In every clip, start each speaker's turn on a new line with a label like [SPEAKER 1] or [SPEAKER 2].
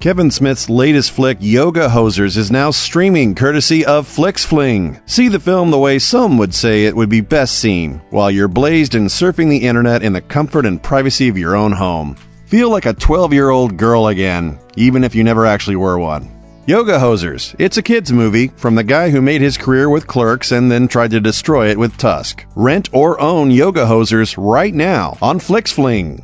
[SPEAKER 1] Kevin Smith's latest flick, Yoga Hosers, is now streaming courtesy of FlixFling. See the film the way some would say it would be best seen, while you're blazed and surfing the internet in the comfort and privacy of your own home. Feel like a 12 year old girl again, even if you never actually were one. Yoga Hosers. It's a kids' movie from the guy who made his career with Clerks and then tried to destroy it with Tusk. Rent or own Yoga Hosers right now on FlixFling.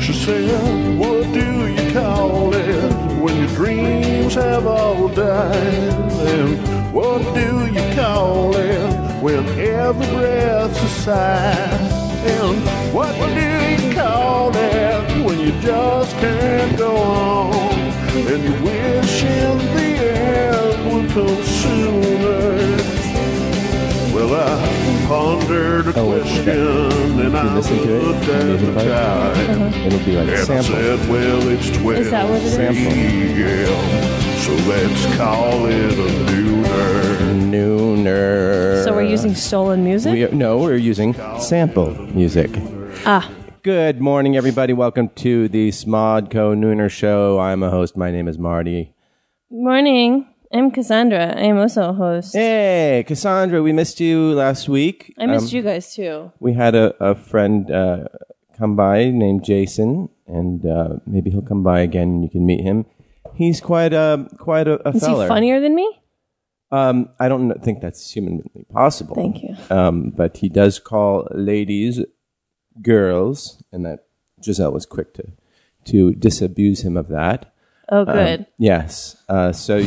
[SPEAKER 2] She said, What do you call it when your dreams have all died? And what do you call it when every breath's a sigh? And what do you call it when you just can't go on? And you wish in the end would come sooner. Well, I pondered a
[SPEAKER 3] Oh, wait,
[SPEAKER 2] question and I
[SPEAKER 3] listen to it,
[SPEAKER 2] looked
[SPEAKER 3] use
[SPEAKER 2] at
[SPEAKER 3] it
[SPEAKER 2] the
[SPEAKER 3] like-
[SPEAKER 2] time.
[SPEAKER 3] It'll be like a
[SPEAKER 2] And I
[SPEAKER 3] sample.
[SPEAKER 2] said, well, it's 12
[SPEAKER 4] Is that what it is?
[SPEAKER 3] Sample.
[SPEAKER 2] p.m., so let's call it a nooner.
[SPEAKER 3] Nooner.
[SPEAKER 4] So we're using stolen music?
[SPEAKER 3] We are, no, we're using sample music.
[SPEAKER 4] ah,
[SPEAKER 3] Good morning, everybody. Welcome to the Smodco Nooner Show. I'm a host. My name is Marty.
[SPEAKER 4] morning. I'm Cassandra. I am also a host.
[SPEAKER 3] Hey, Cassandra, we missed you last week. Um,
[SPEAKER 4] I missed you guys too.
[SPEAKER 3] We had a, a friend uh, come by named Jason, and uh, maybe he'll come by again and you can meet him. He's quite a quite a, a
[SPEAKER 4] Is
[SPEAKER 3] feller.
[SPEAKER 4] he funnier than me?
[SPEAKER 3] Um, I don't kn- think that's humanly possible.
[SPEAKER 4] Thank you.
[SPEAKER 3] Um, but he does call ladies girls, and that Giselle was quick to to disabuse him of that.
[SPEAKER 4] Oh,
[SPEAKER 3] Um,
[SPEAKER 4] good.
[SPEAKER 3] yes. Uh, so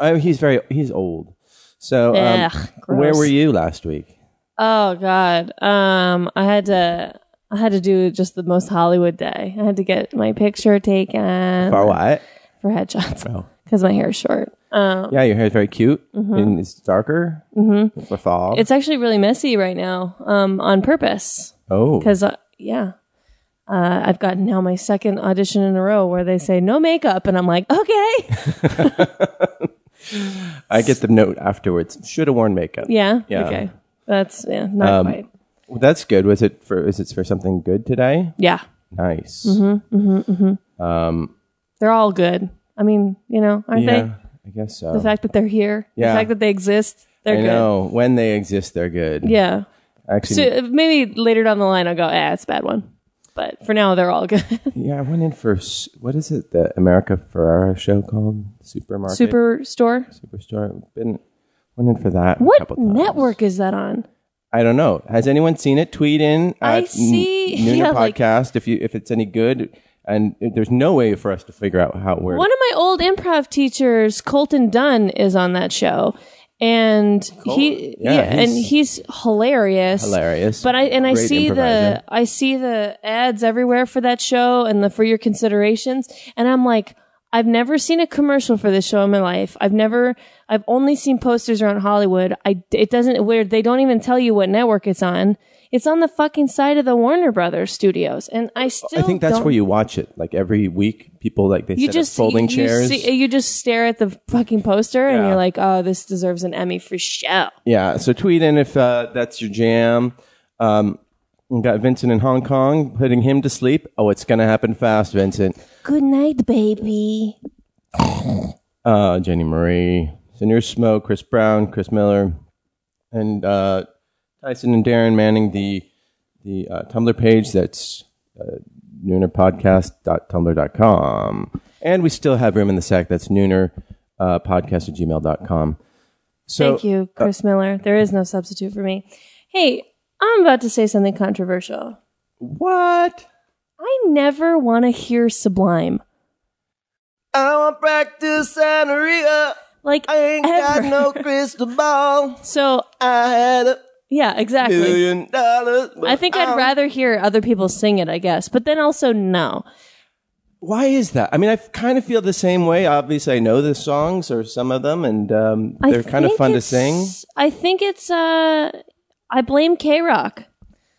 [SPEAKER 3] oh, he's very he's old. So um,
[SPEAKER 4] Ugh,
[SPEAKER 3] where
[SPEAKER 4] gross.
[SPEAKER 3] were you last week?
[SPEAKER 4] oh God. Um, I had to. I had to do just the most Hollywood day. I had to get my picture taken
[SPEAKER 3] Far what?
[SPEAKER 4] for headshots
[SPEAKER 3] Oh.
[SPEAKER 4] because my hair is short. Um,
[SPEAKER 3] Yeah, your hair is very cute and it's darker. Mm-hmm. With fall.
[SPEAKER 4] Mm-hmm. it's actually really messy right now. Um, on purpose.
[SPEAKER 3] oh,
[SPEAKER 4] because uh, yeah uh, i've gotten now my second audition in a row where they say no makeup and i'm like okay
[SPEAKER 3] I get the note afterwards. Should have worn makeup.
[SPEAKER 4] yeah,
[SPEAKER 3] Yeah. Um,
[SPEAKER 4] okay that's yeah not quite
[SPEAKER 3] Well, that's good. Was it for? Is it for something good today?
[SPEAKER 4] yeah
[SPEAKER 3] Nice.
[SPEAKER 4] Mm-hmm. they're all good i mean you know aren't
[SPEAKER 3] Yeah, I guess so.
[SPEAKER 4] they the fact that they're here
[SPEAKER 3] Yeah.
[SPEAKER 4] the fact that they exist
[SPEAKER 3] I
[SPEAKER 4] they're good
[SPEAKER 3] know when they exist, they're good.
[SPEAKER 4] yeah
[SPEAKER 3] Actually,
[SPEAKER 4] so uh, maybe later down the line i'll go ah it's a bad one but for now they're all good
[SPEAKER 3] yeah. I went in for s- what is it? The America Ferrara show called Supermarket
[SPEAKER 4] superstore
[SPEAKER 3] Superstore. Been went in for that. a couple
[SPEAKER 4] what
[SPEAKER 3] times.
[SPEAKER 4] network is that on
[SPEAKER 3] I don't know. Has anyone seen it? Tweet in.
[SPEAKER 4] I
[SPEAKER 3] at
[SPEAKER 4] see.
[SPEAKER 3] N- Nooner
[SPEAKER 4] Yeah, like-
[SPEAKER 3] podcast. if you if it's any good, and there's no way for us to figure out how where.
[SPEAKER 4] One of my old improv teachers, Colton Dunn, is on that show, and he
[SPEAKER 3] Yeah,
[SPEAKER 4] yeah, and he's hilarious.
[SPEAKER 3] Hilarious.
[SPEAKER 4] But I and I
[SPEAKER 3] Great
[SPEAKER 4] see
[SPEAKER 3] improviser.
[SPEAKER 4] the I see the ads everywhere for that show and the for your considerations, and I'm like, I've never seen a commercial for this show in my life. I've never. I've only seen posters around Hollywood. I it doesn't where they don't even tell you what network it's on. It's on the fucking side of the Warner Brothers studios, and I still
[SPEAKER 3] I think that's
[SPEAKER 4] don't
[SPEAKER 3] where you watch it. Like every week, people like they set up folding
[SPEAKER 4] you,
[SPEAKER 3] chairs.
[SPEAKER 4] You, see, you just stare at the fucking poster and
[SPEAKER 3] Yeah.
[SPEAKER 4] you're like, oh, this deserves an Emmy for show.
[SPEAKER 3] Yeah, so tweet in if uh, that's your jam. Um, we got Vincent in Hong Kong, putting him to sleep. Oh, it's going to happen fast, Vincent.
[SPEAKER 4] Good night, baby.
[SPEAKER 3] Uh, Jenny Marie, Senor Smoke, Chris Brown, Chris Miller, and uh, Tyson and Darren Manning, the the uh, Tumblr page that's uh, noonerpodcast.tumblr.com. And we still have room in the sack. That's nooner uh, podcast at gmail.com. So, uh,
[SPEAKER 4] Thank you, Chris Miller. There is no substitute for me. Hey, I'm about to say something controversial.
[SPEAKER 3] What?
[SPEAKER 4] I never want to hear Sublime.
[SPEAKER 3] I want practice Sanrio.
[SPEAKER 4] Like,
[SPEAKER 3] I ain't got
[SPEAKER 4] ever.
[SPEAKER 3] no crystal ball.
[SPEAKER 4] so,
[SPEAKER 3] I had a
[SPEAKER 4] yeah, exactly.
[SPEAKER 3] million dollars.
[SPEAKER 4] I think I'd rather hear other people sing it, I guess. But then also, no.
[SPEAKER 3] Why is that? I mean, I kind of feel the same way. Obviously, I know the songs or some of them, and um,
[SPEAKER 4] I
[SPEAKER 3] they're kind of
[SPEAKER 4] think
[SPEAKER 3] fun to
[SPEAKER 4] it's-
[SPEAKER 3] sing.
[SPEAKER 4] I think it's, uh, I blame K Rock.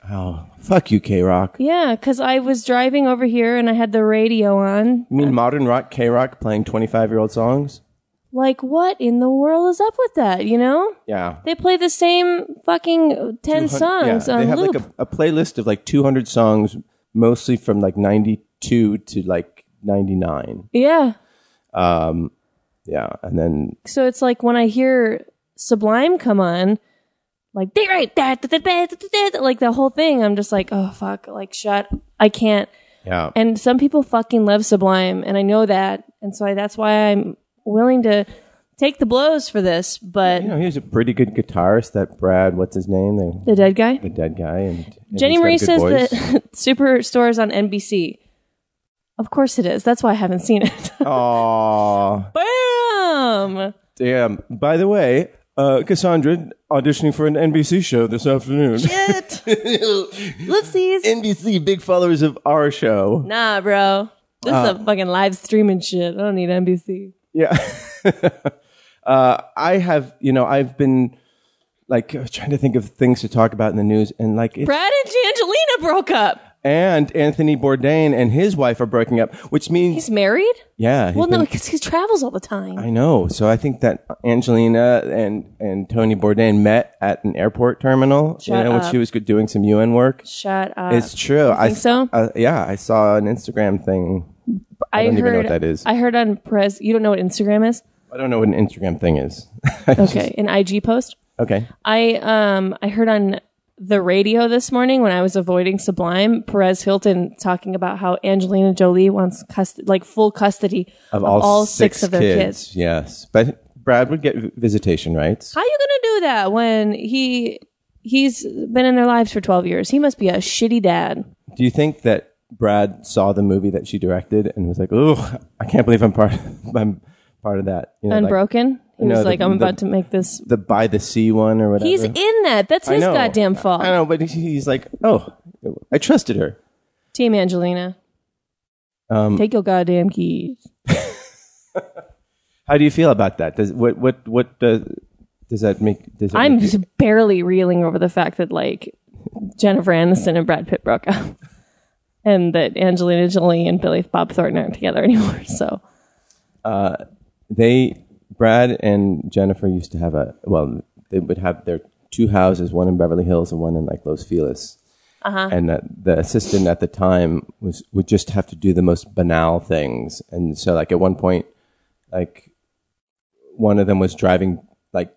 [SPEAKER 3] Oh, fuck you, K Rock. You
[SPEAKER 4] Yeah, because I was driving over here and I had the radio on.
[SPEAKER 3] mean modern rock K Rock playing 25 year old songs?
[SPEAKER 4] Like, what in the world is up with that? You know,
[SPEAKER 3] Yeah.
[SPEAKER 4] they play the same fucking ten
[SPEAKER 3] 200
[SPEAKER 4] songs
[SPEAKER 3] yeah,
[SPEAKER 4] on
[SPEAKER 3] they have
[SPEAKER 4] loop.
[SPEAKER 3] like a, a playlist of like 200 songs, mostly from like 92 to like 99.
[SPEAKER 4] yeah.
[SPEAKER 3] Yeah, and then
[SPEAKER 4] So it's like when I hear Sublime come on, like they write that, that, that, that, that, that, that, like the whole thing. I'm just like, oh fuck, like shut, I can't.
[SPEAKER 3] yeah,
[SPEAKER 4] And some people fucking love Sublime, and I know that, and so I, that's why I'm willing to take the blows for this. But
[SPEAKER 3] you know, he was a pretty good guitarist. That Brad, what's his name, the,
[SPEAKER 4] the dead guy,
[SPEAKER 3] the dead guy, and, and
[SPEAKER 4] Jenny
[SPEAKER 3] he's got a
[SPEAKER 4] Marie
[SPEAKER 3] good voice.
[SPEAKER 4] says that Superstore is on NBC. Of course it is. That's why I haven't seen it.
[SPEAKER 3] Oh. Aw,
[SPEAKER 4] Bam!
[SPEAKER 3] damn. By the way, uh, Cassandra auditioning for an NBC show this afternoon.
[SPEAKER 4] Whoopsies.
[SPEAKER 3] NBC, big followers of our show.
[SPEAKER 4] Nah, bro. This
[SPEAKER 3] Uh.
[SPEAKER 4] is a fucking live streaming shit. I don't need NBC.
[SPEAKER 3] Yeah. uh, I have, you know, I've been like trying to think of things to talk about in the news, and like, it,
[SPEAKER 4] Brad and Angelina broke up.
[SPEAKER 3] and Anthony Bourdain and his wife are breaking up, which means
[SPEAKER 4] He's married?
[SPEAKER 3] yeah. he's
[SPEAKER 4] Well, no,
[SPEAKER 3] been-
[SPEAKER 4] because he travels all the time.
[SPEAKER 3] I know. So I think that Angelina and and Tony Bourdain met at an airport terminal, you
[SPEAKER 4] Shut
[SPEAKER 3] know, when
[SPEAKER 4] up.
[SPEAKER 3] she was doing some UN work.
[SPEAKER 4] Shut up.
[SPEAKER 3] It's true. I
[SPEAKER 4] Uh, think so?
[SPEAKER 3] Uh, yeah, I saw an Instagram thing.
[SPEAKER 4] I,
[SPEAKER 3] don't
[SPEAKER 4] heard,
[SPEAKER 3] even know what that is.
[SPEAKER 4] I heard on Perez. You don't know what Instagram is?
[SPEAKER 3] I don't know what an Instagram thing is.
[SPEAKER 4] Okay, an IG post.
[SPEAKER 3] okay.
[SPEAKER 4] I um I heard on the radio this morning when I was avoiding Sublime, Perez Hilton talking about how Angelina Jolie wants cust- like full custody
[SPEAKER 3] Of all,
[SPEAKER 4] six, of their kids.
[SPEAKER 3] Yes, but Brad would get v- visitation rights.
[SPEAKER 4] How you gonna do that when he he's been in their lives for twelve years? He must be a shitty dad.
[SPEAKER 3] Do you think that Brad saw the movie that she directed and was like, "Oh, I can't believe I'm part. I'm part of that." You know, like
[SPEAKER 4] Unbroken. He
[SPEAKER 3] No,
[SPEAKER 4] was
[SPEAKER 3] the-
[SPEAKER 4] like, I'm
[SPEAKER 3] the-
[SPEAKER 4] about to make this.
[SPEAKER 3] the by the sea one or whatever.
[SPEAKER 4] He's in that. That's
[SPEAKER 3] I
[SPEAKER 4] his
[SPEAKER 3] know.
[SPEAKER 4] goddamn fault.
[SPEAKER 3] I know, but he's like, oh, I trusted her.
[SPEAKER 4] Team Angelina.
[SPEAKER 3] Um,
[SPEAKER 4] Take your goddamn keys.
[SPEAKER 3] How do you feel about that? Does what what what does does that make? Does it
[SPEAKER 4] I'm
[SPEAKER 3] make you-
[SPEAKER 4] just barely reeling over the fact that like Jennifer Aniston and Brad Pitt broke up, and that Angelina Jolie and Billy Bob Thornton aren't together anymore. So
[SPEAKER 3] they Brad and Jennifer used to have a well, they would have their two houses, one in Beverly Hills and one in like Los Feliz. Uh-huh. And uh, the assistant at the time was would just have to do the most banal things, and so like at one point, like one of them was driving, like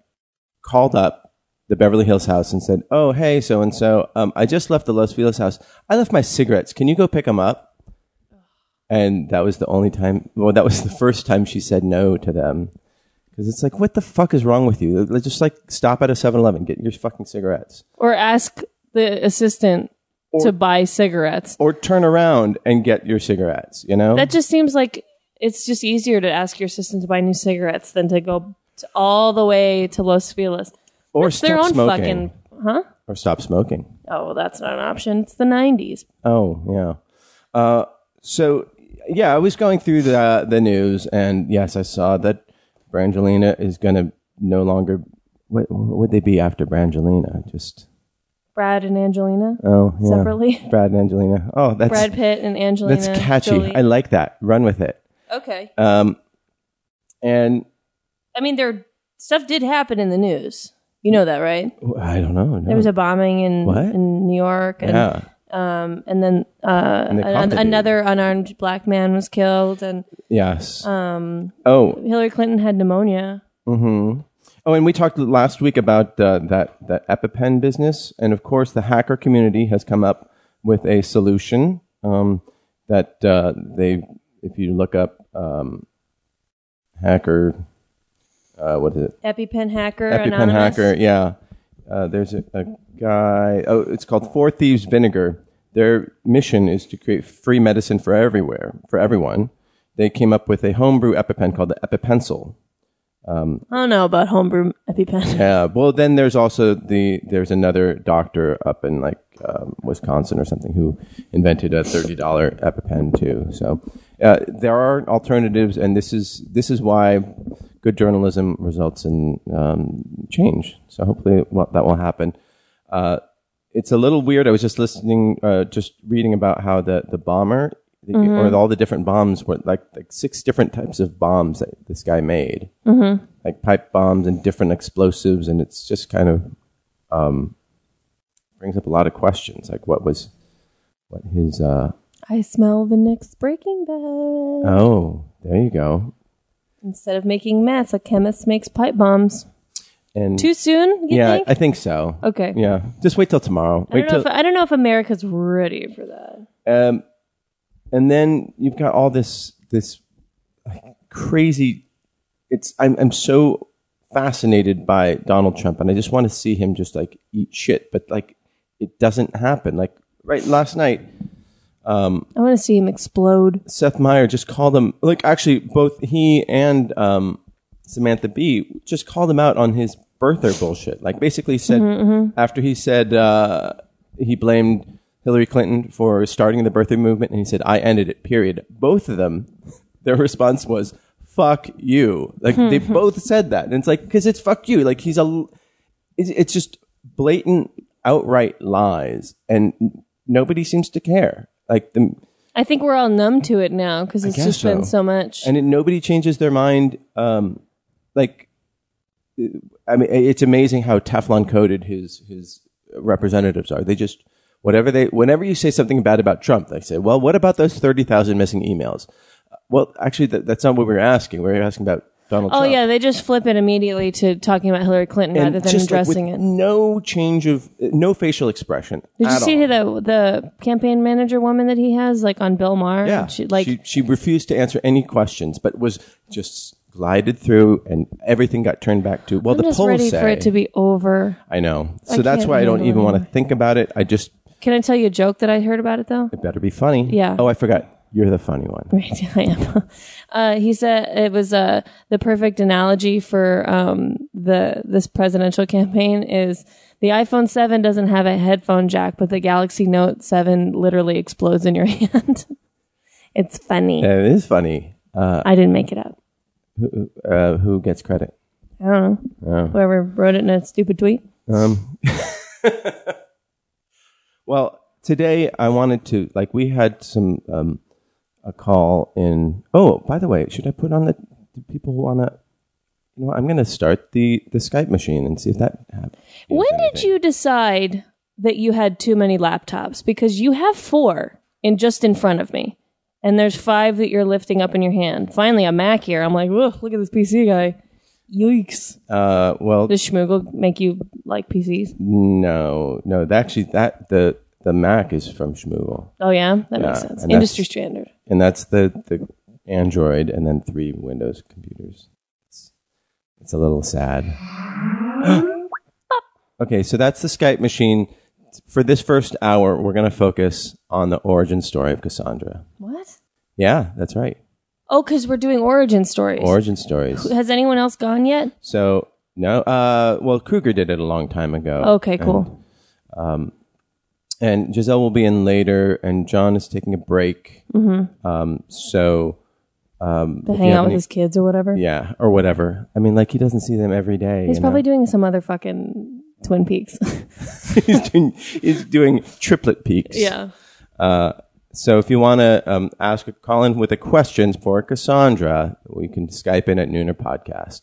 [SPEAKER 3] called up the Beverly Hills house and said, "Oh hey, so and so, um, I just left the Los Feliz house. I left my cigarettes. Can you go pick them up?" And that was the only time, well, that was the first time she said no to them. Because it's like, what the fuck is wrong with you? Let's Just like stop at a 7 Eleven, get your fucking cigarettes.
[SPEAKER 4] or ask the assistant to buy cigarettes.
[SPEAKER 3] Or turn around and get your cigarettes, you know?
[SPEAKER 4] That just seems like it's just easier to ask your assistant to buy new cigarettes than to go to all the way to Los Feliz.
[SPEAKER 3] or
[SPEAKER 4] It's their own fucking. Huh?
[SPEAKER 3] Or stop smoking.
[SPEAKER 4] Oh, well, that's not an option. It's the 90s.
[SPEAKER 3] Oh, yeah. Uh, so, yeah, I was going through the, the news, and yes, I saw that Brangelina is going to no longer. What, what would they be after Brangelina? Just,
[SPEAKER 4] Brad and Angelina
[SPEAKER 3] oh, yeah.
[SPEAKER 4] separately.
[SPEAKER 3] Brad and Angelina. Oh, that's.
[SPEAKER 4] Brad Pitt and Angelina.
[SPEAKER 3] That's catchy.
[SPEAKER 4] Jolie.
[SPEAKER 3] I like that. Run with it.
[SPEAKER 4] okay.
[SPEAKER 3] Um, and
[SPEAKER 4] I mean, there stuff did happen in the news. You know that, right?
[SPEAKER 3] I don't know. No.
[SPEAKER 4] There was a bombing in
[SPEAKER 3] What?
[SPEAKER 4] in New York, and
[SPEAKER 3] yeah.
[SPEAKER 4] um, and then uh,
[SPEAKER 3] And they caught
[SPEAKER 4] an-
[SPEAKER 3] the dude.
[SPEAKER 4] another unarmed black man was killed, and
[SPEAKER 3] Yes.
[SPEAKER 4] um,
[SPEAKER 3] oh.
[SPEAKER 4] Hillary Clinton had pneumonia.
[SPEAKER 3] hmm Oh, and we talked last week about uh, that that EpiPen business, and of course, the hacker community has come up with a solution um, that uh, they, if you look up um, hacker, uh, what is it?
[SPEAKER 4] EpiPen hacker,
[SPEAKER 3] EpiPen
[SPEAKER 4] anonymous.
[SPEAKER 3] hacker. Yeah, uh, there's a, a guy. Oh, it's called Four Thieves Vinegar. Their mission is to create free medicine for everywhere for everyone. They came up with a homebrew EpiPen called the EpiPencil.
[SPEAKER 4] I don't know about homebrew EpiPen.
[SPEAKER 3] Yeah. Well, then there's also the there's another doctor up in like um, Wisconsin or something who invented a thirty dollar EpiPen too. So uh, there are alternatives, and this is this is why good journalism results in um, change. So hopefully well, that will happen. Uh, it's a little weird. I was just listening, uh, just reading about how the the bomber the, or all the different bombs were like like six different types of bombs that this guy made, mm-hmm. like pipe bombs and different explosives, and it's just kind of um, brings up a lot of questions, like what was what his uh,
[SPEAKER 4] I smell the next Breaking Bad.
[SPEAKER 3] oh there you go
[SPEAKER 4] Instead of making meth, a chemist makes pipe bombs.
[SPEAKER 3] and
[SPEAKER 4] Too soon? You
[SPEAKER 3] yeah
[SPEAKER 4] Think?
[SPEAKER 3] I think so
[SPEAKER 4] Okay.
[SPEAKER 3] yeah just wait till tomorrow
[SPEAKER 4] I
[SPEAKER 3] wait
[SPEAKER 4] don't, know
[SPEAKER 3] till
[SPEAKER 4] if, I don't know if America's ready for that.
[SPEAKER 3] Um, and then you've got all this this crazy. It's I'm I'm so fascinated by Donald Trump, and I just want to see him just like eat shit, but like it doesn't happen. Like right last night,
[SPEAKER 4] I want to see him explode.
[SPEAKER 3] Seth Meyer just called him. Like actually, both he and um, Samantha Bee just called him out on his birther bullshit. Like basically said after he said uh, he blamed Hillary Clinton for starting the birther movement, and he said I ended it. Period. Both of them, their response was "fuck you." Like they both said that, and it's like because it's "fuck you." Like he's a, it's, it's just blatant, outright lies, and nobody seems to care. Like the
[SPEAKER 4] I think we're all numb to it now because it's
[SPEAKER 3] guess
[SPEAKER 4] just been
[SPEAKER 3] so.
[SPEAKER 4] so much.
[SPEAKER 3] and it, nobody changes their mind. Um, like, I mean, it's amazing how Teflon coated his his representatives are. They just whatever they whenever you say something bad about Trump, they say, "Well, what about those thirty thousand missing emails?" Uh, Well, actually, that, that's not what we were asking. We were asking about Donald.
[SPEAKER 4] oh
[SPEAKER 3] Trump.
[SPEAKER 4] yeah, they just flip it immediately to talking about Hillary Clinton
[SPEAKER 3] And
[SPEAKER 4] rather than
[SPEAKER 3] just, like, with
[SPEAKER 4] addressing it.
[SPEAKER 3] No change of no facial expression.
[SPEAKER 4] Did you
[SPEAKER 3] at
[SPEAKER 4] see
[SPEAKER 3] all.
[SPEAKER 4] the the campaign manager woman that he has like on Bill Maher?
[SPEAKER 3] Yeah,
[SPEAKER 4] she, like
[SPEAKER 3] she, she refused to answer any questions, but was just glided through, and everything got turned back to. Well,
[SPEAKER 4] I'm
[SPEAKER 3] the
[SPEAKER 4] just
[SPEAKER 3] polls
[SPEAKER 4] ready
[SPEAKER 3] say
[SPEAKER 4] for it to be over.
[SPEAKER 3] I know. So
[SPEAKER 4] I
[SPEAKER 3] that's
[SPEAKER 4] can't
[SPEAKER 3] why I don't
[SPEAKER 4] handle
[SPEAKER 3] even
[SPEAKER 4] it
[SPEAKER 3] want to
[SPEAKER 4] anymore.
[SPEAKER 3] think about it. I just
[SPEAKER 4] Can I tell you a joke that I heard about it though?
[SPEAKER 3] it better be funny.
[SPEAKER 4] Yeah.
[SPEAKER 3] Oh, I forgot. You're the funny one.
[SPEAKER 4] Right, I am. Uh, he said it was uh, the perfect analogy for um, the this presidential campaign is the iPhone 7 doesn't have a headphone jack, but the Galaxy Note 7 literally explodes in your hand. it's funny.
[SPEAKER 3] And it is funny. Uh,
[SPEAKER 4] I didn't make it up.
[SPEAKER 3] who, uh, who gets credit?
[SPEAKER 4] I don't know. Whoever wrote it in a stupid tweet.
[SPEAKER 3] Well, today I wanted to like we had some um, a call in. Oh, by the way, should I put on the do people want to? You know, what? I'm going to start the the Skype machine and see if that. hap-
[SPEAKER 4] When
[SPEAKER 3] gives
[SPEAKER 4] did
[SPEAKER 3] anything.
[SPEAKER 4] you decide that you had too many laptops? Because you have four in just in front of me, and there's five that you're lifting up in your hand. Finally, a Mac here. I'm like, Ugh, look at this PC guy. Yikes!
[SPEAKER 3] Uh, well,
[SPEAKER 4] Does Schmoogle make you like PCs?
[SPEAKER 3] no, no. that- Actually, that the the Mac is from Schmoogle.
[SPEAKER 4] Oh yeah, that makes
[SPEAKER 3] Yeah,
[SPEAKER 4] sense.
[SPEAKER 3] and that's-
[SPEAKER 4] Industry standard.
[SPEAKER 3] and that's the the Android, and then three Windows computers. It's, it's a little sad. okay, so that's the Skype machine. For this first hour, we're going to focus on the origin story of Cassandra.
[SPEAKER 4] What?
[SPEAKER 3] Yeah, that's right,
[SPEAKER 4] Oh, because we're doing origin stories.
[SPEAKER 3] origin stories.
[SPEAKER 4] Has anyone else gone yet?
[SPEAKER 3] So no, uh, well, Kruger did it a long time ago.
[SPEAKER 4] Okay,
[SPEAKER 3] And-
[SPEAKER 4] cool.
[SPEAKER 3] and Giselle will be in later, and John is taking a break.
[SPEAKER 4] Mm-hmm.
[SPEAKER 3] Um, so
[SPEAKER 4] To
[SPEAKER 3] if
[SPEAKER 4] hang
[SPEAKER 3] you have
[SPEAKER 4] out with
[SPEAKER 3] any-
[SPEAKER 4] his kids or whatever.
[SPEAKER 3] yeah, or whatever. I mean, like he doesn't see them every day.
[SPEAKER 4] He's
[SPEAKER 3] you know?
[SPEAKER 4] probably doing some other fucking Twin Peaks.
[SPEAKER 3] he's doing he's doing triplet peaks.
[SPEAKER 4] yeah.
[SPEAKER 3] So if you want to um, ask call in with a question for Cassandra, we can Skype in at Nooner Podcast.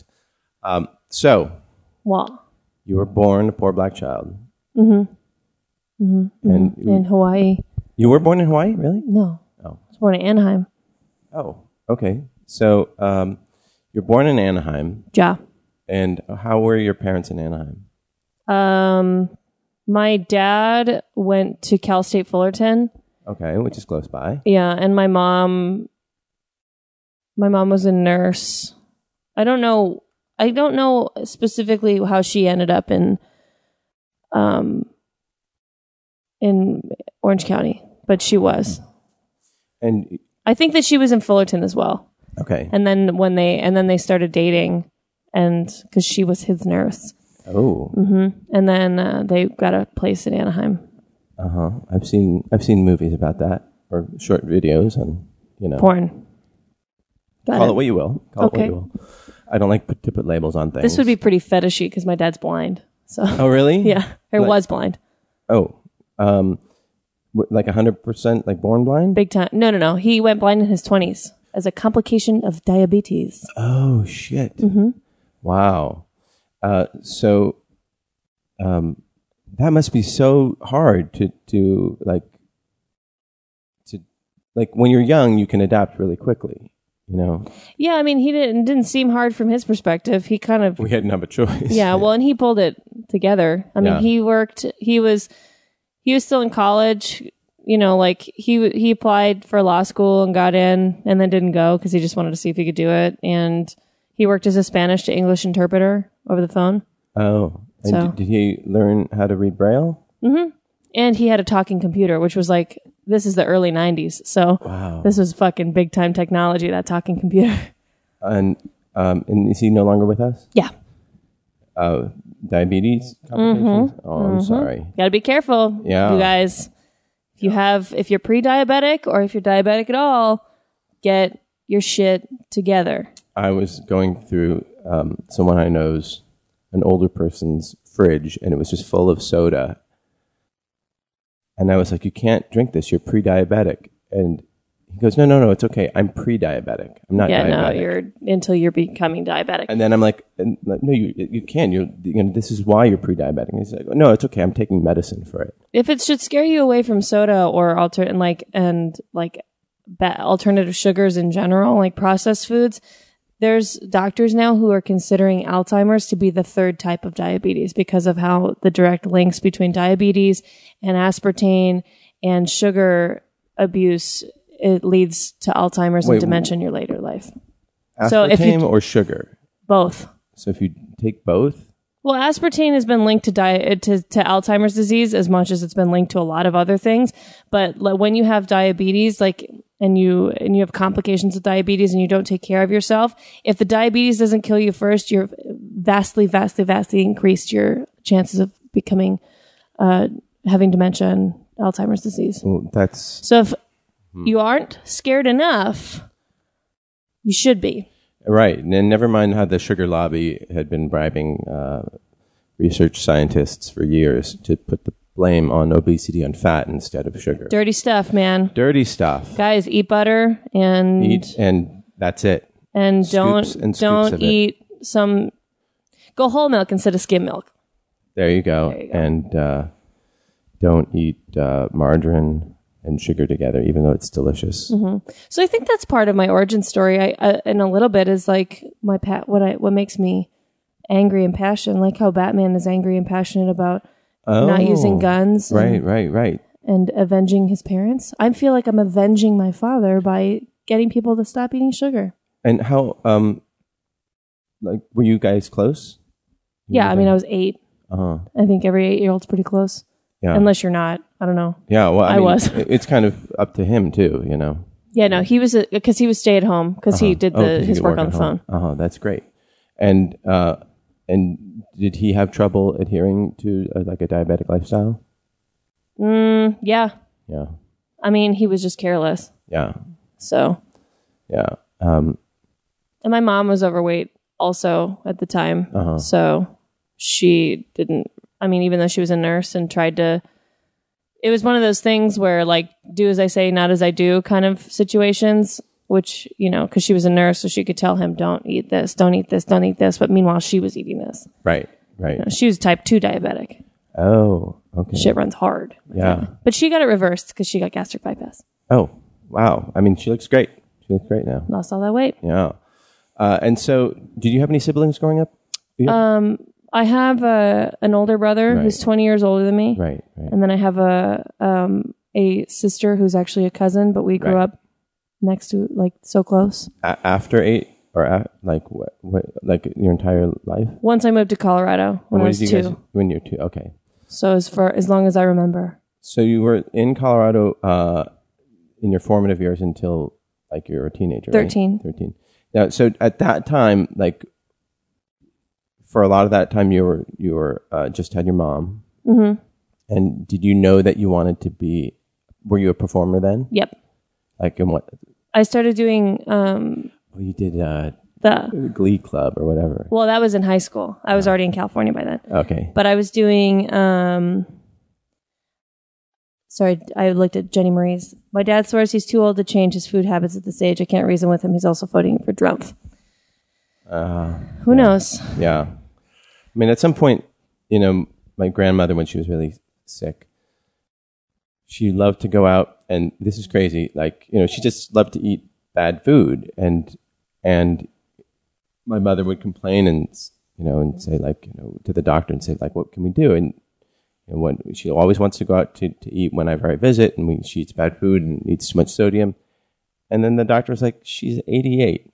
[SPEAKER 3] Um, so
[SPEAKER 4] Wow.
[SPEAKER 3] you were born a poor black child. Mm-hmm. Mm-hmm. And
[SPEAKER 4] In Hawaii.
[SPEAKER 3] you were born in Hawaii, really?
[SPEAKER 4] No. I was born in Anaheim.
[SPEAKER 3] Oh, okay. So um, you're born in Anaheim,
[SPEAKER 4] Yeah.
[SPEAKER 3] and how were your parents in Anaheim?
[SPEAKER 4] Um, my dad went to Cal State Fullerton.
[SPEAKER 3] Okay, which is close by.
[SPEAKER 4] Yeah, and my mom, my mom was a nurse. I don't know. I don't know specifically how she ended up in, um, in Orange County, but she was.
[SPEAKER 3] And
[SPEAKER 4] I think that she was in Fullerton as well.
[SPEAKER 3] okay,
[SPEAKER 4] And then when they and then they started dating, and because she was his nurse.
[SPEAKER 3] oh,
[SPEAKER 4] And then uh, they got a place in Anaheim.
[SPEAKER 3] uh huh. I've seen I've seen movies about that or short videos on you know
[SPEAKER 4] Porn. Got
[SPEAKER 3] Call
[SPEAKER 4] it.
[SPEAKER 3] it what you will. Call it what
[SPEAKER 4] Okay.
[SPEAKER 3] you will. I don't like put, to put labels on things.
[SPEAKER 4] This would be pretty fetishy because my dad's blind. So
[SPEAKER 3] Oh really?
[SPEAKER 4] yeah, or
[SPEAKER 3] Like-
[SPEAKER 4] was blind.
[SPEAKER 3] Oh. Um, w- like hundred percent like born blind?
[SPEAKER 4] Big time. No, no, no. He went blind in his 20s as a complication of diabetes.
[SPEAKER 3] Oh shit!
[SPEAKER 4] Mm-hmm.
[SPEAKER 3] Wow. Uh, so, um, that must be so hard to to like to like when you're young, you can adapt really quickly. You know,
[SPEAKER 4] Yeah, I mean, he didn't didn't seem hard from his perspective. He kind of
[SPEAKER 3] we didn't have a choice.
[SPEAKER 4] Yeah, well, and he pulled it together. I mean,
[SPEAKER 3] Yeah.
[SPEAKER 4] he worked. He was he was still in college. You know, like he he applied for law school and got in, and then didn't go because he just wanted to see if he could do it. And he worked as a Spanish to English interpreter over the phone,
[SPEAKER 3] Oh, and
[SPEAKER 4] So-
[SPEAKER 3] did, did he learn how to read braille?
[SPEAKER 4] and he had a talking computer, which was like this is the early '90s, so this was fucking big time technology. That talking computer.
[SPEAKER 3] And um, and is he no longer with us?
[SPEAKER 4] yeah,
[SPEAKER 3] Uh, diabetes complications.
[SPEAKER 4] Mm-hmm.
[SPEAKER 3] Oh, I'm sorry.
[SPEAKER 4] got to be careful,
[SPEAKER 3] Yeah.
[SPEAKER 4] you guys. If you have, if you're pre-diabetic or if you're diabetic at all, get your shit together.
[SPEAKER 3] I was going through um, someone I know's, an older person's fridge, and it was just full of soda. And I was like, "You can't drink this. You're pre-diabetic." And he goes, "No, no, no. It's okay. I'm pre-diabetic. I'm not
[SPEAKER 4] yeah,
[SPEAKER 3] diabetic."
[SPEAKER 4] no, you're until you're becoming diabetic.
[SPEAKER 3] And then I'm like, and like, "No, you you can. You you know this is why you're pre-diabetic." And he's like, "No, it's okay. I'm taking medicine for it."
[SPEAKER 4] if it should scare you away from soda or alter and like and like ba- alternative sugars in general, like processed foods, there's doctors now who are considering Alzheimer's to be the third type of diabetes because of how the direct links between diabetes and aspartame and sugar abuse it leads to Alzheimer's
[SPEAKER 3] Wait,
[SPEAKER 4] and dementia in your later life.
[SPEAKER 3] Aspartame
[SPEAKER 4] So if you-
[SPEAKER 3] or sugar.
[SPEAKER 4] Both.
[SPEAKER 3] So if you take both,
[SPEAKER 4] Well, aspartame has been linked to diet uh, to, to Alzheimer's disease as much as it's been linked to a lot of other things. But like, when you have diabetes, like and you and you have complications with diabetes and you don't take care of yourself, if the diabetes doesn't kill you first, you're vastly, vastly, vastly increased your chances of becoming uh, having dementia and Alzheimer's disease.
[SPEAKER 3] well, that's
[SPEAKER 4] So if you aren't scared enough, you should be.
[SPEAKER 3] Right, and then never mind how the sugar lobby had been bribing uh, research scientists for years to put the blame on obesity on fat instead of sugar.
[SPEAKER 4] Dirty stuff, man.
[SPEAKER 3] Dirty stuff.
[SPEAKER 4] Guys, eat butter and
[SPEAKER 3] Eat, and that's it.
[SPEAKER 4] and
[SPEAKER 3] Scoops
[SPEAKER 4] don't
[SPEAKER 3] and scoops of
[SPEAKER 4] don't
[SPEAKER 3] it.
[SPEAKER 4] eat some go whole milk instead of skim milk.
[SPEAKER 3] There you go. And uh, don't eat uh, margarine and sugar together, even though it's delicious.
[SPEAKER 4] Mm-hmm. So I think that's part of my origin story. I, I and a little bit is like my pat what I what makes me angry and passionate, like how Batman is angry and passionate about
[SPEAKER 3] Oh,
[SPEAKER 4] not using guns
[SPEAKER 3] Right,
[SPEAKER 4] and,
[SPEAKER 3] right, right.
[SPEAKER 4] and avenging his parents. I feel like I'm avenging my father by getting people to stop eating sugar.
[SPEAKER 3] And how? Um, like, were you guys close?
[SPEAKER 4] Yeah, I mean I was 8.
[SPEAKER 3] Uh huh.
[SPEAKER 4] I think every 8-year-old's pretty close.
[SPEAKER 3] Yeah.
[SPEAKER 4] Unless you're not. I don't know.
[SPEAKER 3] yeah. Well, I,
[SPEAKER 4] I
[SPEAKER 3] mean,
[SPEAKER 4] was.
[SPEAKER 3] It's kind of up to him too, you know.
[SPEAKER 4] Yeah, no, he was because he was stay at home because he did
[SPEAKER 3] Oh,
[SPEAKER 4] the,
[SPEAKER 3] he
[SPEAKER 4] his
[SPEAKER 3] could
[SPEAKER 4] work on the
[SPEAKER 3] at home.
[SPEAKER 4] phone.
[SPEAKER 3] Uh-huh, that's great. And uh, and did he have trouble adhering to uh, like a diabetic lifestyle?
[SPEAKER 4] Mm, yeah.
[SPEAKER 3] Yeah,
[SPEAKER 4] I mean, he was just careless.
[SPEAKER 3] yeah,
[SPEAKER 4] So,
[SPEAKER 3] yeah. Um,
[SPEAKER 4] and my mom was overweight also at the time.
[SPEAKER 3] Uh-huh.
[SPEAKER 4] So she didn't, I mean, even though she was a nurse and tried to, it was one of those things where like do as I say, not as I do kind of situations, which, you know, because she was a nurse, so she could tell him, don't eat this, don't eat this, don't eat this. But meanwhile, she was eating this.
[SPEAKER 3] right, right.
[SPEAKER 4] She was type 2 diabetic.
[SPEAKER 3] Oh, okay.
[SPEAKER 4] Shit runs hard.
[SPEAKER 3] Yeah.
[SPEAKER 4] But she got it reversed because she got gastric bypass,
[SPEAKER 3] Oh, wow. I mean, she looks great. She looks great now.
[SPEAKER 4] lost all that weight.
[SPEAKER 3] Yeah. Uh, and so, did you have any siblings growing up? Yeah.
[SPEAKER 4] I have a an older brother who's 20 years older than me,
[SPEAKER 3] right, right.
[SPEAKER 4] and then I have a um a sister who's actually a cousin, but we grew
[SPEAKER 3] Right.
[SPEAKER 4] up next to like so close.
[SPEAKER 3] A- after eight, or a- like what, what? Like your entire life?
[SPEAKER 4] Once I moved to Colorado when I
[SPEAKER 3] What
[SPEAKER 4] was
[SPEAKER 3] did
[SPEAKER 4] two,
[SPEAKER 3] you guys when you're two? Okay.
[SPEAKER 4] so as far as long as I remember,
[SPEAKER 3] So you were in Colorado uh, in your formative years until like you were a teenager. right?
[SPEAKER 4] 13.
[SPEAKER 3] Thirteen. Now, so at that time, like for a lot of that time, you were you were uh, just had your mom. Mm-hmm. And did you know that you wanted to be? Were you a performer then?
[SPEAKER 4] yep,
[SPEAKER 3] Like in what?
[SPEAKER 4] I started doing um
[SPEAKER 3] Oh, you did uh,
[SPEAKER 4] the
[SPEAKER 3] Glee Club or whatever.
[SPEAKER 4] well that was in high school. I
[SPEAKER 3] Uh-huh.
[SPEAKER 4] was already in California by then,
[SPEAKER 3] Okay.
[SPEAKER 4] but I was doing um Sorry, I looked at Jenny Marie's. My dad swears he's too old to change his food habits at this age. I can't reason with him. He's also voting for Drumpf. Who knows?
[SPEAKER 3] Uh, Yeah. I mean, at some point, you know, my grandmother, when she was really sick, she loved to go out, and this is crazy. Like, you know, she just loved to eat bad food, and and my mother would complain and you know and say like you know to the doctor and say like what can we do and and what she always wants to go out to, to eat whenever I visit, and we, she eats bad food and eats too much sodium, and then the doctor was like, she's eighty eight.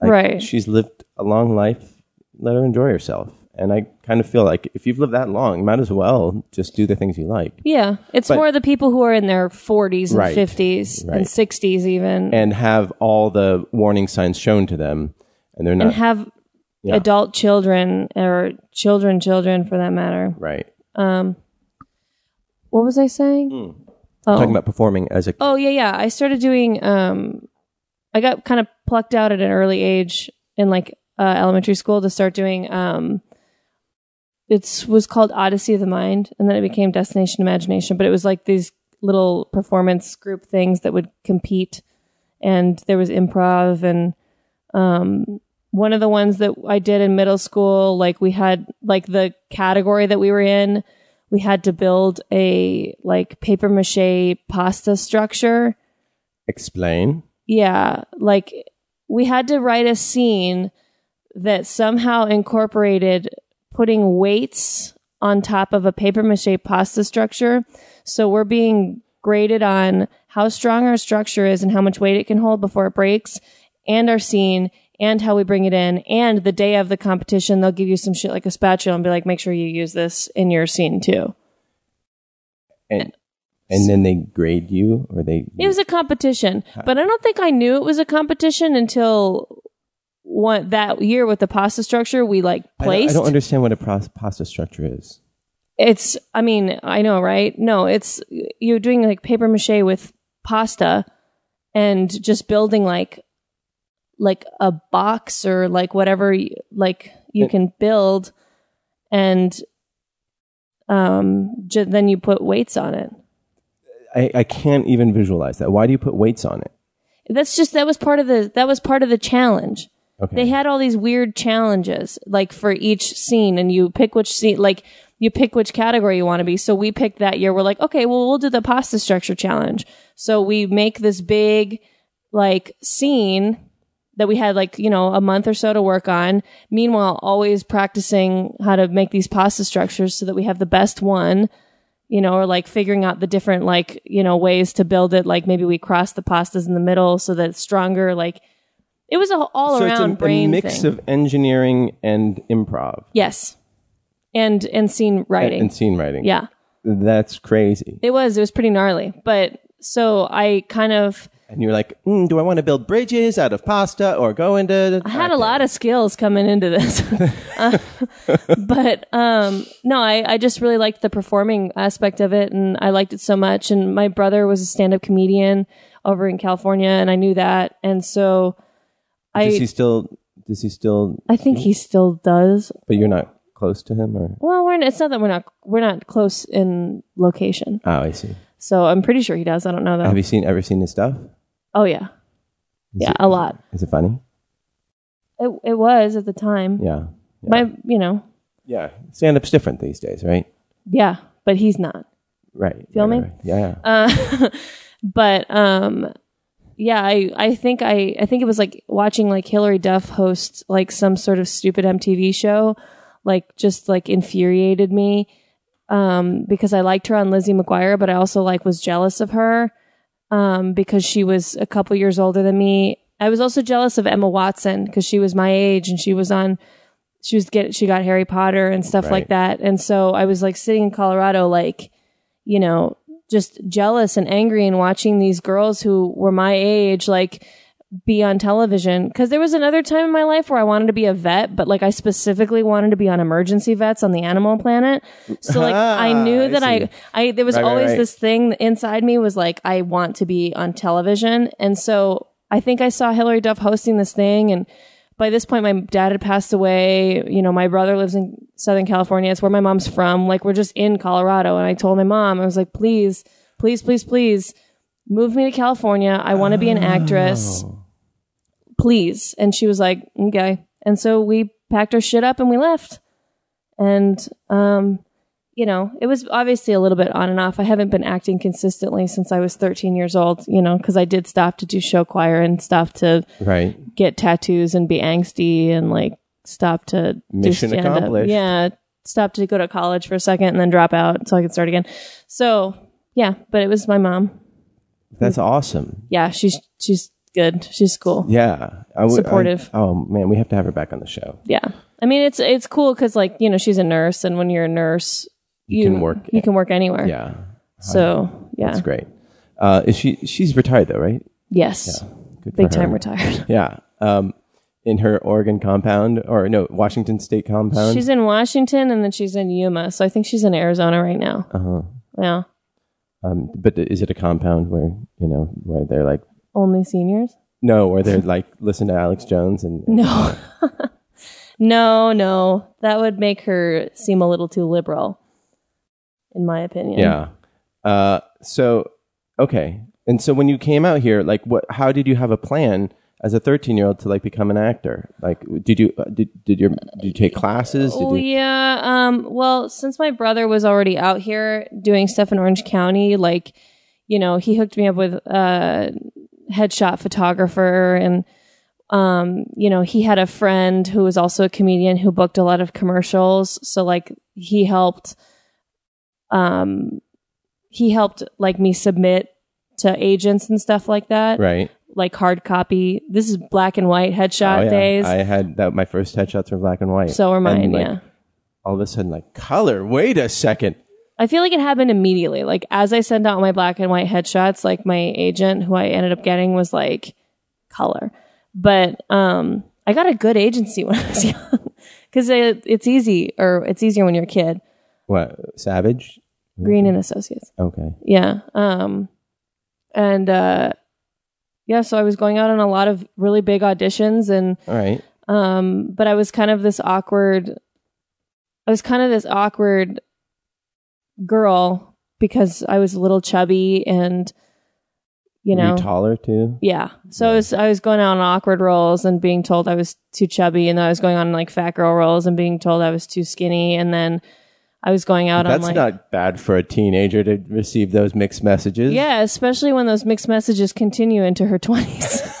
[SPEAKER 3] Like,
[SPEAKER 4] Right.
[SPEAKER 3] She's lived a long life. Let her enjoy herself. And I kind of feel like if you've lived that long, you might as well just do the things you like.
[SPEAKER 4] Yeah, it's
[SPEAKER 3] But-
[SPEAKER 4] more the people who are in their 40s and
[SPEAKER 3] Right.
[SPEAKER 4] 50s
[SPEAKER 3] Right.
[SPEAKER 4] and 60s even, and,
[SPEAKER 3] and uh, have all the warning signs shown to them, and they're not
[SPEAKER 4] have
[SPEAKER 3] yeah,
[SPEAKER 4] adult children or children children for that matter.
[SPEAKER 3] right.
[SPEAKER 4] What was I saying?
[SPEAKER 3] Hmm. Talking about performing as a
[SPEAKER 4] Oh yeah, yeah. I started doing. Um, I got kind of plucked out at an early age in like uh, elementary school to start doing. Um, it was called Odyssey of the Mind, and then it became Destination Imagination. But it was like these little performance group things that would compete, and there was improv and. Um, one of the ones that I did in middle school, like we had like the category that we were in, we had to build a like paper mache pasta structure.
[SPEAKER 3] explain.
[SPEAKER 4] Yeah, like we had to write a scene that somehow incorporated putting weights on top of a paper mache pasta structure. So we're being graded on how strong our structure is and how much weight it can hold before it breaks, and our scene, and how we bring it in. And the day of the competition, they'll give you some shit like a spatula and be like, make sure you use this in your scene too.
[SPEAKER 3] And and then they grade you, or they
[SPEAKER 4] It was a competition, but I don't think I knew it was a competition until one that year with the pasta structure we like
[SPEAKER 3] I don't- I,
[SPEAKER 4] placed.
[SPEAKER 3] don't understand what a pros- pasta structure is.
[SPEAKER 4] it's I mean, I know, right? No, it's you're doing like paper mache with pasta and just building like like a box or like whatever y- like you can build and um ju- then you put weights on it.
[SPEAKER 3] I, I can't even visualize that. Why do you put weights on it?
[SPEAKER 4] That's just that was part of the that was part of the challenge.
[SPEAKER 3] Okay,
[SPEAKER 4] they had all these weird challenges like for each scene and you pick which scene like you pick which category you want to be so we picked that year we're like okay well we'll do the pasta structure challenge so we make this big like scene that we had like you know a month or so to work on meanwhile always practicing how to make these pasta structures so that we have the best one you know, or like figuring out the different like, you know, ways to build it. Like maybe we cross the pastas in the middle so that it's stronger. Like it was a all
[SPEAKER 3] so it's
[SPEAKER 4] around
[SPEAKER 3] a,
[SPEAKER 4] brain
[SPEAKER 3] a mix
[SPEAKER 4] thing.
[SPEAKER 3] of engineering and improv
[SPEAKER 4] yes. And and scene
[SPEAKER 3] and,
[SPEAKER 4] writing.
[SPEAKER 3] and scene writing.
[SPEAKER 4] yeah.
[SPEAKER 3] that's crazy.
[SPEAKER 4] It was. It was pretty gnarly. But so I kind of
[SPEAKER 3] And you're like, mm, do I want to build bridges out of pasta or go into?
[SPEAKER 4] I had a lot of skills coming into this. Uh, but um, no, I, I just really liked the performing aspect of it and I liked it so much. And my brother was a stand up comedian over in California and I knew that. And so I
[SPEAKER 3] Does he still? Does he still?
[SPEAKER 4] I think he still does.
[SPEAKER 3] But you're not close to him, or
[SPEAKER 4] Well, we're it's not that we're not we're not close in location,
[SPEAKER 3] oh, I see.
[SPEAKER 4] so I'm pretty sure he does. I don't know
[SPEAKER 3] Have
[SPEAKER 4] though.
[SPEAKER 3] you seen ever seen his stuff?
[SPEAKER 4] Oh yeah, yeah, a lot.
[SPEAKER 3] Is it funny?
[SPEAKER 4] It it was at the time.
[SPEAKER 3] Yeah, yeah.
[SPEAKER 4] My you know
[SPEAKER 3] yeah. Stand up's different these days, right?
[SPEAKER 4] yeah, but he's not.
[SPEAKER 3] Right.
[SPEAKER 4] Feel
[SPEAKER 3] right,
[SPEAKER 4] me?
[SPEAKER 3] right. Yeah.
[SPEAKER 4] Uh, But um, yeah, I I think I I think it was like watching like Hillary Duff host like some sort of stupid MTV show, like just like infuriated me. Um, because I liked her on Lizzie McGuire, but I also like was jealous of her. um, because she was a couple years older than me. I was also jealous of Emma Watson because she was my age and she was on, she was get she got Harry Potter and stuff like that. And so I was like sitting in Colorado, like, you know, just jealous and angry and watching these girls who were my age, like, be on television because there was another time in my life where I wanted to be a vet, but like I specifically wanted to be on emergency vets on the animal planet. So like I knew
[SPEAKER 3] I
[SPEAKER 4] that I,
[SPEAKER 3] see.
[SPEAKER 4] I there was
[SPEAKER 3] Right, right,
[SPEAKER 4] always
[SPEAKER 3] right.
[SPEAKER 4] this thing that inside me was like I want to be on television, and so I think I saw Hillary Duff hosting this thing, and by this point my dad had passed away. You know, my brother lives in Southern California; it's where my mom's from. Like we're just in Colorado, and I told my mom I was like, please. please, please, please move me to California. I want to be an actress.
[SPEAKER 3] Oh.
[SPEAKER 4] Please. And she was like, okay. And so we packed our shit up and we left. And, um, you know, it was obviously a little bit on and off. I haven't been acting consistently since I was 13 years old, you know, because I did stop to do show choir and stop to
[SPEAKER 3] Right.
[SPEAKER 4] get tattoos and be angsty and like stop to do
[SPEAKER 3] Mission
[SPEAKER 4] stand-up.
[SPEAKER 3] accomplished.
[SPEAKER 4] Yeah, stop to go to college for a second and then drop out so I could start again. So yeah, but it was my mom.
[SPEAKER 3] That's
[SPEAKER 4] mm.
[SPEAKER 3] awesome.
[SPEAKER 4] Yeah, she's she's good. She's cool. Yeah.
[SPEAKER 3] Yeah. I would- I-
[SPEAKER 4] Supportive.
[SPEAKER 3] oh man, we have to have her back on the show.
[SPEAKER 4] I mean it's it's cool because like you know she's a nurse and when you're a nurse you,
[SPEAKER 3] can work-
[SPEAKER 4] you can work anywhere.
[SPEAKER 3] Yeah.
[SPEAKER 4] So yeah,
[SPEAKER 3] That's great. Uh, is she she's retired though, right?
[SPEAKER 4] yes,
[SPEAKER 3] Good
[SPEAKER 4] big
[SPEAKER 3] for her.
[SPEAKER 4] time retired.
[SPEAKER 3] Yeah. Um, in her Oregon compound or no, Washington state compound.
[SPEAKER 4] she's in Washington and then she's in Yuma, so I think she's in Arizona right now.
[SPEAKER 3] uh-huh.
[SPEAKER 4] Yeah,
[SPEAKER 3] Um, but is it a compound where, you know, where they're like
[SPEAKER 4] only seniors.
[SPEAKER 3] no, where they're like listen to Alex Jones and
[SPEAKER 4] No. no, no. That would make her seem a little too liberal, in my opinion.
[SPEAKER 3] Yeah. Uh, so okay, and so when you came out here, like, what? How did you have a plan as a thirteen-year-old to like become an actor? Like, did you uh, did did your did you take classes? Did
[SPEAKER 4] Oh,
[SPEAKER 3] you,
[SPEAKER 4] yeah. Um, well, since my brother was already out here doing stuff in Orange County, like, you know, he hooked me up with a headshot photographer and um, you know, he had a friend who was also a comedian who booked a lot of commercials. So like he helped um he helped like me submit to agents and stuff like that.
[SPEAKER 3] right?
[SPEAKER 4] Like hard copy. This is black and white headshot
[SPEAKER 3] Oh, yeah.
[SPEAKER 4] days.
[SPEAKER 3] I had that. My first headshots were black and white.
[SPEAKER 4] so are
[SPEAKER 3] And,
[SPEAKER 4] mine,
[SPEAKER 3] like,
[SPEAKER 4] yeah.
[SPEAKER 3] All of a sudden, like color. Wait a second.
[SPEAKER 4] I feel like it happened immediately. Like as I sent out my black and white headshots, like my agent who I ended up getting was like color. But um I got a good agency when I was young cuz it, it's easy or it's easier when you're a kid.
[SPEAKER 3] What savage?
[SPEAKER 4] Green and Associates.
[SPEAKER 3] Okay.
[SPEAKER 4] Yeah. Um and uh yeah, so I was going out on a lot of really big auditions and
[SPEAKER 3] All right.
[SPEAKER 4] um but i was kind of this awkward i was kind of this awkward girl because i was a little chubby and you
[SPEAKER 3] Were
[SPEAKER 4] know
[SPEAKER 3] taller too.
[SPEAKER 4] yeah so i was i was going on awkward roles and being told i was too chubby and then i was going on like fat girl roles and being told i was too skinny and then i was going out on
[SPEAKER 3] That's
[SPEAKER 4] like
[SPEAKER 3] not bad for a teenager to receive those mixed messages.
[SPEAKER 4] yeah especially when those mixed messages continue into her 20s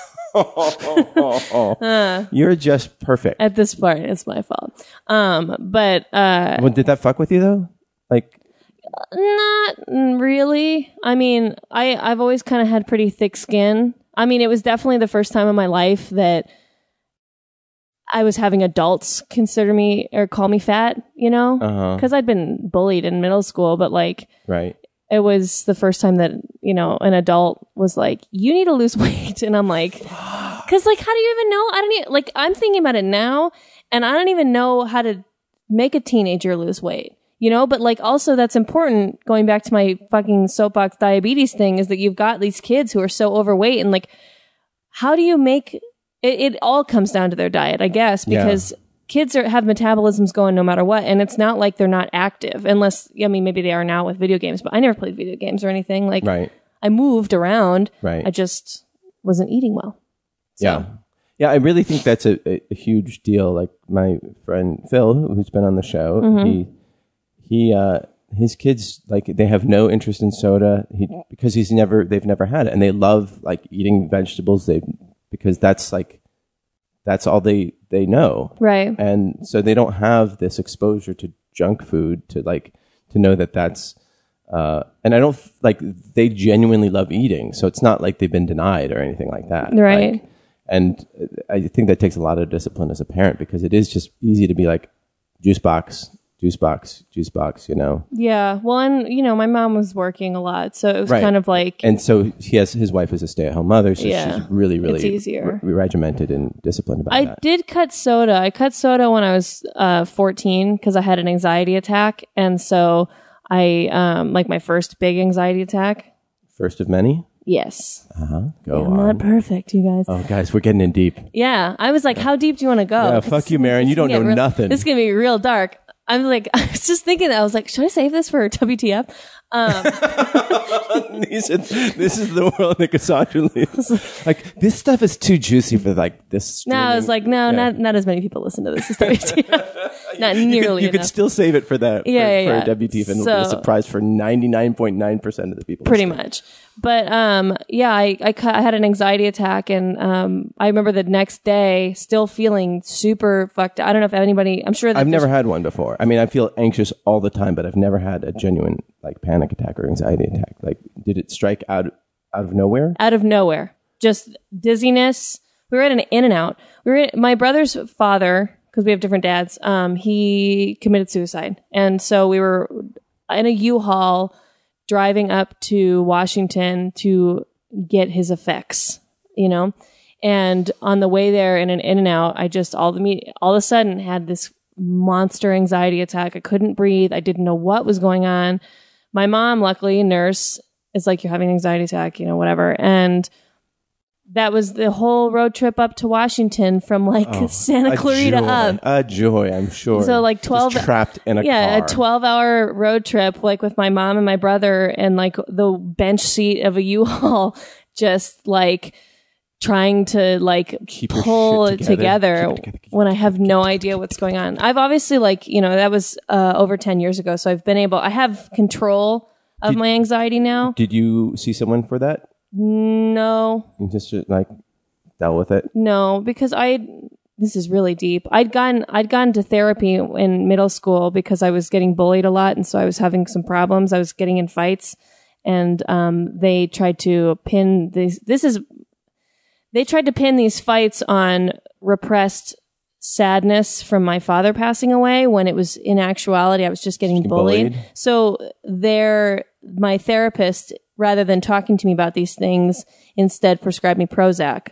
[SPEAKER 4] Uh.
[SPEAKER 3] You're just perfect.
[SPEAKER 4] at this part it's my fault um but uh
[SPEAKER 3] Well, did that fuck with you though? Like,
[SPEAKER 4] Not really. I mean, I I've always kind of had pretty thick skin. I mean, it was definitely the first time in my life that I was having adults consider me or call me fat, you know?
[SPEAKER 3] Uh-huh.
[SPEAKER 4] Cuz I'd been bullied in middle school, but like
[SPEAKER 3] right?
[SPEAKER 4] it was the first time that, you know, an adult was like, "You need to lose weight." And I'm like, cuz like how do you even know? I don't even like I'm thinking about it now and I don't even know how to make a teenager lose weight. You know, but like also that's important going back to my fucking soapbox diabetes thing is that you've got these kids who are so overweight and like how do you make it, it all comes down to their diet, I guess,
[SPEAKER 3] Yeah.
[SPEAKER 4] because kids are, have metabolisms going no matter what. And it's not like they're not active unless, I mean, maybe they are now with video games, but I never played video games or anything. Like
[SPEAKER 3] Right.
[SPEAKER 4] I moved around.
[SPEAKER 3] Right.
[SPEAKER 4] I just wasn't eating well.
[SPEAKER 3] Yeah. Yeah, I really think that's a, a, a huge deal. Like my friend Phil, who's been on the show, he he uh his kids like they have no interest in soda he, because he's never they've never had it and they love like eating vegetables they because that's like that's all they they know
[SPEAKER 4] Right.
[SPEAKER 3] and so they don't have this exposure to junk food to like to know that that's uh, and I don't f- like they genuinely love eating, so it's not like they've been denied or anything like that,
[SPEAKER 4] Right.
[SPEAKER 3] Like, and I think that takes a lot of discipline as a parent because it is just easy to be like juice box, juice box, juice box, you know.
[SPEAKER 4] Yeah. Well, and you know, my mom was working a lot, so it was
[SPEAKER 3] Right.
[SPEAKER 4] kind of like
[SPEAKER 3] And so he has his wife is a stay at home mother, so
[SPEAKER 4] Yeah.
[SPEAKER 3] she's really, really
[SPEAKER 4] It's easier.
[SPEAKER 3] re- regimented and disciplined about
[SPEAKER 4] I
[SPEAKER 3] that.
[SPEAKER 4] did cut soda. I cut soda when I was uh, 14 because I had an anxiety attack, and so I um, like my first big anxiety attack.
[SPEAKER 3] First of many.
[SPEAKER 4] Yes,
[SPEAKER 3] Uh huh. Go
[SPEAKER 4] I'm
[SPEAKER 3] on.
[SPEAKER 4] not perfect, you guys.
[SPEAKER 3] oh, guys, we're getting in deep.
[SPEAKER 4] Yeah, I was like, how deep do you want to go?
[SPEAKER 3] Yeah,
[SPEAKER 4] 'Cause
[SPEAKER 3] fuck
[SPEAKER 4] this-
[SPEAKER 3] you, Maren.
[SPEAKER 4] this
[SPEAKER 3] You
[SPEAKER 4] can
[SPEAKER 3] don't
[SPEAKER 4] get
[SPEAKER 3] know
[SPEAKER 4] real-
[SPEAKER 3] nothing.
[SPEAKER 4] This is gonna be real dark. I'm like, I was just thinking. I was like, should I save this for WTF?
[SPEAKER 3] These are- this is the world that Cassandra leaves. Like this stuff is too juicy for like this.
[SPEAKER 4] No, I was like,
[SPEAKER 3] streaming.
[SPEAKER 4] no,
[SPEAKER 3] Yeah.
[SPEAKER 4] not not as many people listen to this as Not
[SPEAKER 3] You
[SPEAKER 4] nearly
[SPEAKER 3] could, you could
[SPEAKER 4] enough.
[SPEAKER 3] still save it for that.
[SPEAKER 4] Yeah,
[SPEAKER 3] for,
[SPEAKER 4] yeah, yeah.
[SPEAKER 3] for a WTF, and it'll be a
[SPEAKER 4] So-
[SPEAKER 3] surprise for ninety nine point nine percent of the people.
[SPEAKER 4] pretty much. But um, yeah, I I, cu- I had an anxiety attack, and um, I remember the next day still feeling super fucked. I don't know if anybody. I'm sure that
[SPEAKER 3] I've
[SPEAKER 4] there's-
[SPEAKER 3] never had one before. I mean, I feel anxious all the time, but I've never had a genuine like panic attack or anxiety attack. Like, did it strike out out of nowhere?
[SPEAKER 4] out of nowhere, just dizziness. We were at an in and out. We were at, my brother's father because we have different dads. Um, he committed suicide, and so we were in a U-Haul driving up to Washington to get his effects. You know, and on the way there in an in and out, I just all the me all of a sudden had this monster anxiety attack. I couldn't breathe. I didn't know what was going on my mom, luckily, a nurse, is like, you're having an anxiety attack, you know, whatever. And that was the whole road trip up to Washington from like Santa Clarita
[SPEAKER 3] a joy,
[SPEAKER 4] up.
[SPEAKER 3] a joy. I'm sure.
[SPEAKER 4] So, like,
[SPEAKER 3] Just
[SPEAKER 4] 12
[SPEAKER 3] trapped in a
[SPEAKER 4] yeah,
[SPEAKER 3] car.
[SPEAKER 4] a 12 hour road trip, like with my mom and my brother, and like the bench seat of a U Haul, just like trying to like
[SPEAKER 3] Keep your
[SPEAKER 4] pull
[SPEAKER 3] shit
[SPEAKER 4] it
[SPEAKER 3] together.
[SPEAKER 4] together
[SPEAKER 3] Keep it together, keep it
[SPEAKER 4] when I have no idea what's going on. I've obviously, like, you know, that was uh, over 10 years ago. So I've been able, I have control of my anxiety now.
[SPEAKER 3] Did you see someone for that?
[SPEAKER 4] No,
[SPEAKER 3] You just uh, like dealt with it.
[SPEAKER 4] No, because I this is really deep. I'd gone I'd gone to therapy in middle school because I was getting bullied a lot and so I was having some problems. I was getting in fights and um they tried to pin these this is they tried to pin these fights on repressed sadness from my father passing away when it was in actuality I was just getting bullied.
[SPEAKER 3] bullied.
[SPEAKER 4] So their my therapist rather than talking to me about these things instead prescribed me Prozac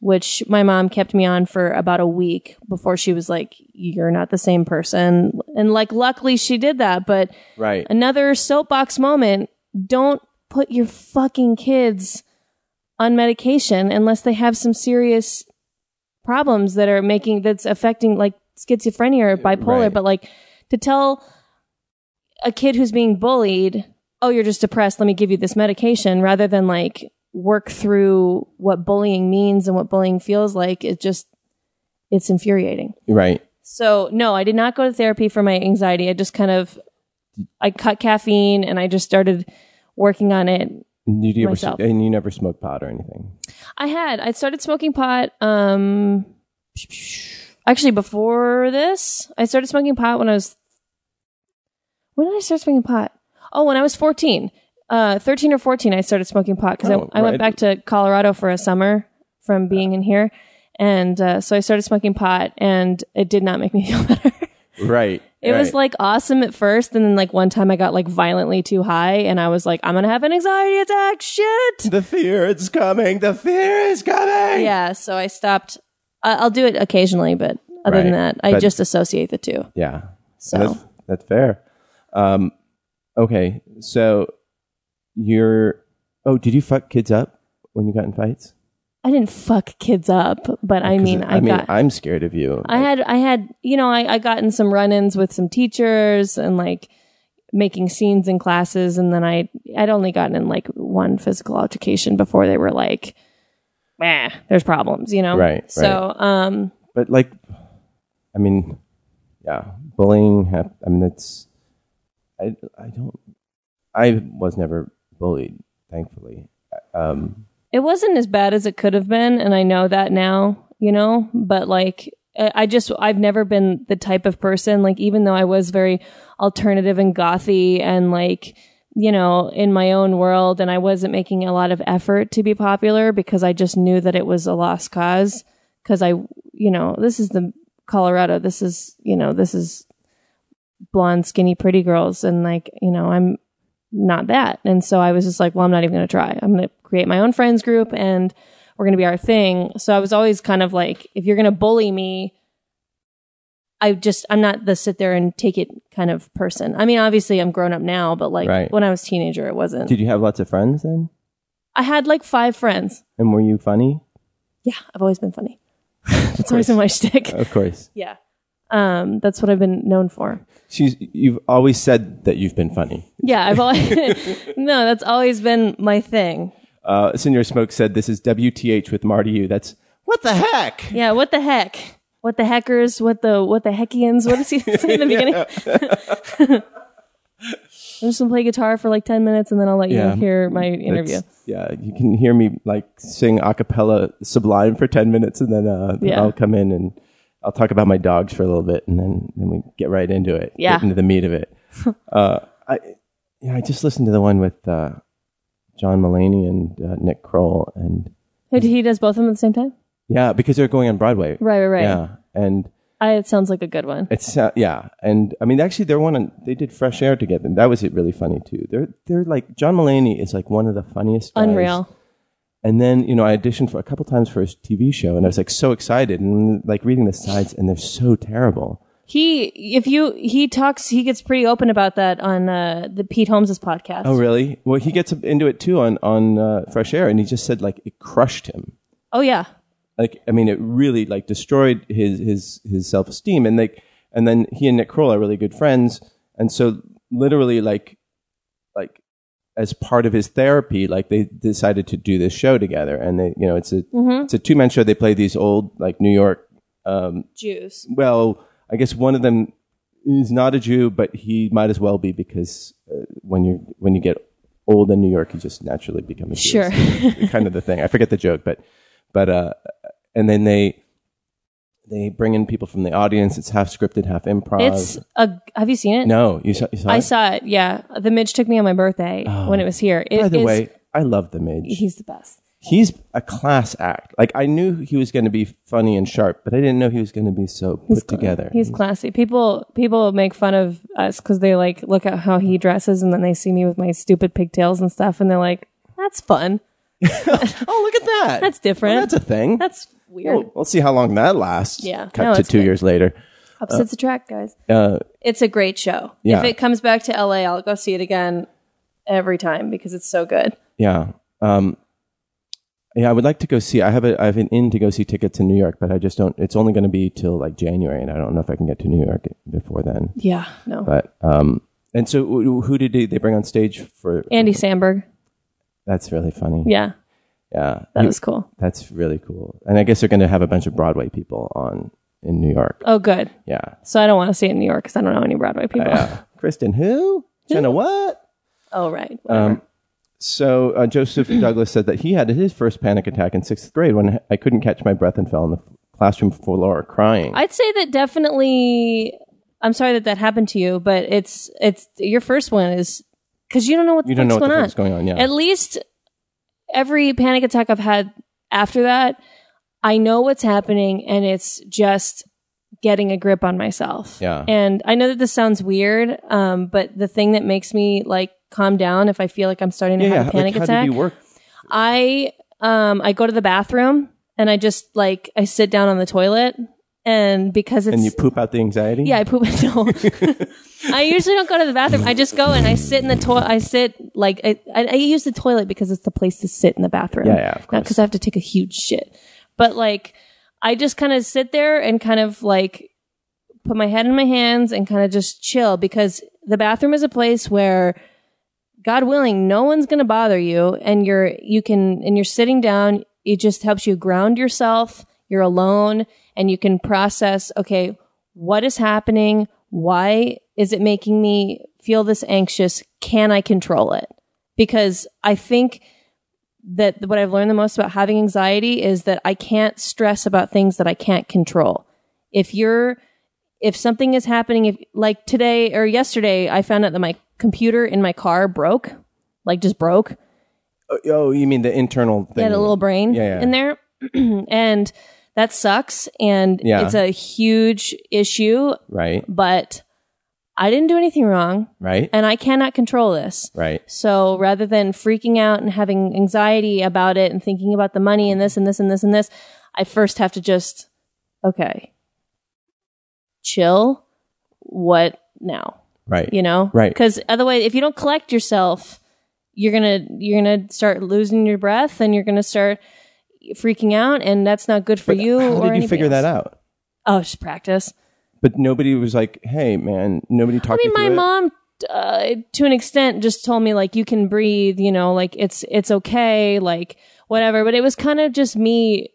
[SPEAKER 4] which my mom kept me on for about a week before she was like, You're not the same person. And like, luckily she did that. But
[SPEAKER 3] Right.
[SPEAKER 4] another soapbox moment don't put your fucking kids on medication unless they have some serious problems that are making, that's affecting like schizophrenia or bipolar.
[SPEAKER 3] Right.
[SPEAKER 4] But like, to tell a kid who's being bullied, oh, you're just depressed, let me give you this medication, rather than like work through what bullying means and what bullying feels like, it just, it's infuriating.
[SPEAKER 3] Right.
[SPEAKER 4] So, no, I did not go to therapy for my anxiety. I just kind of, I cut caffeine and I just started working on it.
[SPEAKER 3] Did you ever?
[SPEAKER 4] Myself.
[SPEAKER 3] And you never smoked pot or anything.
[SPEAKER 4] I had, I started smoking pot, um, actually before this, I started smoking pot when I was when did I start smoking pot? Oh, when I was 14. Uh, 13 or 14, I started smoking pot because
[SPEAKER 3] Oh,
[SPEAKER 4] I, I went
[SPEAKER 3] right.
[SPEAKER 4] back to Colorado for a summer from being in here. And uh, so I started smoking pot and it did not make me feel better.
[SPEAKER 3] Right.
[SPEAKER 4] It was like awesome at first. And then, like, one time I got like violently too high and I was like, I'm going to have an anxiety attack. Shit.
[SPEAKER 3] the fear is coming. The fear is coming.
[SPEAKER 4] Yeah. So I stopped. I- I'll do it occasionally, but other than
[SPEAKER 3] Right.
[SPEAKER 4] that, I
[SPEAKER 3] But-
[SPEAKER 4] just associate the two.
[SPEAKER 3] Yeah.
[SPEAKER 4] So.
[SPEAKER 3] that's, that's fair. Um, okay. So you're. Oh, did you fuck kids up when you got in fights?
[SPEAKER 4] I didn't fuck kids up, but I
[SPEAKER 3] 'Cause
[SPEAKER 4] mean, I,
[SPEAKER 3] mean,
[SPEAKER 4] got.
[SPEAKER 3] I'm scared of you.
[SPEAKER 4] I had I had you know I I got in some run-ins with some teachers and like making scenes in classes and then I I'd only gotten in like one physical altercation before they were like eh, there's problems you know
[SPEAKER 3] Right,
[SPEAKER 4] so um
[SPEAKER 3] but like, I mean, yeah, bullying. Hap- I mean, that's. I I don't. I was never bullied, thankfully. Um,
[SPEAKER 4] it wasn't as bad as it could have been and I know that now you know but like I I just I've never been the type of person like even though I was very alternative and gothy and like you know, in my own world, and I wasn't making a lot of effort to be popular because I just knew that it was a lost cause. Because I, you know, this is the Colorado. This is, you know, this is blonde, skinny, pretty girls, and like, you know, I'm not that. And so I was just like, well, I'm not even going to try. I'm going to create my own friends group, and we're going to be our thing. So I was always kind of like, if you're going to bully me. I just I'm not the sit there and take it kind of person. I mean, obviously I'm grown up now, but like
[SPEAKER 3] Right.
[SPEAKER 4] when I was a teenager, it wasn't.
[SPEAKER 3] did you have lots of friends then?
[SPEAKER 4] I had like five friends.
[SPEAKER 3] And were you funny?
[SPEAKER 4] Yeah, I've always been funny. That's always been my shtick.
[SPEAKER 3] Of course.
[SPEAKER 4] Yeah. Um, that's what I've been known for.
[SPEAKER 3] She's, you've always said that you've been funny.
[SPEAKER 4] Yeah, I've always no. That's always been my thing.
[SPEAKER 3] Uh, Senor Smoke said, "This is WTH with Marty U." That's what the heck.
[SPEAKER 4] Yeah, what the heck? What the heckers? What the what the heckians? What does he say in the beginning? I'm just gonna play guitar for like ten minutes, and then I'll let you
[SPEAKER 3] Yeah.
[SPEAKER 4] hear my interview.
[SPEAKER 3] That's- Yeah, you can hear me like sing a cappella Sublime for 10 minutes and then uh,
[SPEAKER 4] Yeah.
[SPEAKER 3] I'll come in and I'll talk about my dogs for a little bit and then, then we get right into it.
[SPEAKER 4] Yeah.
[SPEAKER 3] Get into the meat of it. uh, I, yeah, I just listened to the one with uh, John Mullaney and uh, Nick Kroll. And
[SPEAKER 4] Who- He does both of them at the same time.
[SPEAKER 3] yeah, because they're going on Broadway.
[SPEAKER 4] Right, right, right.
[SPEAKER 3] Yeah. And
[SPEAKER 4] I, it sounds like a good one.
[SPEAKER 3] it's, uh, yeah. And I mean, actually, they're one, on, they did Fresh Air together. And that was it really funny too. They're, they're like, John Mullaney is like one of the funniest guys.
[SPEAKER 4] Unreal.
[SPEAKER 3] And then, you know, I auditioned for a couple times for his TV show and I was like so excited and like reading the sides and they're so terrible.
[SPEAKER 4] He, if you, he talks, he gets pretty open about that on uh, the Pete Holmes's podcast.
[SPEAKER 3] Oh, really? Well, he gets into it too on, on uh, Fresh Air and he just said like it crushed him.
[SPEAKER 4] Oh, yeah,
[SPEAKER 3] Like, I mean, it really like destroyed his, his, his self esteem. And like, and then he and Nick Kroll are really good friends. And so literally like, like as part of his therapy, like they decided to do this show together and they, you know, it's a, it's a two man show. They play these old like New York, um,
[SPEAKER 4] Jews.
[SPEAKER 3] well, I guess one of them is not a Jew, but he might as well be because uh, when you when you get old in New York, you just naturally become a Jew.
[SPEAKER 4] Sure.
[SPEAKER 3] It's kind of the thing. I forget the joke, but but uh, and then they they bring in people from the audience. It's half scripted, half improv.
[SPEAKER 4] It's a. Have you seen it?
[SPEAKER 3] no, you saw, you saw
[SPEAKER 4] I
[SPEAKER 3] it?
[SPEAKER 4] saw it. Yeah, the Midge took me on my birthday when it was here. It
[SPEAKER 3] Oh. By the
[SPEAKER 4] is-
[SPEAKER 3] way, I love the Midge.
[SPEAKER 4] he's the best.
[SPEAKER 3] He's a class act. Like I knew he was going to be funny and sharp, but I didn't know he was going to be so put together.
[SPEAKER 4] He's classy. People people make fun of us because they like look at how he dresses, and then they see me with my stupid pigtails and stuff, and they're like, "That's fun.
[SPEAKER 3] oh, look at that!
[SPEAKER 4] That's different.
[SPEAKER 3] Well, that's a thing.
[SPEAKER 4] That's weird."
[SPEAKER 3] We'll, we'll see how long that lasts.
[SPEAKER 4] Yeah.
[SPEAKER 3] Cut
[SPEAKER 4] No,
[SPEAKER 3] to
[SPEAKER 4] it's
[SPEAKER 3] two
[SPEAKER 4] good.
[SPEAKER 3] years later.
[SPEAKER 4] Opposites attract, guys.
[SPEAKER 3] Uh,
[SPEAKER 4] It's a great show.
[SPEAKER 3] Yeah.
[SPEAKER 4] If it comes back to LA, I'll go see it again every time because it's so good.
[SPEAKER 3] yeah. Um, yeah, I would like to go see. I have a I have an in to go see tickets in New York, but I just don't. It's only going to be till like January, and I don't know if I can get to New York before then.
[SPEAKER 4] Yeah. No.
[SPEAKER 3] But um, and so who who did they, they bring on stage for?
[SPEAKER 4] Andy Samberg.
[SPEAKER 3] That's really funny.
[SPEAKER 4] Yeah.
[SPEAKER 3] Yeah,
[SPEAKER 4] That was cool.
[SPEAKER 3] that's really cool. And I guess they're going to have a bunch of Broadway people on in New York.
[SPEAKER 4] Oh, good.
[SPEAKER 3] Yeah,
[SPEAKER 4] So I don't want to see it in New York because I don't know any Broadway people.
[SPEAKER 3] yeah. Kristen, who? Jenna, what?
[SPEAKER 4] oh, right. Whatever.
[SPEAKER 3] Um, so uh, Joseph Douglas said that he had his first panic attack in sixth grade when I couldn't catch my breath and fell on the classroom floor crying.
[SPEAKER 4] I'd say that definitely. I'm sorry that that happened to you, but it's it's your first one is because you don't know what
[SPEAKER 3] you don't know what
[SPEAKER 4] going
[SPEAKER 3] the
[SPEAKER 4] on.
[SPEAKER 3] fuck's going on. Yeah,
[SPEAKER 4] At least every panic attack I've had after that, I know what's happening, and it's just getting a grip on myself.
[SPEAKER 3] Yeah.
[SPEAKER 4] And I know that this sounds weird, um, but the thing that makes me like calm down if I feel like I'm starting to
[SPEAKER 3] yeah.
[SPEAKER 4] have
[SPEAKER 3] yeah.
[SPEAKER 4] a panic
[SPEAKER 3] like, How
[SPEAKER 4] attack.
[SPEAKER 3] did you work?
[SPEAKER 4] I um I go to the bathroom and I just like I sit down on the toilet and because it's
[SPEAKER 3] And you poop out the anxiety.
[SPEAKER 4] yeah, I poop. No, I usually don't go to the bathroom. I just go and I sit in the toilet. I sit like I, I, I use the toilet because it's the place to sit in the bathroom.
[SPEAKER 3] Yeah, yeah, of
[SPEAKER 4] Not because I have to take a huge shit, but like I just kind of sit there and kind of like put my head in my hands and kind of just chill because the bathroom is a place where. God willing, no one's going to bother you and you're you can and you're sitting down, it just helps you ground yourself. You're alone and you can process, okay, what is happening? Why is it making me feel this anxious? Can I control it? Because I think that what I've learned the most about having anxiety is that I can't stress about things that I can't control. If you're if something is happening if like today or yesterday I found out that my computer in my car broke, like just broke.
[SPEAKER 3] Oh, Oh, you mean the internal thing?
[SPEAKER 4] They had a little brain
[SPEAKER 3] Yeah, yeah.
[SPEAKER 4] in there. and that sucks and
[SPEAKER 3] Yeah.
[SPEAKER 4] it's a huge issue,
[SPEAKER 3] Right.
[SPEAKER 4] but I didn't do anything wrong
[SPEAKER 3] Right.
[SPEAKER 4] and I cannot control this.
[SPEAKER 3] right.
[SPEAKER 4] So rather than freaking out and having anxiety about it and thinking about the money and this and this and this and this, I first have to just, okay, chill. What now?
[SPEAKER 3] Right.
[SPEAKER 4] You know?
[SPEAKER 3] Right.
[SPEAKER 4] Because otherwise, if you don't collect yourself, you're gonna you're gonna start losing your breath and you're gonna start freaking out and that's not good for you
[SPEAKER 3] How
[SPEAKER 4] or
[SPEAKER 3] did you figure that out?
[SPEAKER 4] oh just practice
[SPEAKER 3] but nobody was like, "Hey, man!" Nobody talked.
[SPEAKER 4] I mean,
[SPEAKER 3] me
[SPEAKER 4] my
[SPEAKER 3] through it.
[SPEAKER 4] mom, uh, to an extent, just told me like you can breathe. You know, like it's it's okay, like whatever. But it was kind of just me.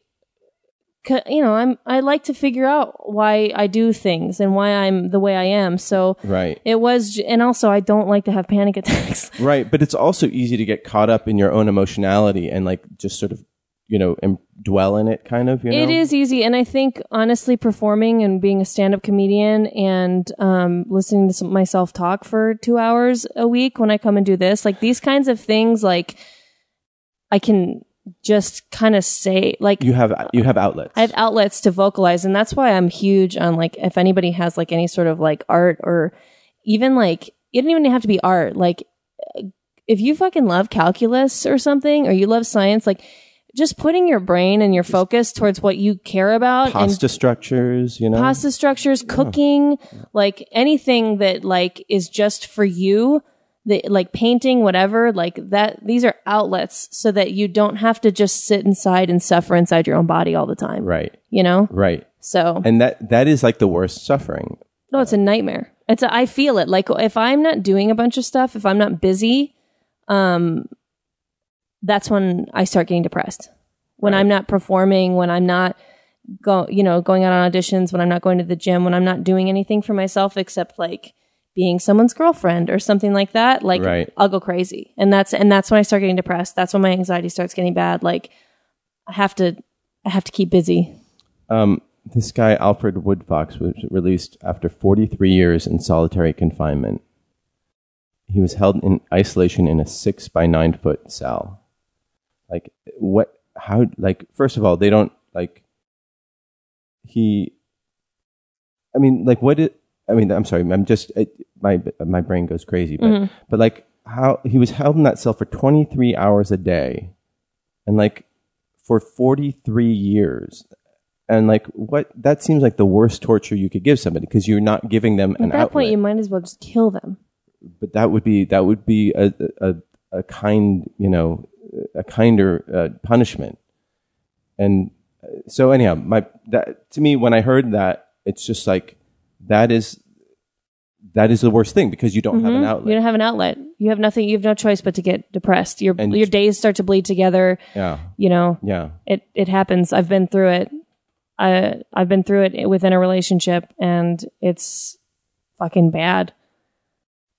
[SPEAKER 4] c- You know, I'm I like to figure out why I do things and why I'm the way I am. So
[SPEAKER 3] Right.
[SPEAKER 4] it was, j- and also I don't like to have panic attacks.
[SPEAKER 3] Right, but it's also easy to get caught up in your own emotionality and like just sort of, you know, and dwell in it kind of, you know.
[SPEAKER 4] It is easy, and I think honestly, performing and being a stand-up comedian and um, listening to some, myself talk for two hours a week when I come and do this, like these kinds of things, like I can just kind of say, like
[SPEAKER 3] You have you have outlets.
[SPEAKER 4] I have outlets to vocalize, and that's why I'm huge on like if anybody has like any sort of like art or even like it doesn't even have to be art. Like if you fucking love calculus or something, or you love science, like just putting your brain and your focus towards what you care about and
[SPEAKER 3] pasta structures, you know.
[SPEAKER 4] pasta structures, cooking, like anything that like is just for you, that like painting, whatever, like that. These are outlets so that you don't have to just sit inside and suffer inside your own body all the time.
[SPEAKER 3] Right.
[SPEAKER 4] You know.
[SPEAKER 3] Right.
[SPEAKER 4] So
[SPEAKER 3] And that that is like the worst suffering.
[SPEAKER 4] no, it's a nightmare. It's a, I feel it. Like if I'm not doing a bunch of stuff, if I'm not busy, um, that's when I start getting depressed. When I'm not performing, when I'm not go, you know, going out on auditions, when I'm not going to the gym, when I'm not doing anything for myself except like being someone's girlfriend or something like that, like
[SPEAKER 3] Right.
[SPEAKER 4] I'll go crazy. And that's and that's when I start getting depressed. That's when my anxiety starts getting bad. Like I have to I have to keep busy.
[SPEAKER 3] Um this guy Alfred Woodfox was released after 43 years in solitary confinement. He was held in isolation in a 6 by 9 foot cell. Like what how like first of all, they don't like he I mean, like, what did? I mean, I'm sorry. I'm just it, my my brain goes crazy.
[SPEAKER 4] Mm-hmm.
[SPEAKER 3] But but like, how he was held in that cell for 23 hours a day, and like for 43 years, and like what? That seems like the worst torture you could give somebody because you're not giving them an
[SPEAKER 4] At that
[SPEAKER 3] outlet.
[SPEAKER 4] point you might as well just kill them.
[SPEAKER 3] but that would be that would be a a, a kind you know a kinder uh, punishment, and uh, so anyhow, my that to me when I heard that, it's just like that is that is the worst thing because you don't have an outlet.
[SPEAKER 4] Mm-hmm. You don't have an outlet. You have nothing. You have no choice but to get depressed. Your
[SPEAKER 3] And-
[SPEAKER 4] your days start to bleed together.
[SPEAKER 3] yeah,
[SPEAKER 4] You know,
[SPEAKER 3] yeah,
[SPEAKER 4] it it happens. I've been through it. I I've been through it within a relationship, and it's fucking bad.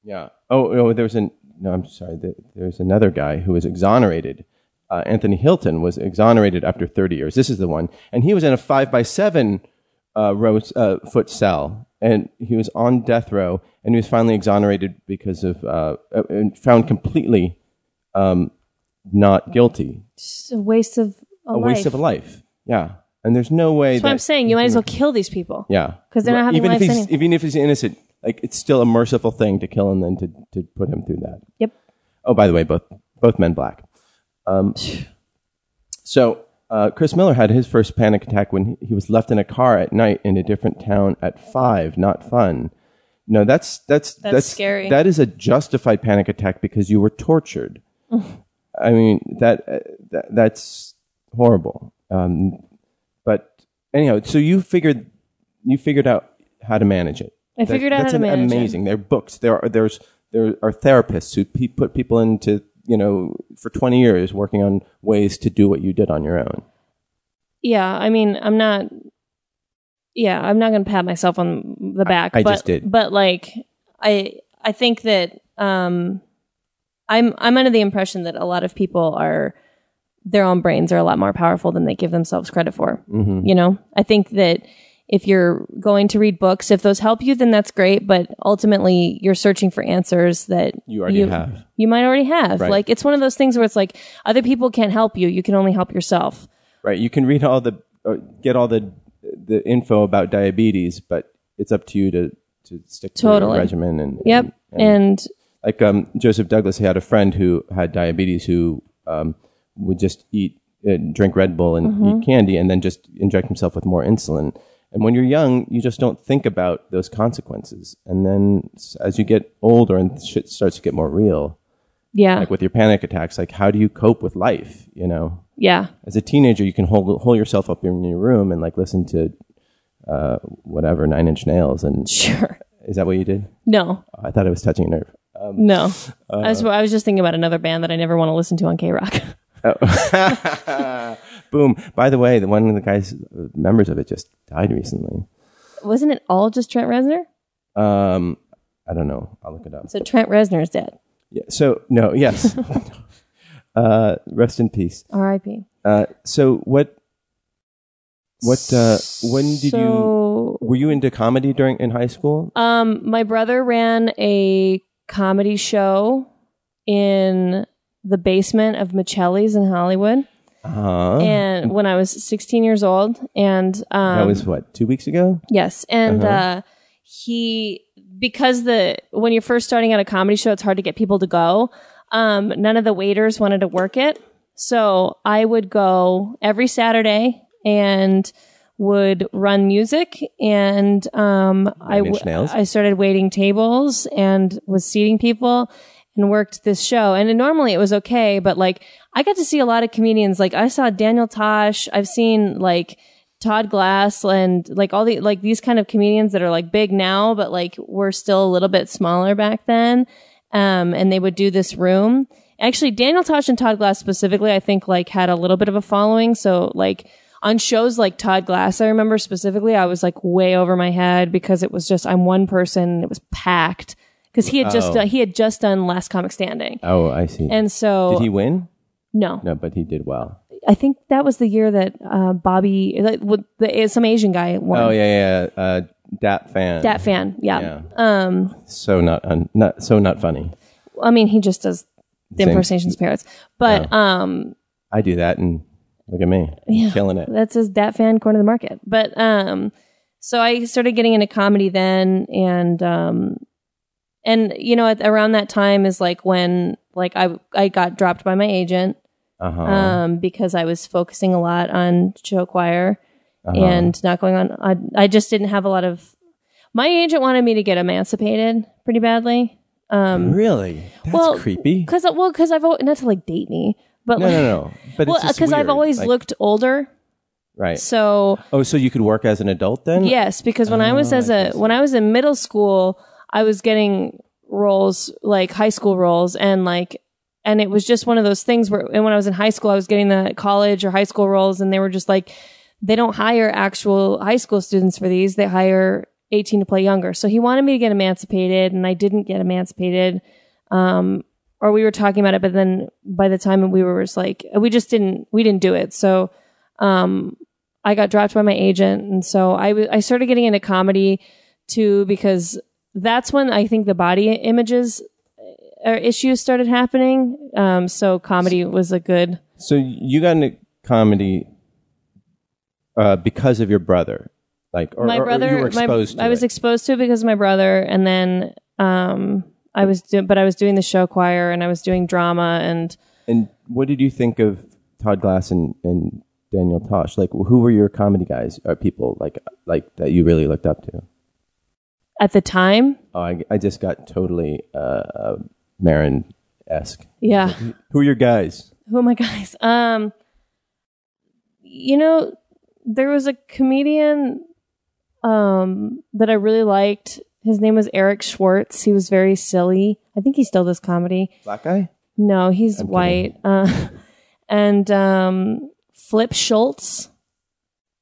[SPEAKER 3] yeah. Oh, oh there was an no. I'm sorry. There, there's another guy who was exonerated. Uh, Anthony Hilton was exonerated after 30 years. This is the one, and he was in a five by seven uh, row, uh, foot cell, and he was on death row, and he was finally exonerated because of uh, uh, and found completely um, not guilty.
[SPEAKER 4] It's a waste of a,
[SPEAKER 3] A waste of a life. Yeah, and there's no way
[SPEAKER 4] That's
[SPEAKER 3] that
[SPEAKER 4] what I'm saying. You might as well kill these people.
[SPEAKER 3] yeah,
[SPEAKER 4] 'Cause they're not having
[SPEAKER 3] even if
[SPEAKER 4] lives
[SPEAKER 3] he's
[SPEAKER 4] anyway.
[SPEAKER 3] even if he's innocent, like it's still a merciful thing to kill and then to to put him through that.
[SPEAKER 4] Yep.
[SPEAKER 3] Oh, by the way, both both men black. Um, so uh, Chris Miller had his first panic attack when he, he was left in a car at night in a different town at five. Not fun. No, that's that's that's,
[SPEAKER 4] scary.
[SPEAKER 3] That is a justified panic attack because you were tortured. I mean that, uh, that that's horrible. Um, but anyhow, so you figured you figured out how to manage it.
[SPEAKER 4] I figured out
[SPEAKER 3] that's
[SPEAKER 4] how to
[SPEAKER 3] an-
[SPEAKER 4] manage it.
[SPEAKER 3] amazing. There are books. There are there's there are therapists who pe- put people into you know for twenty years working on ways to do what you did on your own.
[SPEAKER 4] Yeah, I mean, I'm not. Yeah, I'm not going to pat myself on the back.
[SPEAKER 3] I
[SPEAKER 4] but,
[SPEAKER 3] just did.
[SPEAKER 4] but like, I I think that um, I'm I'm under the impression that a lot of people are their own brains are a lot more powerful than they give themselves credit for.
[SPEAKER 3] Mm-hmm.
[SPEAKER 4] You know, I think that if you're going to read books, if those help you, then that's great. But ultimately, you're searching for answers that
[SPEAKER 3] You already have.
[SPEAKER 4] You might already have.
[SPEAKER 3] Right.
[SPEAKER 4] Like it's one of those things where it's like other people can't help you. You can only help yourself.
[SPEAKER 3] Right. You can read all the or get all the the info about diabetes, but it's up to you to to stick to
[SPEAKER 4] Totally.
[SPEAKER 3] your regimen and
[SPEAKER 4] Yep.
[SPEAKER 3] and-
[SPEAKER 4] and
[SPEAKER 3] like um, Joseph Douglas, he had a friend who had diabetes who um, would just eat, uh, drink Red Bull and eat candy, and then just inject himself with more insulin. And when you're young, you just don't think about those consequences. And then s- as you get older and shit starts to get more real,
[SPEAKER 4] Yeah.
[SPEAKER 3] like with your panic attacks, like how do you cope with life? You know,
[SPEAKER 4] yeah.
[SPEAKER 3] as a teenager, you can hold hold yourself up in your room and like listen to uh, whatever Nine Inch Nails, and
[SPEAKER 4] Sure.
[SPEAKER 3] is that what you did?
[SPEAKER 4] No,
[SPEAKER 3] I thought I was touching a nerve.
[SPEAKER 4] no.
[SPEAKER 3] uh,
[SPEAKER 4] I, was, I was just thinking about another band that I never want to listen to on K Rock.
[SPEAKER 3] Boom! By the way, the one of the guys uh, members of it just died recently.
[SPEAKER 4] Wasn't it all just Trent Reznor?
[SPEAKER 3] Um, I don't know. I'll look it up.
[SPEAKER 4] So Trent Reznor's dead.
[SPEAKER 3] Yeah, so no, yes. uh, rest in peace.
[SPEAKER 4] R.I.P.
[SPEAKER 3] Uh, so what? What? Uh, when did you?
[SPEAKER 4] so,
[SPEAKER 3] Were you into comedy during in high school?
[SPEAKER 4] Um, my brother ran a comedy show in the basement of Michelli's in Hollywood,
[SPEAKER 3] Uh,
[SPEAKER 4] and when I was 16 years old, and um,
[SPEAKER 3] that was what two weeks ago.
[SPEAKER 4] Yes, and uh he because the when you're first starting out a comedy show, it's hard to get people to go. Um, none of the waiters wanted to work it, so I would go every Saturday and would run music and um, I
[SPEAKER 3] Nine Inch Nails.
[SPEAKER 4] I started waiting tables and was seating people and worked this show. And normally it was okay, but like I got to see a lot of comedians. Like I saw Daniel Tosh. I've seen like Todd Glass and like all the like these kind of comedians that are like big now, but like were still a little bit smaller back then. Um, and they would do this room. Actually, Daniel Tosh and Todd Glass specifically, I think like had a little bit of a following. So like on shows like Todd Glass, I remember specifically, I was like way over my head because it was just I'm one person. and It was packed because he had just
[SPEAKER 3] Oh.
[SPEAKER 4] done, he had just done Last Comic Standing,
[SPEAKER 3] Oh, I see.
[SPEAKER 4] and so
[SPEAKER 3] did he win?
[SPEAKER 4] no,
[SPEAKER 3] No, but he did well.
[SPEAKER 4] I think that was the year that uh, Bobby, like, with the, eh, some Asian guy won.
[SPEAKER 3] Oh yeah, yeah. Uh, Dat fan.
[SPEAKER 4] that fan. Um, Yeah.
[SPEAKER 3] Yeah. So not un- not so not funny.
[SPEAKER 4] I mean, he just does the
[SPEAKER 3] Same.
[SPEAKER 4] impersonations parrots, but um,
[SPEAKER 3] I do that, and look at me, killing it.
[SPEAKER 4] that's his that fan corner of the market. But um, so I started getting into comedy then, and um, and you know, at, around that time is like when like I I got dropped by my agent.
[SPEAKER 3] Uh huh.
[SPEAKER 4] um, because I was focusing a lot on show choir
[SPEAKER 3] Uh-huh.
[SPEAKER 4] and not going on. I, I just didn't have a lot of. My agent wanted me to get emancipated pretty badly. Um,
[SPEAKER 3] really? That's
[SPEAKER 4] well,
[SPEAKER 3] creepy.
[SPEAKER 4] because well, because I've al- not to like date me, but
[SPEAKER 3] No,
[SPEAKER 4] like,
[SPEAKER 3] no, no. But
[SPEAKER 4] well,
[SPEAKER 3] because
[SPEAKER 4] I've always looked older.
[SPEAKER 3] right.
[SPEAKER 4] So
[SPEAKER 3] Oh, so you could work as an adult then?
[SPEAKER 4] yes, because when Oh, I was as a when I was in middle school, I was getting roles like high school roles and like and it was just one of those things where and when I was in high school, I was getting the college or high school roles and they were just like they don't hire actual high school students for these. They hire 18 to play younger. So he wanted me to get emancipated and I didn't get emancipated. Um, or we were talking about it, but then by the time we were just like, we just didn't, we didn't do it. So, um, I got dropped by my agent. And so I w- I started getting into comedy too, because that's when I think the body images uh, or issues started happening. Um, so comedy was a good,
[SPEAKER 3] So you got into comedy uh, because of your brother, like or,
[SPEAKER 4] my
[SPEAKER 3] or- or
[SPEAKER 4] brother,
[SPEAKER 3] you were
[SPEAKER 4] my,
[SPEAKER 3] exposed to
[SPEAKER 4] I was
[SPEAKER 3] it.
[SPEAKER 4] exposed to it because of my brother, and then um, I was, do- but I was doing the show choir and I was doing drama, and
[SPEAKER 3] and what did you think of Todd Glass and, and Daniel Tosh? Like, who were your comedy guys or people like like that you really looked up to?
[SPEAKER 4] at the time,
[SPEAKER 3] Oh, I, I just got totally uh, uh, Marin esque.
[SPEAKER 4] yeah,
[SPEAKER 3] Who are your guys?
[SPEAKER 4] who am I, guys? Oh Um, you know, there was a comedian um, that I really liked. His name was Eric Schwartz. He was very silly. I think he still does comedy.
[SPEAKER 3] Black guy?
[SPEAKER 4] No, he's white. Uh, and um, Flip Schultz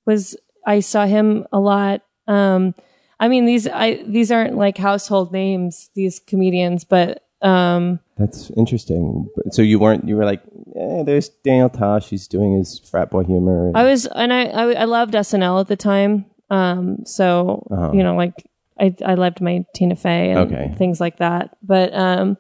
[SPEAKER 4] was I saw him a lot. Um, I mean these I these aren't like household names these comedians, but um,
[SPEAKER 3] That's interesting. But- So you weren't you were like, eh, there's Daniel Tosh. He's doing his frat boy humor.
[SPEAKER 4] I was and I, I I loved SNL at the time. Um, so you know like I I loved my Tina Fey and
[SPEAKER 3] Okay.
[SPEAKER 4] things like that, but um.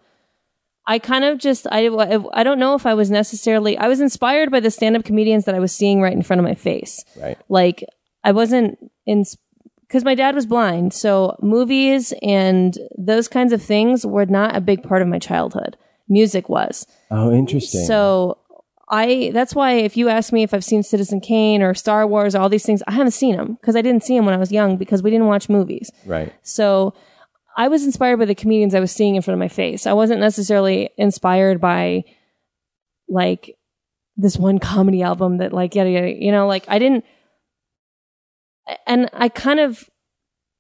[SPEAKER 4] I kind of just I I don't know if I was necessarily I was inspired by the stand-up comedians that I was seeing right in front of my face.
[SPEAKER 3] right.
[SPEAKER 4] like i wasn't in because my dad was blind so movies and those kinds of things were not a big part of my childhood music was
[SPEAKER 3] Oh, interesting.
[SPEAKER 4] so i that's why if you ask me if i've seen citizen kane or star wars all these things i haven't seen them because i didn't see them when i was young because we didn't watch movies
[SPEAKER 3] right.
[SPEAKER 4] so I was inspired by the comedians I was seeing in front of my face. I wasn't necessarily inspired by like this one comedy album that like yada yada. You know, like I didn't and I kind of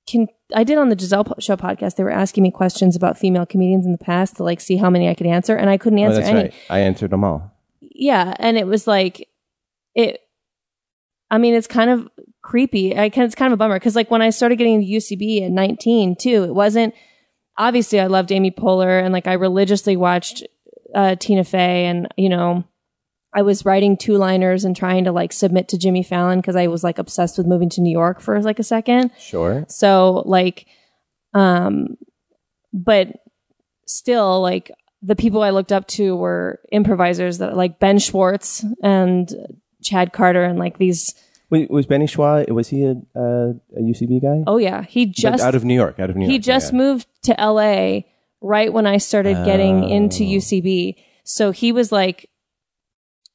[SPEAKER 4] can. I did on the Giselle po- Show podcast. They were asking me questions about female comedians in the past to like see how many I could answer, and I couldn't
[SPEAKER 3] Oh,
[SPEAKER 4] answer
[SPEAKER 3] that's
[SPEAKER 4] any.
[SPEAKER 3] right. I answered them all.
[SPEAKER 4] Yeah, and it was like it. I mean, it's kind of creepy. I can, it's kind of a bummer because like when I started getting into UCB at 19 too, it wasn't obviously I loved Amy Poehler and like I religiously watched uh, Tina Fey and you know I was writing two liners and trying to like submit to Jimmy Fallon because I was like obsessed with moving to New York for like a second.
[SPEAKER 3] Sure.
[SPEAKER 4] So like um but still like the people I looked up to were improvisers that like Ben Schwartz and Chad Carter and like these
[SPEAKER 3] Was, was Benny Schwa? Was he a, a, a UCB guy?
[SPEAKER 4] oh yeah, he
[SPEAKER 3] Like,
[SPEAKER 4] just
[SPEAKER 3] out of New York. Out of New York.
[SPEAKER 4] he just
[SPEAKER 3] yeah.
[SPEAKER 4] moved to LA right when I started
[SPEAKER 3] Oh.
[SPEAKER 4] getting into UCB. So he was like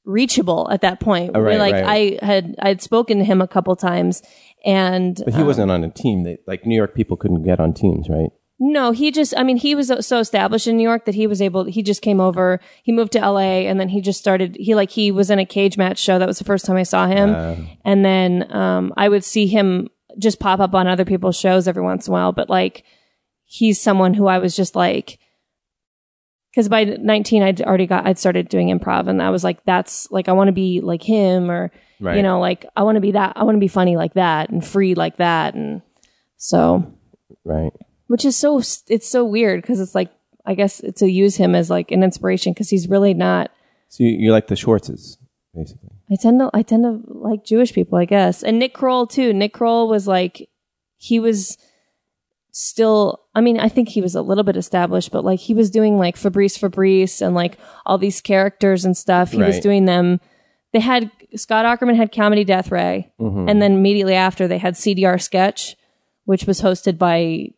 [SPEAKER 4] reachable at that point.
[SPEAKER 3] Oh,
[SPEAKER 4] Where,
[SPEAKER 3] right,
[SPEAKER 4] like
[SPEAKER 3] right.
[SPEAKER 4] I had I had spoken to him a couple times and
[SPEAKER 3] But he
[SPEAKER 4] um,
[SPEAKER 3] wasn't on a team. They, like New York people couldn't get on teams, right?
[SPEAKER 4] No, he just, I mean, he was so established in New York that he was able, he just came over, he moved to LA and then he just started, he like, he was in a cage match show. That was the first time I saw him. and then, um, I would see him just pop up on other people's shows every once in a while, but like, he's someone who I was just like, cause by 19, I'd already got, I'd started doing improv and I was like, that's like, I want to be like him or,
[SPEAKER 3] Right.
[SPEAKER 4] you know, like, I want to be that, I want to be funny like that and free like that. And so
[SPEAKER 3] Right.
[SPEAKER 4] which is so it's so weird because it's like I guess to use him as like an inspiration because he's really not.
[SPEAKER 3] So you, you like the Schwartzes, basically.
[SPEAKER 4] I tend to I tend to like Jewish people, I guess, and Nick Kroll too. Nick Kroll was like he was still. I mean, I think he was a little bit established, but like he was doing like Fabrice Fabrice and like all these characters and stuff. He was
[SPEAKER 3] Right.
[SPEAKER 4] doing them. They had Scott Ackerman had Comedy Death Ray,
[SPEAKER 3] Mm-hmm.
[SPEAKER 4] and then immediately after they had CDR Sketch, which was hosted by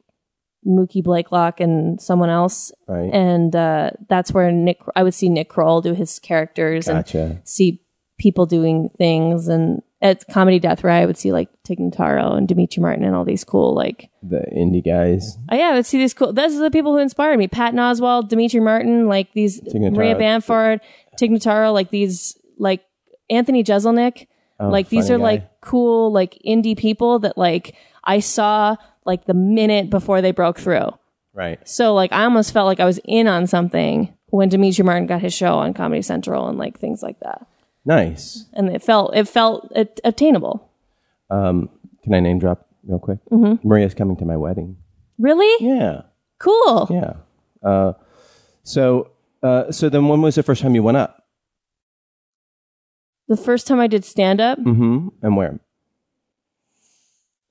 [SPEAKER 4] Mookie Blakelock and someone else.
[SPEAKER 3] Right.
[SPEAKER 4] And uh, that's where Nick, I would see Nick Kroll do his characters
[SPEAKER 3] Gotcha.
[SPEAKER 4] and see people doing things. And at Comedy Death Ray, I would see like Tig Notaro and Dimitri Martin and all these cool, like,
[SPEAKER 3] The indie guys.
[SPEAKER 4] oh, yeah, I would see these cool, those are the people who inspired me. Patton Oswald, Dimitri Martin, like these,
[SPEAKER 3] Notaro.
[SPEAKER 4] Maria Bamford, Tig Notaro, like these, like Anthony Jeselnik
[SPEAKER 3] Oh,
[SPEAKER 4] like these are
[SPEAKER 3] funny guy.
[SPEAKER 4] like cool like indie people that like I saw like the minute before they broke through.
[SPEAKER 3] Right.
[SPEAKER 4] So like I almost felt like I was in on something when Dimitri Martin got his show on Comedy Central and like things like that.
[SPEAKER 3] Nice.
[SPEAKER 4] And it felt it felt at- attainable.
[SPEAKER 3] Um, can I name drop real quick? Mm-hmm. Maria's coming to my wedding.
[SPEAKER 4] Really?
[SPEAKER 3] Yeah.
[SPEAKER 4] Cool.
[SPEAKER 3] Yeah. Uh, so uh, so then when was the first time you went up?
[SPEAKER 4] The first time I did stand up,
[SPEAKER 3] Mm-hmm. And where?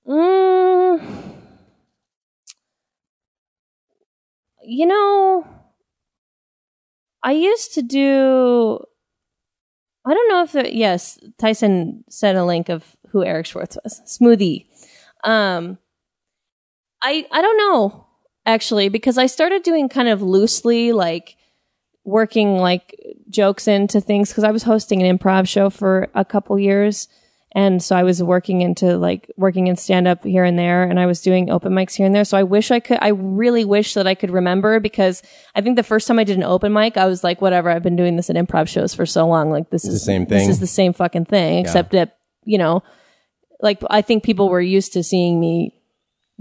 [SPEAKER 4] mm, you know, I used to do I don't know if it, yes, Tyson sent a link of who Eric Schwartz was. Smoothie. Um, I I don't know actually because I started doing kind of loosely like working like jokes into things because I was hosting an improv show for a couple years. And so I was working into like working in stand up here and there, and I was doing open mics here and there. So I wish I could, I really wish that I could remember because I think the first time I did an open mic, I was like, whatever, I've been doing this in improv shows for so long. Like, this
[SPEAKER 3] It's
[SPEAKER 4] is
[SPEAKER 3] the same
[SPEAKER 4] This
[SPEAKER 3] thing.
[SPEAKER 4] is the same fucking thing, except that, you know, like I think people were used to seeing me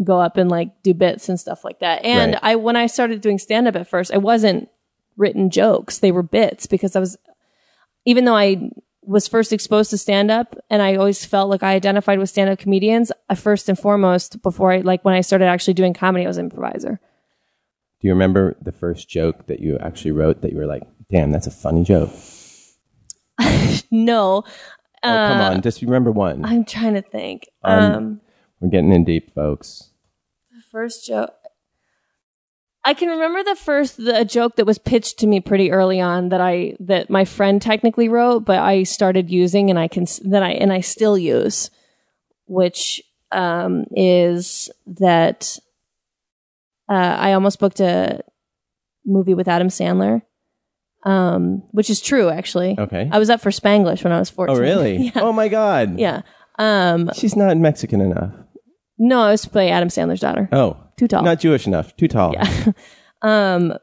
[SPEAKER 4] go up and like do bits and stuff like that. And
[SPEAKER 3] Right.
[SPEAKER 4] I, when I started doing stand up at first, I wasn't written jokes. They were bits because I was, even though I was first exposed to stand up and I always felt like I identified with stand up comedians, I first and foremost, before I, like when I started actually doing comedy, I was an improviser.
[SPEAKER 3] Do you remember the first joke that you actually wrote that you were like, damn, that's a funny joke?
[SPEAKER 4] No,
[SPEAKER 3] oh, come
[SPEAKER 4] Uh,
[SPEAKER 3] on. Just remember one.
[SPEAKER 4] I'm trying to think.
[SPEAKER 3] Um,
[SPEAKER 4] um
[SPEAKER 3] we're getting in deep, folks.
[SPEAKER 4] first joke. I can remember the first the a joke that was pitched to me pretty early on that I that my friend technically wrote, but I started using and I can s- that I and I still use, which um, is that uh, I almost booked a movie with Adam Sandler, um, which is true actually.
[SPEAKER 3] Okay.
[SPEAKER 4] I was up for Spanglish when I was fourteen.
[SPEAKER 3] Oh, really?
[SPEAKER 4] yeah.
[SPEAKER 3] Oh, my God.
[SPEAKER 4] Yeah. Um,
[SPEAKER 3] She's not Mexican enough.
[SPEAKER 4] no, I was to play Adam Sandler's daughter.
[SPEAKER 3] Oh.
[SPEAKER 4] Too tall.
[SPEAKER 3] Not Jewish enough. Too tall.
[SPEAKER 4] Um,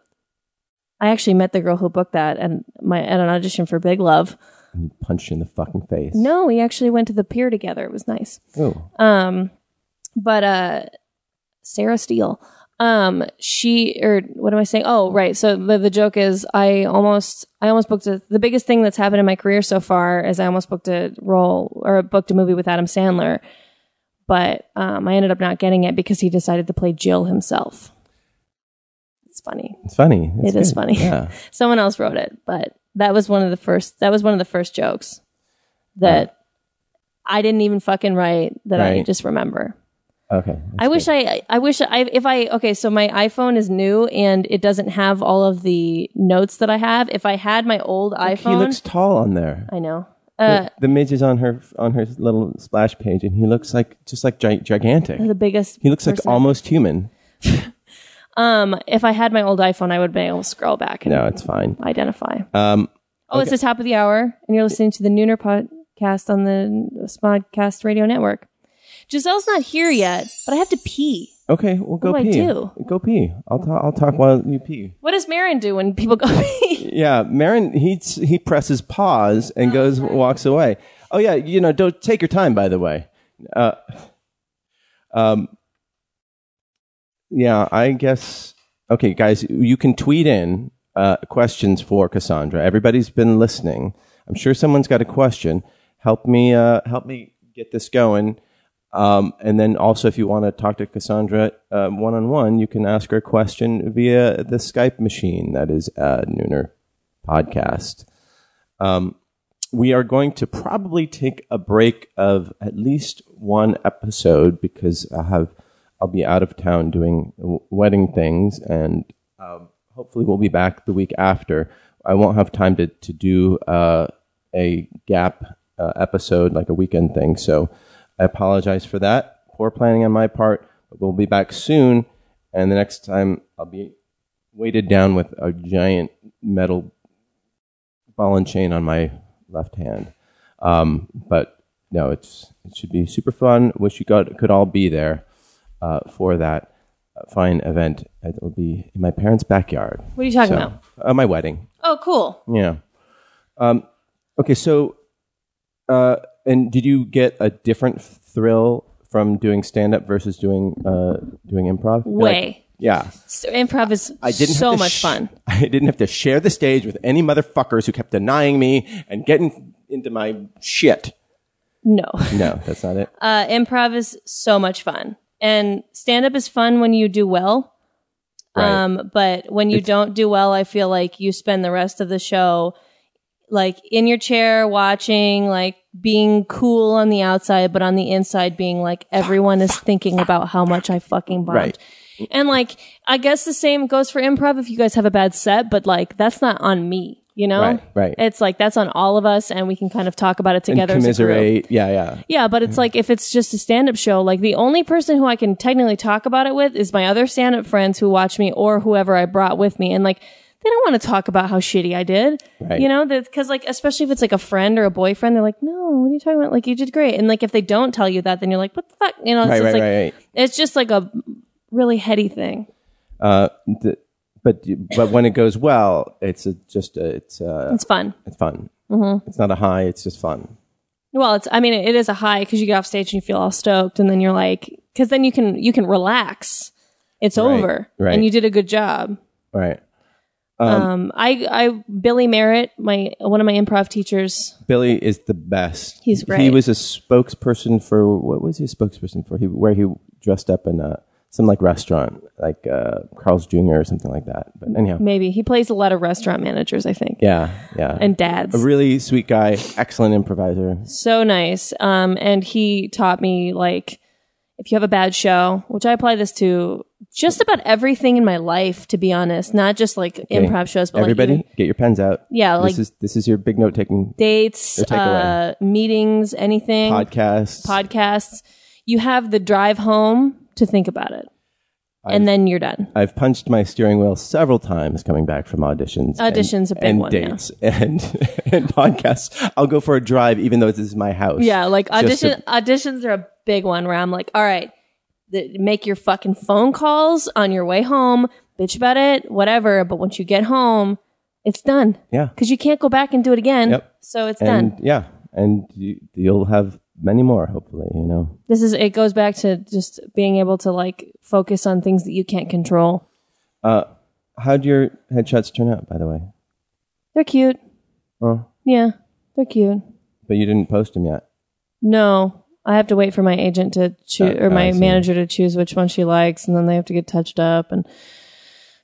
[SPEAKER 4] I actually met the girl who booked that and my at an audition for Big Love.
[SPEAKER 3] and he punched you in the fucking face.
[SPEAKER 4] No, we actually went to the pier together. It was nice.
[SPEAKER 3] Oh,
[SPEAKER 4] Um, but uh, Sarah Steele, um, she or what am I saying? Oh, right. So the the joke is I almost I almost booked a, the biggest thing that's happened in my career so far is I almost booked a role or booked a movie with Adam Sandler, but um, I ended up not getting it because he decided to play Jill himself. It's funny.
[SPEAKER 3] it's funny. It's
[SPEAKER 4] It is
[SPEAKER 3] good.
[SPEAKER 4] funny.
[SPEAKER 3] Yeah.
[SPEAKER 4] Someone else wrote it, but that was one of the first. That was one of the first jokes that I didn't even fucking write. That I
[SPEAKER 3] Right.
[SPEAKER 4] just remember.
[SPEAKER 3] Okay.
[SPEAKER 4] I wish I, I wish I, if I, okay, so my iPhone is new and it doesn't have all of the notes that I have. If I had my old
[SPEAKER 3] He
[SPEAKER 4] iPhone,
[SPEAKER 3] looks tall on there.
[SPEAKER 4] I know.
[SPEAKER 3] The-
[SPEAKER 4] Uh,
[SPEAKER 3] the midge is on her on her little splash page, and he looks like just like gi- gigantic.
[SPEAKER 4] the biggest.
[SPEAKER 3] He looks like
[SPEAKER 4] person-
[SPEAKER 3] almost human.
[SPEAKER 4] Um, if I had my old iPhone, I would be able to scroll back and
[SPEAKER 3] No, it's fine.
[SPEAKER 4] identify.
[SPEAKER 3] Um,
[SPEAKER 4] oh, it's the top of the hour, and you're listening to the Nooner podcast on the Smodcast Radio Network. Giselle's not here yet, but I have to pee.
[SPEAKER 3] okay, well go
[SPEAKER 4] What do
[SPEAKER 3] pee.
[SPEAKER 4] I do?
[SPEAKER 3] Go pee. I'll talk. I'll talk while you pee.
[SPEAKER 4] What does Marin do when people go pee?
[SPEAKER 3] Yeah, Marin. He he presses pause and goes walks away. Oh yeah, you know, don't take your time. By the way, uh, um, yeah, I guess. Okay, guys, you can tweet in uh, questions for Cassandra. Everybody's been listening. I'm sure someone's got a question. Help me. Uh, help me get this going. Um, and then also, if you want to talk to Cassandra one on one, you can ask her a question via the Skype machine that is uh, Nooner Podcast. Um, we are going to probably take a break of at least one episode because I have I'll be out of town doing w- wedding things, and um, hopefully we'll be back the week after. I won't have time to to do uh, a gap uh, episode like a weekend thing, so I apologize for that. Poor planning on my part, but we'll be back soon. And the next time I'll be weighted down with a giant metal ball and chain on my left hand. Um, but no, it's it should be super fun. Wish you got, could all be there uh, for that uh, fine event. It will be in my parents' backyard.
[SPEAKER 4] What are you talking about?
[SPEAKER 3] Uh, my wedding.
[SPEAKER 4] Oh, cool.
[SPEAKER 3] Yeah. Um, okay, so, uh, and did you get a different thrill from doing stand up versus doing uh, doing improv? You're like,
[SPEAKER 4] Way.
[SPEAKER 3] yeah.
[SPEAKER 4] So improv is
[SPEAKER 3] I didn't
[SPEAKER 4] so
[SPEAKER 3] have to
[SPEAKER 4] much
[SPEAKER 3] sh-
[SPEAKER 4] fun.
[SPEAKER 3] I didn't have to share the stage with any motherfuckers who kept denying me and getting into my shit.
[SPEAKER 4] No.
[SPEAKER 3] No, that's not it.
[SPEAKER 4] Uh, improv is so much fun. And stand up is fun when you do well. Um, but when you don't do well, I feel like you spend the rest of the show like in your chair watching, like being cool on the outside, but on the inside being like everyone is thinking about how much I fucking bombed.
[SPEAKER 3] Right.
[SPEAKER 4] And like I guess the same goes for improv if you guys have a bad set, but like that's not on me, you know?
[SPEAKER 3] Right, right.
[SPEAKER 4] It's like that's on all of us and we can kind of talk about it
[SPEAKER 3] and
[SPEAKER 4] together. as a group.
[SPEAKER 3] commiserate. Yeah, yeah.
[SPEAKER 4] Yeah, but it's like if it's just a stand up show, like the only person who I can technically talk about it with is my other stand up friends who watch me or whoever I brought with me. And like, they don't want to talk about how shitty I did.
[SPEAKER 3] Right.
[SPEAKER 4] You know, because like, especially if it's like a friend or a boyfriend, they're like, no, what are you talking about? Like, you did great. And like, if they don't tell you that, then you're like, what the fuck? You know, it's
[SPEAKER 3] Right,
[SPEAKER 4] just
[SPEAKER 3] right,
[SPEAKER 4] like,
[SPEAKER 3] right, right.
[SPEAKER 4] it's just like a really heady thing.
[SPEAKER 3] Uh, th- but but when it goes well, it's a, just a, it's a,
[SPEAKER 4] It's fun.
[SPEAKER 3] it's fun. Mm-hmm. It's not a high. It's just fun.
[SPEAKER 4] Well, it's, I mean, it is a high because you get off stage and you feel all stoked and then you're like, because then you can, you can relax. It's over.
[SPEAKER 3] right.
[SPEAKER 4] And you did a good job.
[SPEAKER 3] Right.
[SPEAKER 4] Um, I, I, Billy Merritt, my one of my improv teachers.
[SPEAKER 3] Billy is the best.
[SPEAKER 4] He's
[SPEAKER 3] He
[SPEAKER 4] great.
[SPEAKER 3] was a spokesperson for what was he a spokesperson for? He where he dressed up in a some like restaurant, like uh, Carl's Jr. or something like that. But anyhow,
[SPEAKER 4] Maybe he plays a lot of restaurant managers, I think,
[SPEAKER 3] yeah, yeah.
[SPEAKER 4] and dads.
[SPEAKER 3] a really sweet guy, excellent improviser.
[SPEAKER 4] so nice. Um, and he taught me like, if you have a bad show, which I apply this to just about everything in my life, to be honest, not just like improv shows, but
[SPEAKER 3] Everybody,
[SPEAKER 4] like even
[SPEAKER 3] get your pens out.
[SPEAKER 4] Yeah, like-
[SPEAKER 3] this is this is your big note taking
[SPEAKER 4] dates, uh,
[SPEAKER 3] takeaway.
[SPEAKER 4] meetings, anything,
[SPEAKER 3] podcast.
[SPEAKER 4] podcasts. You have the drive home to think about it, and then you're done.
[SPEAKER 3] I've punched my steering wheel several times coming back from auditions. and-
[SPEAKER 4] Auditions a big
[SPEAKER 3] and
[SPEAKER 4] one, yeah.
[SPEAKER 3] dates and and podcasts. I'll go for a drive, even though this is my house.
[SPEAKER 4] Yeah, like
[SPEAKER 3] Just
[SPEAKER 4] audition auditions are a big one where I'm like, all right, th- make your fucking phone calls on your way home, bitch about it, whatever. But once you get home, it's done
[SPEAKER 3] Yeah.
[SPEAKER 4] because you can't go back and do it again.
[SPEAKER 3] Yep.
[SPEAKER 4] So it's
[SPEAKER 3] and
[SPEAKER 4] done.
[SPEAKER 3] yeah, and you, you'll have many more hopefully. You know,
[SPEAKER 4] This is it goes back to just being able to like focus on things that you can't control.
[SPEAKER 3] how'd your headshots turn out, by the way?
[SPEAKER 4] They're cute.
[SPEAKER 3] Oh,
[SPEAKER 4] Yeah, they're cute.
[SPEAKER 3] but you didn't post them yet.
[SPEAKER 4] No, I have to wait for my agent to choose
[SPEAKER 3] Oh,
[SPEAKER 4] or my
[SPEAKER 3] I see.
[SPEAKER 4] manager to choose which one she likes, and then they have to get touched up and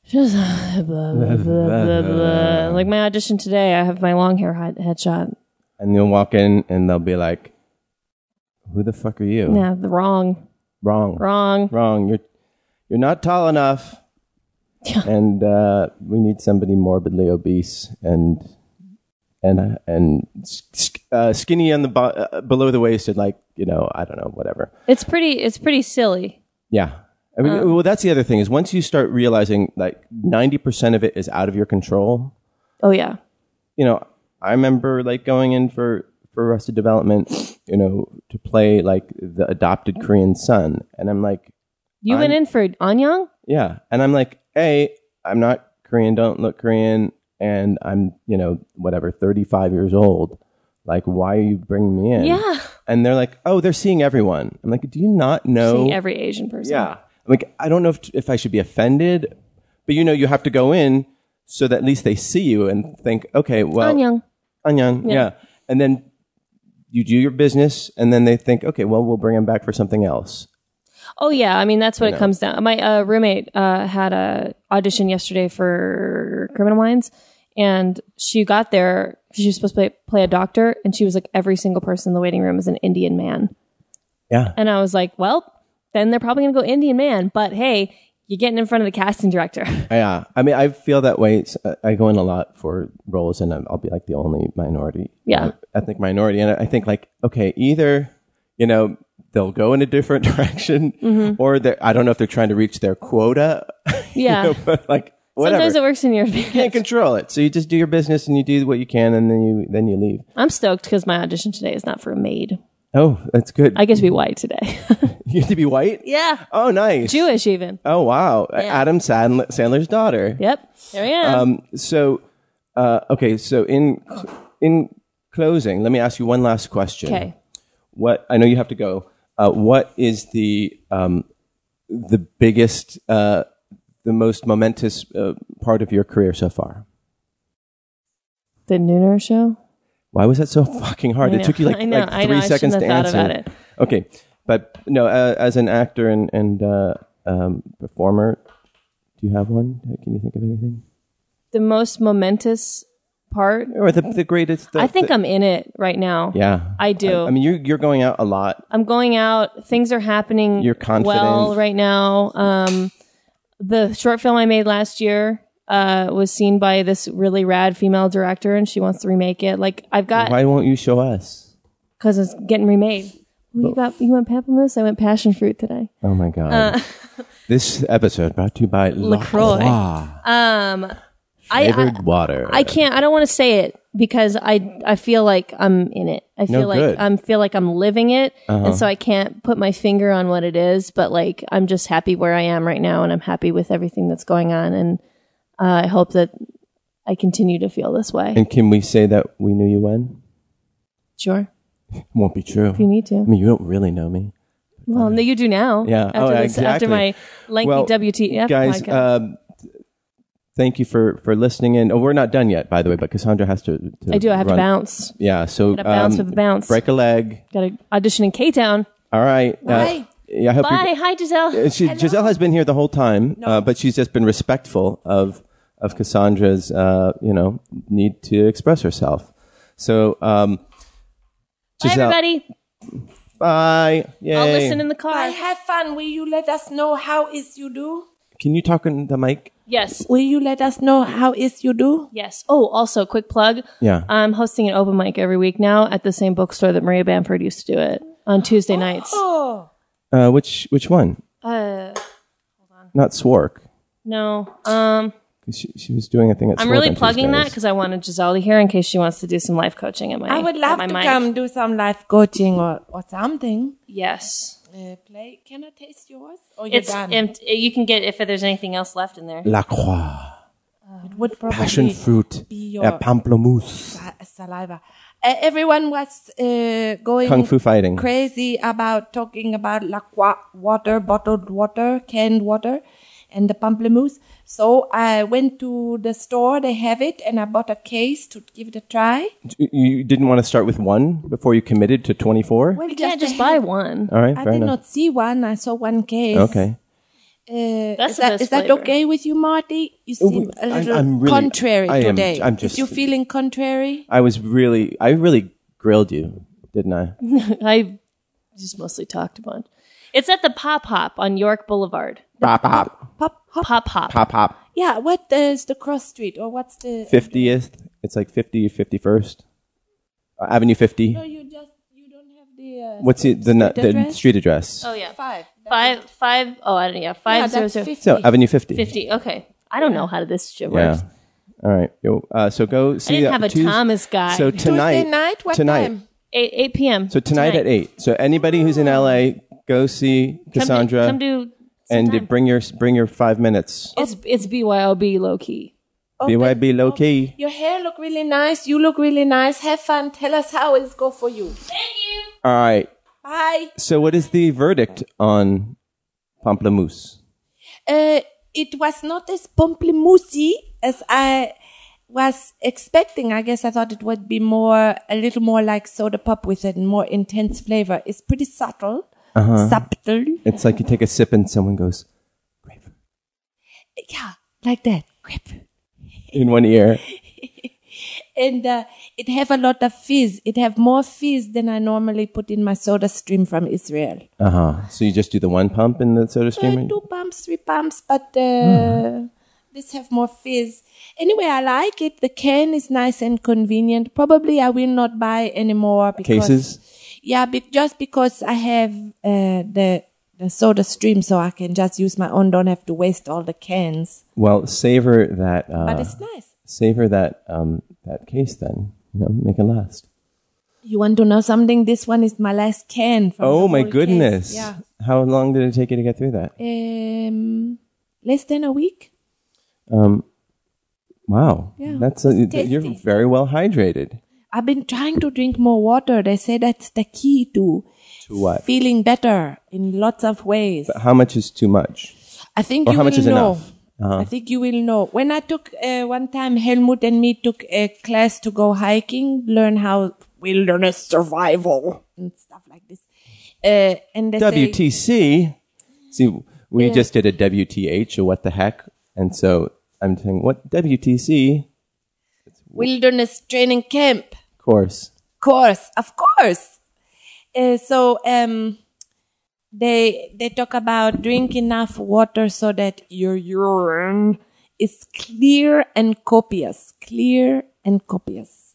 [SPEAKER 4] just blah, blah, blah, blah, blah. like my audition today. I have my long hair hi- headshot.
[SPEAKER 3] And you'll walk in, and they'll be like, "Who the fuck are you?
[SPEAKER 4] Yeah, the wrong,
[SPEAKER 3] Wrong,
[SPEAKER 4] wrong.
[SPEAKER 3] wrong. You're you're not tall enough, and uh, we need somebody morbidly obese and." And uh, and sk- uh, skinny on the bo- uh, below the waist and like you know I don't know whatever
[SPEAKER 4] It's pretty. It's pretty silly.
[SPEAKER 3] Yeah. I mean, well, that's the other thing is once you start realizing like 90% of it is out of your control,
[SPEAKER 4] Oh yeah.
[SPEAKER 3] you know, I remember like going in for, for Arrested Development, you know, to play like the adopted Korean son. And I'm like,
[SPEAKER 4] You went
[SPEAKER 3] I'm-
[SPEAKER 4] in for Anyang?
[SPEAKER 3] yeah. And I'm like, A, I'm not Korean, don't look Korean. And I'm, you know, whatever, 35 years old. Like, why are you bringing me in?
[SPEAKER 4] Yeah.
[SPEAKER 3] And they're like, oh, they're seeing everyone. I'm like, do you not know?
[SPEAKER 4] Seeing every Asian person.
[SPEAKER 3] Oh. Yeah. I'm like, I don't know if, if I should be offended, but you know, you have to go in so that at least they see you and think, okay, well,
[SPEAKER 4] Anyang.
[SPEAKER 3] Anyang, yeah.
[SPEAKER 4] Yeah.
[SPEAKER 3] And then you do your business, and then they think, okay, well, we'll bring him back for something else.
[SPEAKER 4] Oh yeah, I mean that's what it comes down. My uh, roommate uh, had a audition yesterday for Criminal Minds, and she got there. She was supposed to play, play a doctor, and she was like, every single person in the waiting room is an Indian man,
[SPEAKER 3] Yeah.
[SPEAKER 4] and I was like, well, then they're probably gonna go Indian man. But hey, you're getting in front of the casting director.
[SPEAKER 3] Yeah. I mean, I feel that way. It's- I- I go in a lot for roles, and I'm- I'll be like the only minority,
[SPEAKER 4] Yeah.
[SPEAKER 3] uh, ethnic minority. And I think, like, okay, either, you know, they'll go in a different direction,
[SPEAKER 4] Mm-hmm.
[SPEAKER 3] or they're, I don't know if they're trying to reach their quota. you
[SPEAKER 4] Yeah.
[SPEAKER 3] know, but like, whatever.
[SPEAKER 4] Sometimes it works in your
[SPEAKER 3] can't
[SPEAKER 4] advantage.
[SPEAKER 3] control it. So you just do your business and you do what you can, and then you then you leave.
[SPEAKER 4] I'm stoked because my audition today is not for a maid.
[SPEAKER 3] Oh, that's good.
[SPEAKER 4] I get to be white today.
[SPEAKER 3] you get to be white.
[SPEAKER 4] yeah,
[SPEAKER 3] Oh, nice.
[SPEAKER 4] Jewish even.
[SPEAKER 3] Oh, wow. Adam Sandler, Sandler's daughter.
[SPEAKER 4] Yep, there I am.
[SPEAKER 3] Um. So, uh, okay. So in in closing, let me ask you one last question.
[SPEAKER 4] okay.
[SPEAKER 3] What I know you have to go. Uh, what is the um, the biggest uh, the most momentous uh, part of your career so far?
[SPEAKER 4] The Nooner show.
[SPEAKER 3] Why was that so fucking hard?
[SPEAKER 4] I
[SPEAKER 3] It
[SPEAKER 4] know,
[SPEAKER 3] took you like,
[SPEAKER 4] I know,
[SPEAKER 3] like
[SPEAKER 4] I know,
[SPEAKER 3] three
[SPEAKER 4] I
[SPEAKER 3] seconds to
[SPEAKER 4] shouldn't have
[SPEAKER 3] answer.
[SPEAKER 4] thought about it.
[SPEAKER 3] Okay, but no, uh, as an actor and and uh, um, performer, do you have one? Can you think of anything?
[SPEAKER 4] the most momentous part.
[SPEAKER 3] Or the the greatest? The,
[SPEAKER 4] I think
[SPEAKER 3] the-
[SPEAKER 4] I'm in it right now.
[SPEAKER 3] yeah,
[SPEAKER 4] I do.
[SPEAKER 3] I, mean, you're you're going out a lot.
[SPEAKER 4] I'm going out. Things are happening.
[SPEAKER 3] You're confident.
[SPEAKER 4] Well, right now, um, the short film I made last year uh, was seen by this really rad female director, and she wants to remake it. Like I've got
[SPEAKER 3] Why won't you show us?
[SPEAKER 4] because it's getting remade. Well, you got you went peppermint. I went passion fruit today.
[SPEAKER 3] Oh my god! this episode brought to you by
[SPEAKER 4] Uh, Lacroix. Um, I, I
[SPEAKER 3] flavored water.
[SPEAKER 4] I can't. I don't want to say it because I I feel like I'm in it. I feel like
[SPEAKER 3] good. Uh-huh.
[SPEAKER 4] I'm feel like I'm living it, and so I can't put my finger on what it is. But like I'm just happy where I am right now, and I'm happy with everything that's going on, and uh, I hope that I continue to feel this way.
[SPEAKER 3] and can we say that we knew you when?
[SPEAKER 4] sure,
[SPEAKER 3] Won't be true.
[SPEAKER 4] you need to.
[SPEAKER 3] I mean, you don't really know me.
[SPEAKER 4] well, no, you do now.
[SPEAKER 3] Mm. Yeah.
[SPEAKER 4] After,
[SPEAKER 3] Oh,
[SPEAKER 4] this,
[SPEAKER 3] exactly.
[SPEAKER 4] after my lengthy
[SPEAKER 3] Well,
[SPEAKER 4] WTF
[SPEAKER 3] guys
[SPEAKER 4] podcast.
[SPEAKER 3] um, th- thank you for for listening in oh we're not done yet by the way but cassandra has to, to
[SPEAKER 4] I do. I have
[SPEAKER 3] run.
[SPEAKER 4] to bounce.
[SPEAKER 3] yeah so um,
[SPEAKER 4] Gotta bounce with a bounce.
[SPEAKER 3] break a leg
[SPEAKER 4] Got to audition in K Town.
[SPEAKER 3] all right uh,
[SPEAKER 4] Bye.
[SPEAKER 3] yeah, I hope you-
[SPEAKER 4] Bye. Hi, Giselle.
[SPEAKER 3] Uh, she, giselle has been here the whole time uh, but she's just been respectful of of cassandra's uh, you know need to express herself so um
[SPEAKER 4] Bye,
[SPEAKER 3] Giselle,
[SPEAKER 4] everybody.
[SPEAKER 3] bye Yay.
[SPEAKER 4] I'll listen in the car.
[SPEAKER 5] I have fun. Will you let us know how is you do?
[SPEAKER 3] can you talk in the mic
[SPEAKER 4] Yes.
[SPEAKER 5] Will you let us know how is you do?
[SPEAKER 4] Yes. Oh, also, quick plug.
[SPEAKER 3] Yeah.
[SPEAKER 4] I'm hosting an open mic every week now at the same bookstore that Maria Bamford used to do it on Tuesday nights.
[SPEAKER 5] Oh,
[SPEAKER 3] uh, which which one
[SPEAKER 4] Uh,
[SPEAKER 3] not swark
[SPEAKER 4] no. Um,
[SPEAKER 3] 'Cause she, she was doing a thing at
[SPEAKER 4] I'm
[SPEAKER 3] Swark
[SPEAKER 4] really
[SPEAKER 3] on
[SPEAKER 4] plugging that
[SPEAKER 3] Tuesdays.
[SPEAKER 4] because I wanted Giselle to hear in case she wants to do some life coaching at my
[SPEAKER 5] I would love
[SPEAKER 4] at
[SPEAKER 5] to
[SPEAKER 4] my mic.
[SPEAKER 5] come do some live coaching or, or something.
[SPEAKER 4] Yes.
[SPEAKER 5] Uh, play. Can I taste yours? Or you're
[SPEAKER 4] It's
[SPEAKER 5] done?
[SPEAKER 4] empty. Uh, You can get if there's anything else left in there.
[SPEAKER 3] La Croix,
[SPEAKER 5] it would probably
[SPEAKER 3] passion fruit,
[SPEAKER 5] be your
[SPEAKER 3] uh, pamplemousse.
[SPEAKER 5] sa- saliva. uh, everyone was uh, going
[SPEAKER 3] Kung Fu fighting.
[SPEAKER 5] crazy about talking about laqua water, bottled water, canned water, and the pamplemousse. So I went to the store; they have it, and I bought a case to give it a try.
[SPEAKER 3] You- You didn't want to start with one before you committed to 24?
[SPEAKER 5] Well,
[SPEAKER 4] Yeah,
[SPEAKER 5] they
[SPEAKER 4] just
[SPEAKER 5] have-
[SPEAKER 4] buy one.
[SPEAKER 3] All right,
[SPEAKER 5] I
[SPEAKER 3] fair
[SPEAKER 5] did
[SPEAKER 3] enough.
[SPEAKER 5] not see one. I saw one case.
[SPEAKER 3] Okay.
[SPEAKER 5] Uh,
[SPEAKER 4] That's
[SPEAKER 5] is
[SPEAKER 4] the
[SPEAKER 5] that,
[SPEAKER 4] best
[SPEAKER 5] is that
[SPEAKER 4] flavor.
[SPEAKER 5] okay with you, Marty? You seem a
[SPEAKER 3] Oh, I'm-
[SPEAKER 5] little
[SPEAKER 3] I'm really-
[SPEAKER 5] contrary
[SPEAKER 3] I am-
[SPEAKER 5] today.
[SPEAKER 3] I'm just-
[SPEAKER 5] Is you feeling contrary?
[SPEAKER 3] I was really, I really grilled you, didn't I?
[SPEAKER 4] I just mostly talked about. It's at the Pop Hop on York Boulevard.
[SPEAKER 3] Pop, pop,
[SPEAKER 5] Pop, hop.
[SPEAKER 4] Pop Hop.
[SPEAKER 3] pop, pop.
[SPEAKER 5] Yeah, what is the cross street or what's the
[SPEAKER 3] 50th. It's like 50, 51st. Uh, Avenue 50.
[SPEAKER 5] No, you just you don't have the uh,
[SPEAKER 3] What's it, the, the, the
[SPEAKER 5] address?
[SPEAKER 3] street address?
[SPEAKER 4] Oh yeah,
[SPEAKER 5] five.
[SPEAKER 4] five five. Oh, I don't know. Yeah,
[SPEAKER 5] Yeah,
[SPEAKER 4] five zero
[SPEAKER 5] that's
[SPEAKER 4] zero fifty.
[SPEAKER 5] 50.
[SPEAKER 3] So, Avenue 50.
[SPEAKER 4] Okay, I don't know how this shit
[SPEAKER 3] Yeah.
[SPEAKER 4] works.
[SPEAKER 3] All right. Yo, Uh, so go see
[SPEAKER 4] I didn't
[SPEAKER 3] that
[SPEAKER 4] have a
[SPEAKER 3] Tues-
[SPEAKER 4] Thomas guy.
[SPEAKER 3] So tonight.
[SPEAKER 5] Tuesday night. What
[SPEAKER 3] tonight.
[SPEAKER 5] time?
[SPEAKER 4] eight eight p.m.
[SPEAKER 3] So tonight, at 8. So anybody who's in LA, go see
[SPEAKER 4] Come to-
[SPEAKER 3] Cassandra
[SPEAKER 4] Come to.
[SPEAKER 3] and
[SPEAKER 4] sometime.
[SPEAKER 3] bring your bring your 5 minutes.
[SPEAKER 4] It's it's BYOB low key.
[SPEAKER 3] BYB low key.
[SPEAKER 5] Your hair look really nice. You look really nice. Have fun. Tell us how it's go for you.
[SPEAKER 3] All right.
[SPEAKER 5] Bye.
[SPEAKER 3] So what is the verdict on Pamplemousse?
[SPEAKER 5] Uh, it was not as pamplemoussey as I was expecting. I guess I thought it would be more, a little more like soda pop with a more intense flavor. It's pretty subtle. Subtle.
[SPEAKER 3] It's like you take a sip and someone goes
[SPEAKER 5] Yeah, like that. Grapefruit.
[SPEAKER 3] in one ear.
[SPEAKER 5] And uh, it have a lot of fizz. It have more fizz than I normally put in my soda stream from Israel.
[SPEAKER 3] Uh
[SPEAKER 5] Uh-huh.
[SPEAKER 3] huh. So you just do the one pump in the soda
[SPEAKER 5] Uh,
[SPEAKER 3] stream.
[SPEAKER 5] two pumps, three pumps, but uh, this have more fizz. Anyway, I like it. The can is nice and convenient. Probably I will not buy anymore because
[SPEAKER 3] Cases?
[SPEAKER 5] Yeah, be- just because I have uh, the the soda stream, so I can just use my own. Don't have to waste all the cans.
[SPEAKER 3] Well, savor that.
[SPEAKER 5] But
[SPEAKER 3] Uh,
[SPEAKER 5] it's nice.
[SPEAKER 3] savor that um, that case then. You know, make it last.
[SPEAKER 5] You want to know something? This one is my last can. From
[SPEAKER 3] Oh
[SPEAKER 5] the
[SPEAKER 3] my
[SPEAKER 5] whole case.
[SPEAKER 3] goodness!
[SPEAKER 5] Yeah,
[SPEAKER 3] How long did it take you to get through that?
[SPEAKER 5] um, less than a week.
[SPEAKER 3] Um, wow.
[SPEAKER 5] Yeah,
[SPEAKER 3] That's a,
[SPEAKER 5] it's
[SPEAKER 3] you're
[SPEAKER 5] tasty.
[SPEAKER 3] very well hydrated.
[SPEAKER 5] I've been trying to drink more water. They say that's the key to
[SPEAKER 3] To what?
[SPEAKER 5] feeling better in lots of ways.
[SPEAKER 3] How much is too much?
[SPEAKER 5] I think
[SPEAKER 3] Or
[SPEAKER 5] you
[SPEAKER 3] how
[SPEAKER 5] will
[SPEAKER 3] much is
[SPEAKER 5] know.
[SPEAKER 3] enough? Uh-huh.
[SPEAKER 5] I think you will know. When I took uh, one time, Helmut and me took a class to go hiking, learn how wilderness survival and stuff like this. Uh, and they say-
[SPEAKER 3] WTC. See, we just did a WTH, or what the heck? And so I'm saying, what WTC
[SPEAKER 5] wilderness training camp.
[SPEAKER 3] course?
[SPEAKER 5] course, of course. Uh, so um, they they talk about drink enough water so that your urine is clear and copious, clear and copious.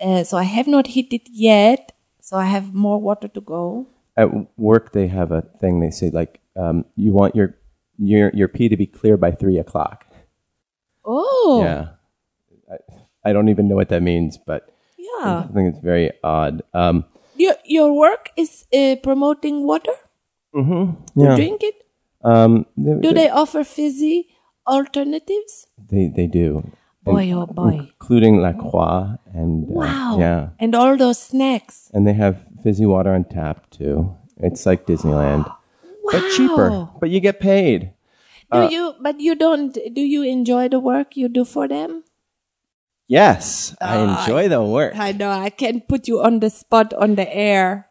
[SPEAKER 5] Uh, so I have not hit it yet. So I have more water to go.
[SPEAKER 3] At work, they have a thing. They say like, um, you want your your your pee to be clear by three o'clock.
[SPEAKER 5] Oh,
[SPEAKER 3] Yeah. I, I don't even know what that means, but I
[SPEAKER 5] yeah.
[SPEAKER 3] think it's very odd. Um,
[SPEAKER 5] Your your work is uh, promoting water.
[SPEAKER 3] yeah.
[SPEAKER 5] Drink it.
[SPEAKER 3] Um, they,
[SPEAKER 5] Do
[SPEAKER 3] they,
[SPEAKER 5] they offer fizzy alternatives?
[SPEAKER 3] they they do,
[SPEAKER 5] Boy, oh boy!
[SPEAKER 3] including La Croix and uh,
[SPEAKER 5] Wow.
[SPEAKER 3] yeah,
[SPEAKER 5] And all those snacks.
[SPEAKER 3] and they have fizzy water on tap too. It's like Disneyland, but cheaper.
[SPEAKER 5] Wow.
[SPEAKER 3] But you get paid. Uh,
[SPEAKER 5] Do you? But you don't. Do you enjoy the work you do for them?
[SPEAKER 3] Yes,
[SPEAKER 5] Uh,
[SPEAKER 3] I enjoy the work.
[SPEAKER 5] I know. I can't put you on the spot on the air.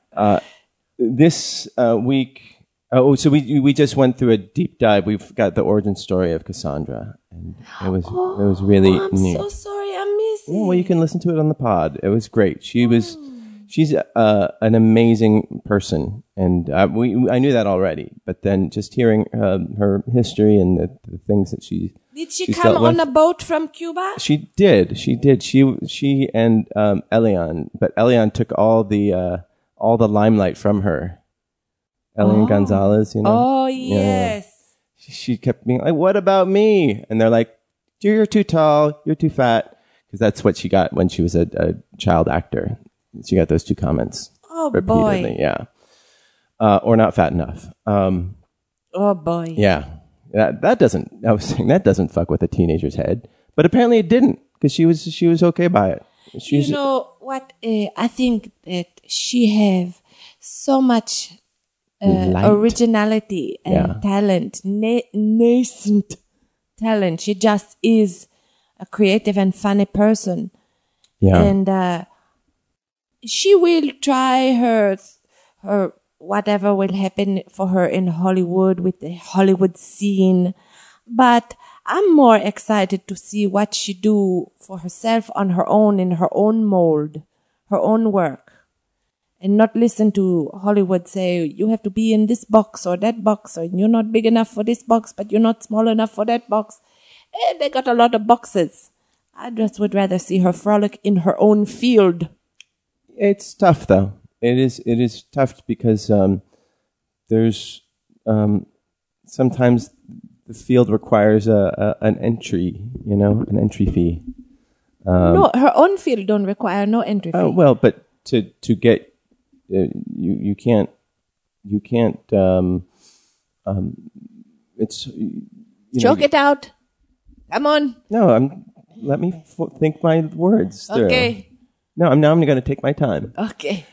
[SPEAKER 3] this uh, week. Oh, so we we just went through a deep dive. We've got the origin story of Cassandra, and it was it was really
[SPEAKER 5] Oh, I'm
[SPEAKER 3] neat.
[SPEAKER 5] so sorry. I miss it.
[SPEAKER 3] Yeah, well, you can listen to it on the pod. It was great. She was,
[SPEAKER 5] Mm.
[SPEAKER 3] she's uh, an amazing person, and uh, we I knew that already. But then just hearing uh, her history and the, the things that she
[SPEAKER 5] Did she
[SPEAKER 3] she's
[SPEAKER 5] come
[SPEAKER 3] got
[SPEAKER 5] on
[SPEAKER 3] one-
[SPEAKER 5] a boat from Cuba?
[SPEAKER 3] she did. She did. She she and um, Elion, but Elion took all the uh, all the limelight from her. Elion Gonzalez, you know.
[SPEAKER 5] Oh
[SPEAKER 3] yeah.
[SPEAKER 5] yes.
[SPEAKER 3] She, she kept being like, "What about me?" And they're like, "You're you're too tall. You're too fat." Because that's what she got when she was a, a child actor. She got those two comments
[SPEAKER 5] Oh
[SPEAKER 3] repeatedly.
[SPEAKER 5] boy.
[SPEAKER 3] Yeah. Uh, or not fat enough. Um,
[SPEAKER 5] Oh boy.
[SPEAKER 3] yeah. That that doesn't. I was saying that doesn't fuck with a teenager's head, but apparently it didn't because she was she was okay by it. She's-
[SPEAKER 5] you know what? Uh, I think that she have so much uh,
[SPEAKER 3] Light.
[SPEAKER 5] originality and
[SPEAKER 3] Yeah.
[SPEAKER 5] talent, na- nascent talent. She just is a creative and funny person,
[SPEAKER 3] Yeah.
[SPEAKER 5] and uh, she will try her her whatever will happen for her in Hollywood with the Hollywood scene. But I'm more excited to see what she do for herself on her own in her own mold, her own work. And not listen to Hollywood say, you have to be in this box or that box, or you're not big enough for this box, but you're not small enough for that box. Eh, they got a lot of boxes. I just would rather see her frolic in her own field.
[SPEAKER 3] it's tough though. It is it is tough because um, there's um, sometimes the field requires a, a an entry, you know, an entry fee.
[SPEAKER 5] no, her own field don't require no entry fee.
[SPEAKER 3] Um, Oh well, but to to get uh, you you can't you can't um, um, it's you know,
[SPEAKER 5] Choke it out. Come on.
[SPEAKER 3] no I'm let me f- think my words through.
[SPEAKER 5] Okay.
[SPEAKER 3] No, I'm now I'm going to take my time.
[SPEAKER 5] Okay.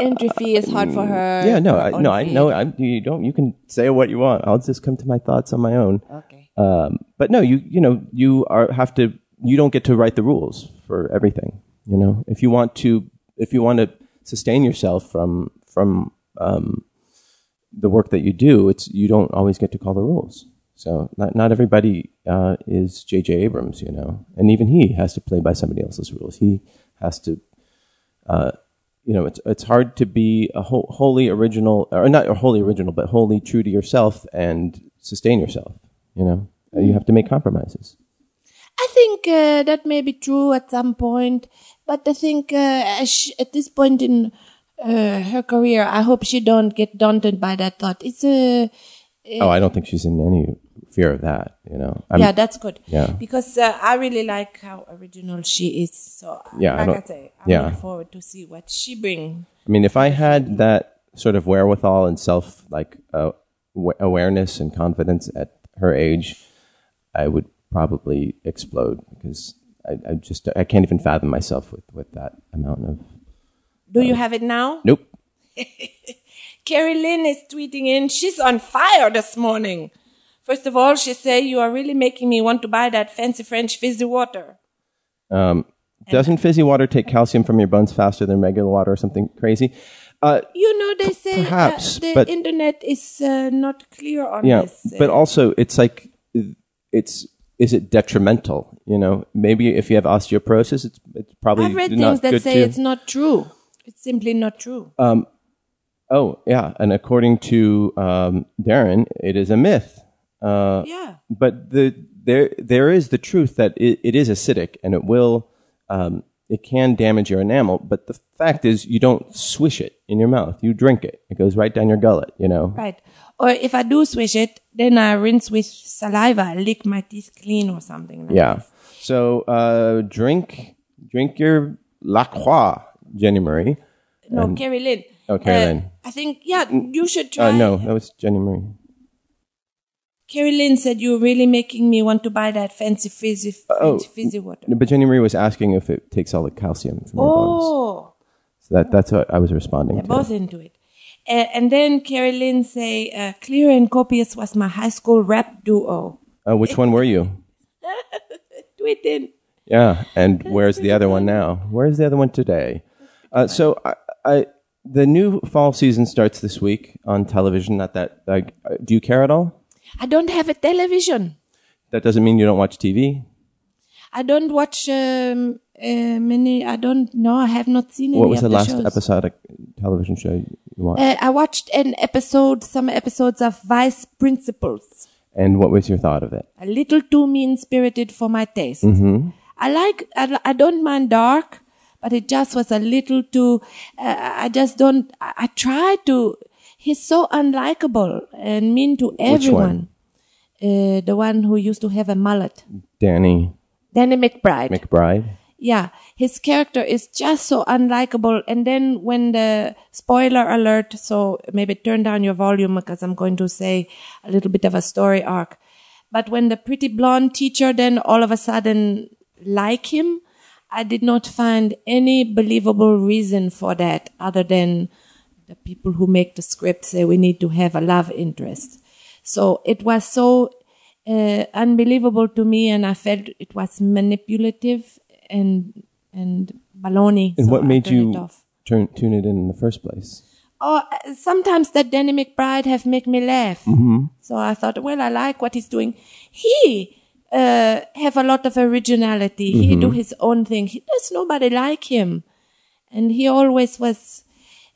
[SPEAKER 5] entry fee is hard for her.
[SPEAKER 3] Uh, yeah, no,
[SPEAKER 5] her
[SPEAKER 3] I,
[SPEAKER 5] own
[SPEAKER 3] no, I
[SPEAKER 5] fee.
[SPEAKER 3] know. I'm, you don't. You can say what you want. I'll just come to my thoughts on my own.
[SPEAKER 5] Okay.
[SPEAKER 3] Um, but no, you you know you are have to. You don't get to write the rules for everything. You know, if you want to, if you want to sustain yourself from from um, the work that you do, it's you don't always get to call the rules. So not not everybody uh, is J.J. Abrams, you know, and even he has to play by somebody else's rules. He has to you know, it's it's hard to be a whole, wholly original, or not wholly original, but wholly true to yourself and sustain yourself. You know, you have to make compromises.
[SPEAKER 5] I think uh, that may be true at some point, but I think uh, as she- at this point in uh, her career, I hope she don't get daunted by that thought. It's uh, a
[SPEAKER 3] Oh, I don't think she's in any fear of that. You know, I'm,
[SPEAKER 5] yeah, that's good.
[SPEAKER 3] yeah.
[SPEAKER 5] because uh, I really like how original she is. So
[SPEAKER 3] Yeah, I
[SPEAKER 5] like I,
[SPEAKER 3] don't-
[SPEAKER 5] say, I
[SPEAKER 3] yeah.
[SPEAKER 5] look forward to see what she bring.
[SPEAKER 3] I mean, if I had that sort of wherewithal and self like uh, w- awareness and confidence at her age, I would probably explode because I, I just I can't even fathom myself with with that amount of
[SPEAKER 5] Do you have it now?
[SPEAKER 3] nope.
[SPEAKER 5] Carrie Lynn is tweeting in, she's on fire this morning. First of all, she say, you are really making me want to buy that fancy French fizzy water.
[SPEAKER 3] Um, doesn't fizzy water take calcium from your bones faster than regular water or something crazy? Uh,
[SPEAKER 5] You know, they say uh,
[SPEAKER 3] perhaps,
[SPEAKER 5] the
[SPEAKER 3] but-
[SPEAKER 5] internet is uh, not clear on
[SPEAKER 3] yeah,
[SPEAKER 5] this. uh,
[SPEAKER 3] but also it's like it's is it detrimental? You know, maybe if you have osteoporosis, it's it's probably
[SPEAKER 5] I've read
[SPEAKER 3] not
[SPEAKER 5] things that
[SPEAKER 3] good
[SPEAKER 5] say
[SPEAKER 3] to- Uh,
[SPEAKER 5] it's not true. It's simply not true.
[SPEAKER 3] oh yeah, and according to um, Darren, it is a myth. Uh,
[SPEAKER 5] yeah.
[SPEAKER 3] but the there there is the truth that it, it is acidic and it will um, it can damage your enamel. But the fact is, you don't swish it in your mouth. You drink it. It goes right down your gullet. You know.
[SPEAKER 5] Right. Or if I do swish it, then I rinse with saliva, lick my teeth clean or something. Like
[SPEAKER 3] Yeah. So uh, drink drink your La Croix, Jenny Marie.
[SPEAKER 5] that. No, Carrie Lynn. Uh,
[SPEAKER 3] Oh, Carrie Lynn.
[SPEAKER 5] I think, yeah, you should try.
[SPEAKER 3] Uh, no, that was Jenny Marie.
[SPEAKER 5] Carrie Lynn said, You're really making me want to buy that fancy fizzy, French fizzy water.
[SPEAKER 3] Oh, No, But Jenny Marie was asking if it takes all the calcium from your bones.
[SPEAKER 5] Oh,
[SPEAKER 3] So that, that's what I was responding
[SPEAKER 5] they're
[SPEAKER 3] to.
[SPEAKER 5] both into it. A- and then Carrie Lynn say, uh, Clear and copious was my high school rap duo.
[SPEAKER 3] Uh, which one were you?
[SPEAKER 5] Tweet in.
[SPEAKER 3] Yeah, and where's the other one now? Where's the other one today? Uh, so I, I, the new fall season starts this week on television. Not that like, uh, do you care at all?
[SPEAKER 5] I don't have a television.
[SPEAKER 3] That doesn't mean you don't watch TV.
[SPEAKER 5] I don't watch um, uh, many. I don't know. I have not seen any.
[SPEAKER 3] What was
[SPEAKER 5] of
[SPEAKER 3] the last
[SPEAKER 5] shows.
[SPEAKER 3] episodic television show you watched?
[SPEAKER 5] Uh, I watched an episode, some episodes of Vice Principals.
[SPEAKER 3] and what was your thought of it?
[SPEAKER 5] A little too mean spirited for my taste. I like. I, li- I don't mind dark, but it just was a little too. Uh, I just don't. I, I try to. He's so unlikable and mean to everyone. Uh, the one who used to have a mullet,
[SPEAKER 3] Danny
[SPEAKER 5] Danny McBride.
[SPEAKER 3] McBride.
[SPEAKER 5] yeah, his character is just so unlikable. And then when the spoiler alert, so maybe turn down your volume because I'm going to say a little bit of a story arc. But when the pretty blonde teacher then all of a sudden like him, I did not find any believable reason for that other than the people who make the script say we need to have a love interest. So it was so uh, unbelievable to me, and I felt it was manipulative and and baloney.
[SPEAKER 3] And
[SPEAKER 5] So
[SPEAKER 3] what
[SPEAKER 5] I
[SPEAKER 3] made
[SPEAKER 5] turned it
[SPEAKER 3] you
[SPEAKER 5] off.
[SPEAKER 3] turn, tune it in in the first place?
[SPEAKER 5] Oh, uh, sometimes that Danny McBride have make me laugh. So I thought, well, I like what he's doing. He uh, have a lot of originality. He do his own thing. He, there's nobody like him, and he always was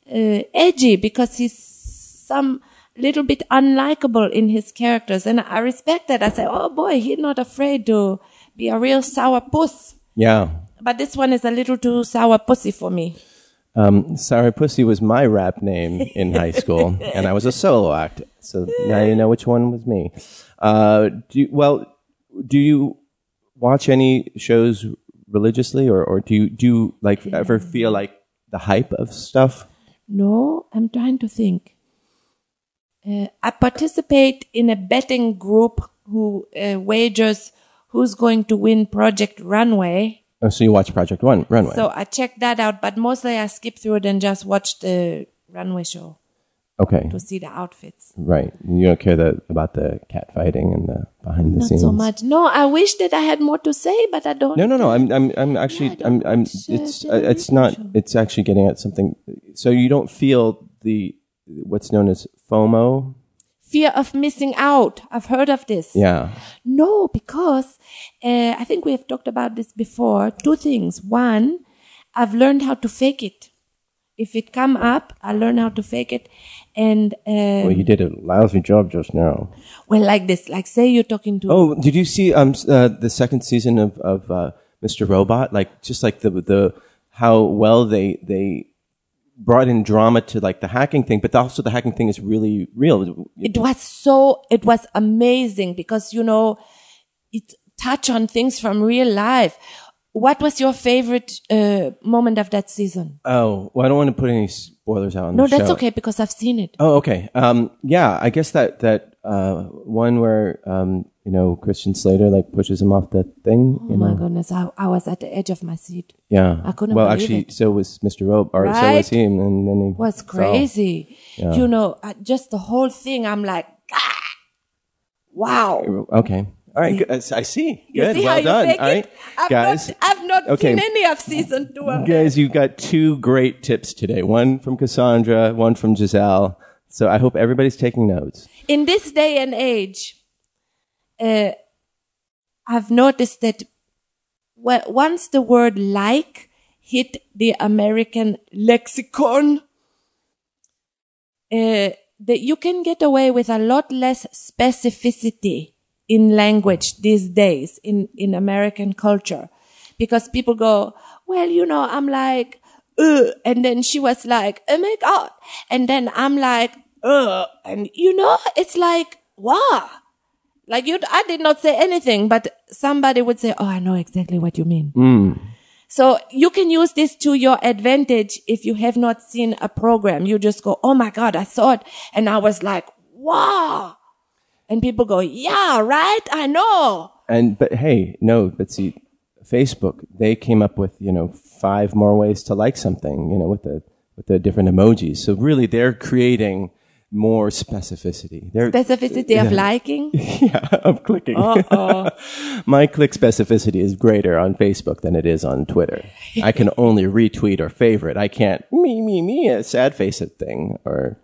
[SPEAKER 5] uh, edgy because he's some little bit unlikable in his characters, and I respect that. I say, oh boy, he's not afraid to be a real sour puss.
[SPEAKER 3] Yeah.
[SPEAKER 5] But this one is a little too sour pussy for me.
[SPEAKER 3] Um, Sorry Pussy was my rap name in high school, and I was a solo act. So now you know which one was me. Uh, do you, well, do you watch any shows religiously, or, or do you do you, like ever feel like the hype of stuff?
[SPEAKER 5] No, I'm trying to think. Uh, I participate in a betting group who uh, wagers who's going to win Project Runway.
[SPEAKER 3] Oh, so you watch Project One Runway?
[SPEAKER 5] So I check that out, but mostly I skip through it and just watch the runway show
[SPEAKER 3] okay,
[SPEAKER 5] to see the outfits.
[SPEAKER 3] right. You don't care the, about the cat fighting and the behind the
[SPEAKER 5] Not
[SPEAKER 3] scenes.
[SPEAKER 5] so much. No, I wish that I had more to say, but I don't.
[SPEAKER 3] No, no, no. I'm, I'm, I'm actually,
[SPEAKER 5] Yeah, I
[SPEAKER 3] I'm,
[SPEAKER 5] don't
[SPEAKER 3] I'm.
[SPEAKER 5] watch, uh,
[SPEAKER 3] It's, uh,
[SPEAKER 5] television
[SPEAKER 3] it's not.
[SPEAKER 5] shows.
[SPEAKER 3] It's actually getting at something. So you don't feel the what's known as FOMO.
[SPEAKER 5] Fear of missing out. I've heard of this.
[SPEAKER 3] Yeah.
[SPEAKER 5] No, because uh, I think we have talked about this before. Two things. One, I've learned how to fake it. If it come up, I learn how to fake it. And uh,
[SPEAKER 3] Well, you did a lousy job just now.
[SPEAKER 5] well, like this, like say you're talking to
[SPEAKER 3] Oh, did you see um s- uh, the second season of of uh, Mr. Robot? Like just like the the how well they they brought in drama to like the hacking thing, but also the hacking thing is really real.
[SPEAKER 5] it was so it was amazing because you know it touch on things from real life. What was your favorite uh, moment of that season?
[SPEAKER 3] Oh, well, I don't want to put any spoilers out on
[SPEAKER 5] no,
[SPEAKER 3] the show.
[SPEAKER 5] that's okay because I've seen it.
[SPEAKER 3] Oh, okay. Um, yeah, I guess that that uh, one where um, you know Christian Slater like pushes him off that thing.
[SPEAKER 5] Oh my goodness, I, I was at the edge of my seat.
[SPEAKER 3] Yeah,
[SPEAKER 5] I couldn't
[SPEAKER 3] Well,
[SPEAKER 5] believe
[SPEAKER 3] actually,
[SPEAKER 5] it.
[SPEAKER 3] so was Mr. Robe, or so
[SPEAKER 5] Right?
[SPEAKER 3] was him, and then he
[SPEAKER 5] was
[SPEAKER 3] fell.
[SPEAKER 5] crazy. You know, I, just the whole thing. I'm like, ah, wow.
[SPEAKER 3] Okay. All right. Good. I see.
[SPEAKER 5] You
[SPEAKER 3] Good.
[SPEAKER 5] see
[SPEAKER 3] well
[SPEAKER 5] how you
[SPEAKER 3] done.
[SPEAKER 5] fake
[SPEAKER 3] All
[SPEAKER 5] it?
[SPEAKER 3] right,
[SPEAKER 5] I've
[SPEAKER 3] guys.
[SPEAKER 5] not, I've not
[SPEAKER 3] Okay.
[SPEAKER 5] seen any of season two.
[SPEAKER 3] You guys, you've got two great tips today. One from Cassandra, one from Giselle. So I hope everybody's taking notes.
[SPEAKER 5] In this day and age, uh, I've noticed that wh- once the word "like" hit the American lexicon, uh, that you can get away with a lot less specificity in language these days in, in American culture because people go, well, you know, I'm like, uh, and then she was like, oh my God. And then I'm like, uh, and you know, it's like, wow. Like you, I did not say anything, but somebody would say, oh, I know exactly what you mean. So you can use this to your advantage if you have not seen a program. You just go, Oh my God, I saw it. And I was like, wow. And people go, yeah, right. I know.
[SPEAKER 3] And but hey, no, but see, Facebook they came up with you know five more ways to like something, you know, with the with the different emojis. So really, they're creating more specificity. They're
[SPEAKER 5] Specificity of liking.
[SPEAKER 3] yeah, of clicking. My click specificity is greater on Facebook than it is on Twitter. I can only retweet or favorite. I can't me me me a sad face it thing or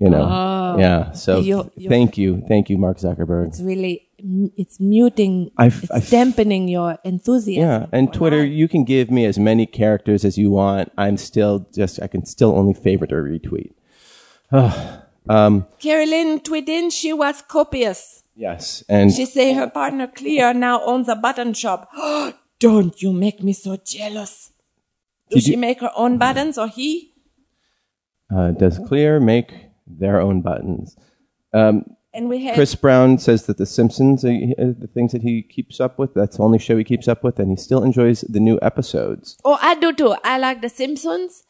[SPEAKER 3] you know yeah. So
[SPEAKER 5] You- you-
[SPEAKER 3] thank you, thank you, Mark Zuckerberg.
[SPEAKER 5] It's really, it's muting.
[SPEAKER 3] I've-
[SPEAKER 5] it's
[SPEAKER 3] I've-
[SPEAKER 5] dampening your enthusiasm.
[SPEAKER 3] Yeah, and Twitter, you can give me as many characters as you want. I'm still just, I can still only favorite or retweet.
[SPEAKER 5] Carolyn Twidin, she was copious.
[SPEAKER 3] Yes, and
[SPEAKER 5] She say her partner Clear now owns a button shop. Don't you make me so jealous. Do
[SPEAKER 3] Did
[SPEAKER 5] she
[SPEAKER 3] you-
[SPEAKER 5] make her own buttons or he?
[SPEAKER 3] uh, does Clear make their own buttons?
[SPEAKER 5] And we had
[SPEAKER 3] Chris Brown says that The Simpsons are uh, the things that he keeps up with. That's the only show he keeps up with, and he still enjoys the new episodes.
[SPEAKER 5] Oh, I do too. I like The Simpsons.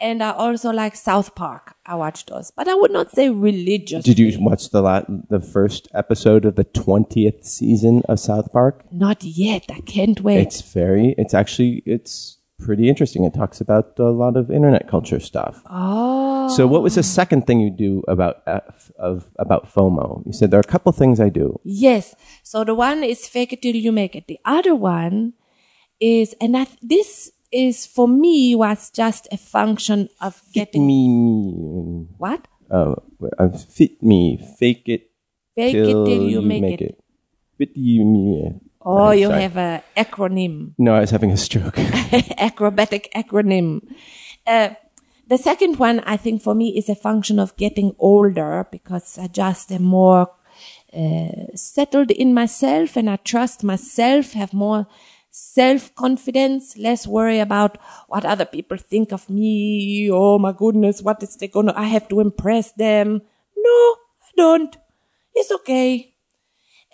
[SPEAKER 5] and I also like South Park. I watch those, but I would not say religious.
[SPEAKER 3] Did you watch the la- the first episode of the twentieth season of South Park?
[SPEAKER 5] Not yet. I can't wait.
[SPEAKER 3] It's very. It's actually. It's pretty interesting. It talks about a lot of internet culture stuff. Oh. So, what was the second thing you do about F of about FOMO? You said there are a couple things I do.
[SPEAKER 5] Yes. So the one is fake it till you make it. The other one is, and I, th- this is for me was just a function of getting
[SPEAKER 3] Me, me.
[SPEAKER 5] what?
[SPEAKER 3] Oh, wait, uh, fit me. Fake it.
[SPEAKER 5] Fake it till you make it.
[SPEAKER 3] Fit you, me.
[SPEAKER 5] Oh,
[SPEAKER 3] Right,
[SPEAKER 5] you
[SPEAKER 3] sorry.
[SPEAKER 5] have a acronym,
[SPEAKER 3] No, I was having a stroke.
[SPEAKER 5] acrobatic acronym. Uh, the second one, I think, for me is a function of getting older because I just am more uh, settled in myself and I trust myself, have more self confidence, less worry about what other people think of me. Oh my goodness, what is they gonna? I have to impress them. No, I don't. It's okay.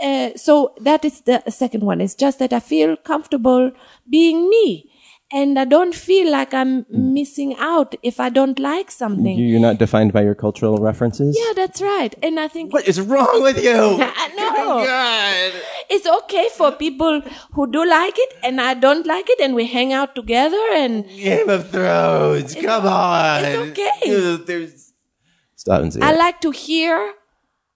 [SPEAKER 5] Uh, so that is the second one. It's just that I feel comfortable being me. And I don't feel like I'm missing out if I don't like something.
[SPEAKER 3] You- You're not defined by your cultural references.
[SPEAKER 5] yeah, that's right. And I think
[SPEAKER 3] What is wrong with you?
[SPEAKER 5] I know. It's okay for people who do like it and I don't like it and we hang out together and
[SPEAKER 3] Game of Thrones. Come on.
[SPEAKER 5] it's okay.
[SPEAKER 3] There's. Stop and see.
[SPEAKER 5] I
[SPEAKER 3] it.
[SPEAKER 5] like to hear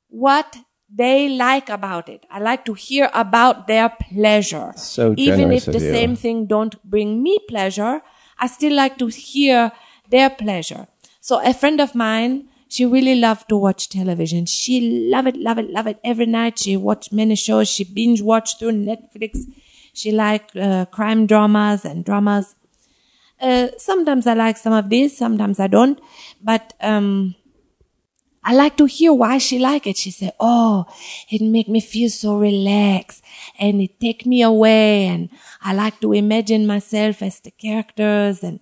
[SPEAKER 5] what they like about it. I like to hear about their pleasure.
[SPEAKER 3] So
[SPEAKER 5] even
[SPEAKER 3] generous
[SPEAKER 5] if
[SPEAKER 3] of
[SPEAKER 5] the
[SPEAKER 3] you.
[SPEAKER 5] same thing don't bring me pleasure, I still like to hear their pleasure. So a friend of mine, she really loved to watch television. She love it, love it, love it. Every night she watched many shows. She binge watched through Netflix. She liked uh, crime dramas and dramas. Uh, sometimes I like some of these, sometimes I don't. But um, I like to hear why she like it. She said, Oh, it make me feel so relaxed and it take me away. And I like to imagine myself as the characters and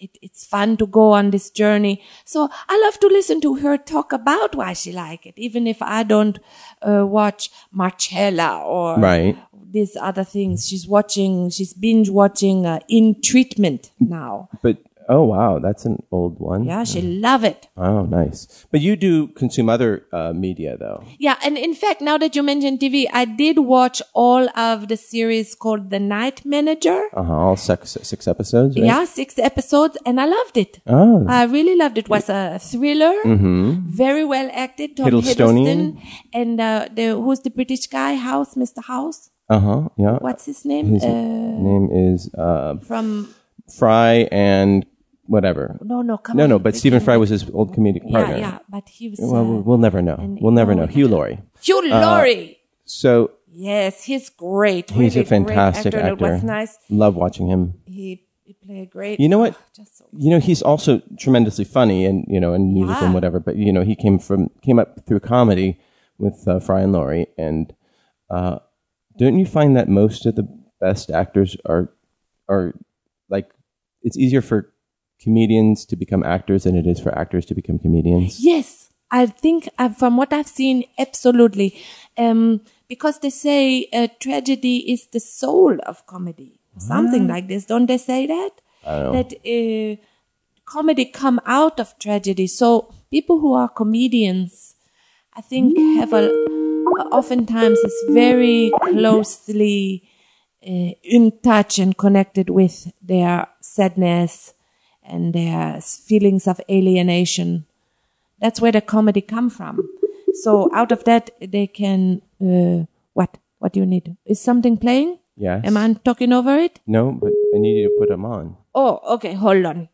[SPEAKER 5] it, it's fun to go on this journey. So I love to listen to her talk about why she like it, even if I don't uh, watch Marcella or
[SPEAKER 3] Right.
[SPEAKER 5] these other things. She's watching, she's binge watching uh, in treatment now.
[SPEAKER 3] But oh wow, that's an old one.
[SPEAKER 5] Yeah, she love it.
[SPEAKER 3] Oh, nice. But you do consume other uh, media though.
[SPEAKER 5] Yeah, and in fact, now that you mentioned TV, I did watch all of the series called The Night Manager.
[SPEAKER 3] Uh-huh, all six six episodes. Right?
[SPEAKER 5] Yeah, six episodes, and I loved it.
[SPEAKER 3] Oh. Mm-hmm.
[SPEAKER 5] I really loved it. It was a thriller, very well acted. Tom
[SPEAKER 3] Hiddlestonian.
[SPEAKER 5] Hiddleston and uh, the who's the British guy? House, Mr. House.
[SPEAKER 3] Uh huh. Yeah.
[SPEAKER 5] What's his name?
[SPEAKER 3] His
[SPEAKER 5] Uh,
[SPEAKER 3] name is uh,
[SPEAKER 5] from
[SPEAKER 3] Fry and whatever.
[SPEAKER 5] no, no, come
[SPEAKER 3] No,
[SPEAKER 5] on.
[SPEAKER 3] no. But
[SPEAKER 5] We
[SPEAKER 3] Stephen
[SPEAKER 5] can-
[SPEAKER 3] Fry was his old comedic
[SPEAKER 5] Yeah,
[SPEAKER 3] partner.
[SPEAKER 5] yeah, but he was
[SPEAKER 3] Well, we'll
[SPEAKER 5] uh,
[SPEAKER 3] we'll never know.
[SPEAKER 5] and-
[SPEAKER 3] We'll never
[SPEAKER 5] oh,
[SPEAKER 3] know.
[SPEAKER 5] yeah.
[SPEAKER 3] Hugh Laurie.
[SPEAKER 5] Hugh Laurie.
[SPEAKER 3] So
[SPEAKER 5] yes, he's great.
[SPEAKER 3] he's
[SPEAKER 5] really
[SPEAKER 3] a fantastic
[SPEAKER 5] great actor.
[SPEAKER 3] actor.
[SPEAKER 5] and It was nice.
[SPEAKER 3] Love watching him.
[SPEAKER 5] He, he played great. Oh,
[SPEAKER 3] You know what?
[SPEAKER 5] Just so
[SPEAKER 3] you know he's also tremendously funny and you know and musical and
[SPEAKER 5] Yeah.
[SPEAKER 3] whatever but you know he came from came up through comedy with uh, fry and laurie and uh, don't you find that most of the best actors are are like it's easier for comedians to become actors than it is for actors to become comedians
[SPEAKER 5] Yes, I think uh, from what I've seen, absolutely. Um, because they say uh, tragedy is the soul of comedy, something like this. Don't they say that? That uh, comedy come out of tragedy. So people who are comedians, I think, have a oftentimes is very closely uh, in touch and connected with their sadness and their feelings of alienation that's where the comedy come from so out of that they can uh, what what do you need is something playing
[SPEAKER 3] yes
[SPEAKER 5] am i talking over it
[SPEAKER 3] no but i need you to put them on
[SPEAKER 5] oh okay hold on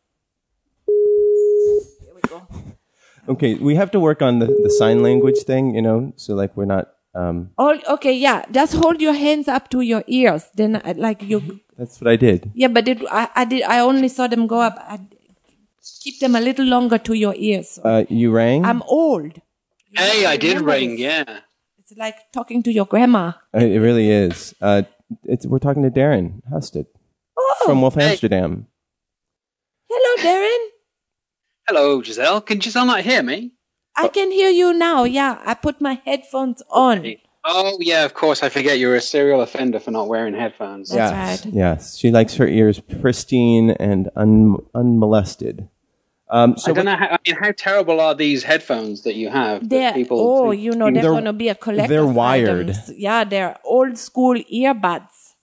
[SPEAKER 3] okay we have to work on the, the sign language thing you know so like we're not um,
[SPEAKER 5] all okay yeah just hold your hands up to your ears then uh, like you
[SPEAKER 3] that's what i did
[SPEAKER 5] yeah but it, I, I did i only saw them go up I, keep them a little longer to your ears
[SPEAKER 3] uh, you rang
[SPEAKER 5] i'm old
[SPEAKER 6] Hey, I did
[SPEAKER 5] Remember
[SPEAKER 6] ring,
[SPEAKER 5] this.
[SPEAKER 6] yeah.
[SPEAKER 5] it's like talking to your grandma
[SPEAKER 3] Uh, It really is. Uh, it's, we're talking to Darren Husted
[SPEAKER 6] Oh,
[SPEAKER 3] from Wolf Amsterdam.
[SPEAKER 5] hello darren
[SPEAKER 6] Hello, Giselle. Can Giselle not hear me?
[SPEAKER 5] i can hear you now yeah i put my headphones on
[SPEAKER 6] Oh, yeah, of course. I forget you're a serial offender for not wearing headphones.
[SPEAKER 5] Yeah.
[SPEAKER 3] yes,
[SPEAKER 5] That's right.
[SPEAKER 3] yes. She likes her ears pristine and un, unmolested. Um, so
[SPEAKER 6] I don't know. How, I mean, how terrible are these headphones that you have? that
[SPEAKER 5] They're,
[SPEAKER 6] people
[SPEAKER 5] oh, you know, they're,
[SPEAKER 3] They're-
[SPEAKER 5] going to be a collector.
[SPEAKER 3] they're wired.
[SPEAKER 5] Yeah, they're old school earbuds.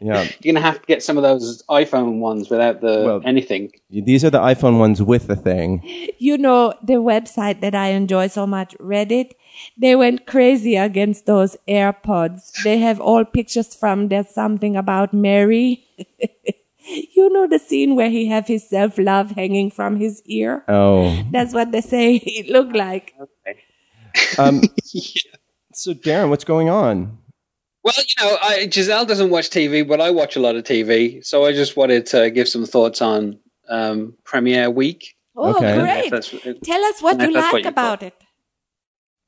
[SPEAKER 3] yeah,
[SPEAKER 6] you're gonna have to get some of those iPhone ones without the
[SPEAKER 3] Well-
[SPEAKER 6] anything.
[SPEAKER 3] these are the iPhone ones with the thing.
[SPEAKER 5] You know, the website that I enjoy so much, Reddit, they went crazy against those AirPods. They have all pictures from there's something about Mary. you know the scene where he have his self-love hanging from his ear?
[SPEAKER 3] Oh,
[SPEAKER 5] That's what they say it looked like.
[SPEAKER 3] um, so Darren, what's going on?
[SPEAKER 6] Well, you know, I, Giselle doesn't watch TV, but I watch a lot of TV, so I just wanted to give some thoughts on um, Premiere Week.
[SPEAKER 5] Oh,
[SPEAKER 3] Okay.
[SPEAKER 5] great.
[SPEAKER 6] If that's-
[SPEAKER 5] Tell us what
[SPEAKER 6] If
[SPEAKER 5] you
[SPEAKER 6] that's
[SPEAKER 5] like
[SPEAKER 6] what you
[SPEAKER 5] about it.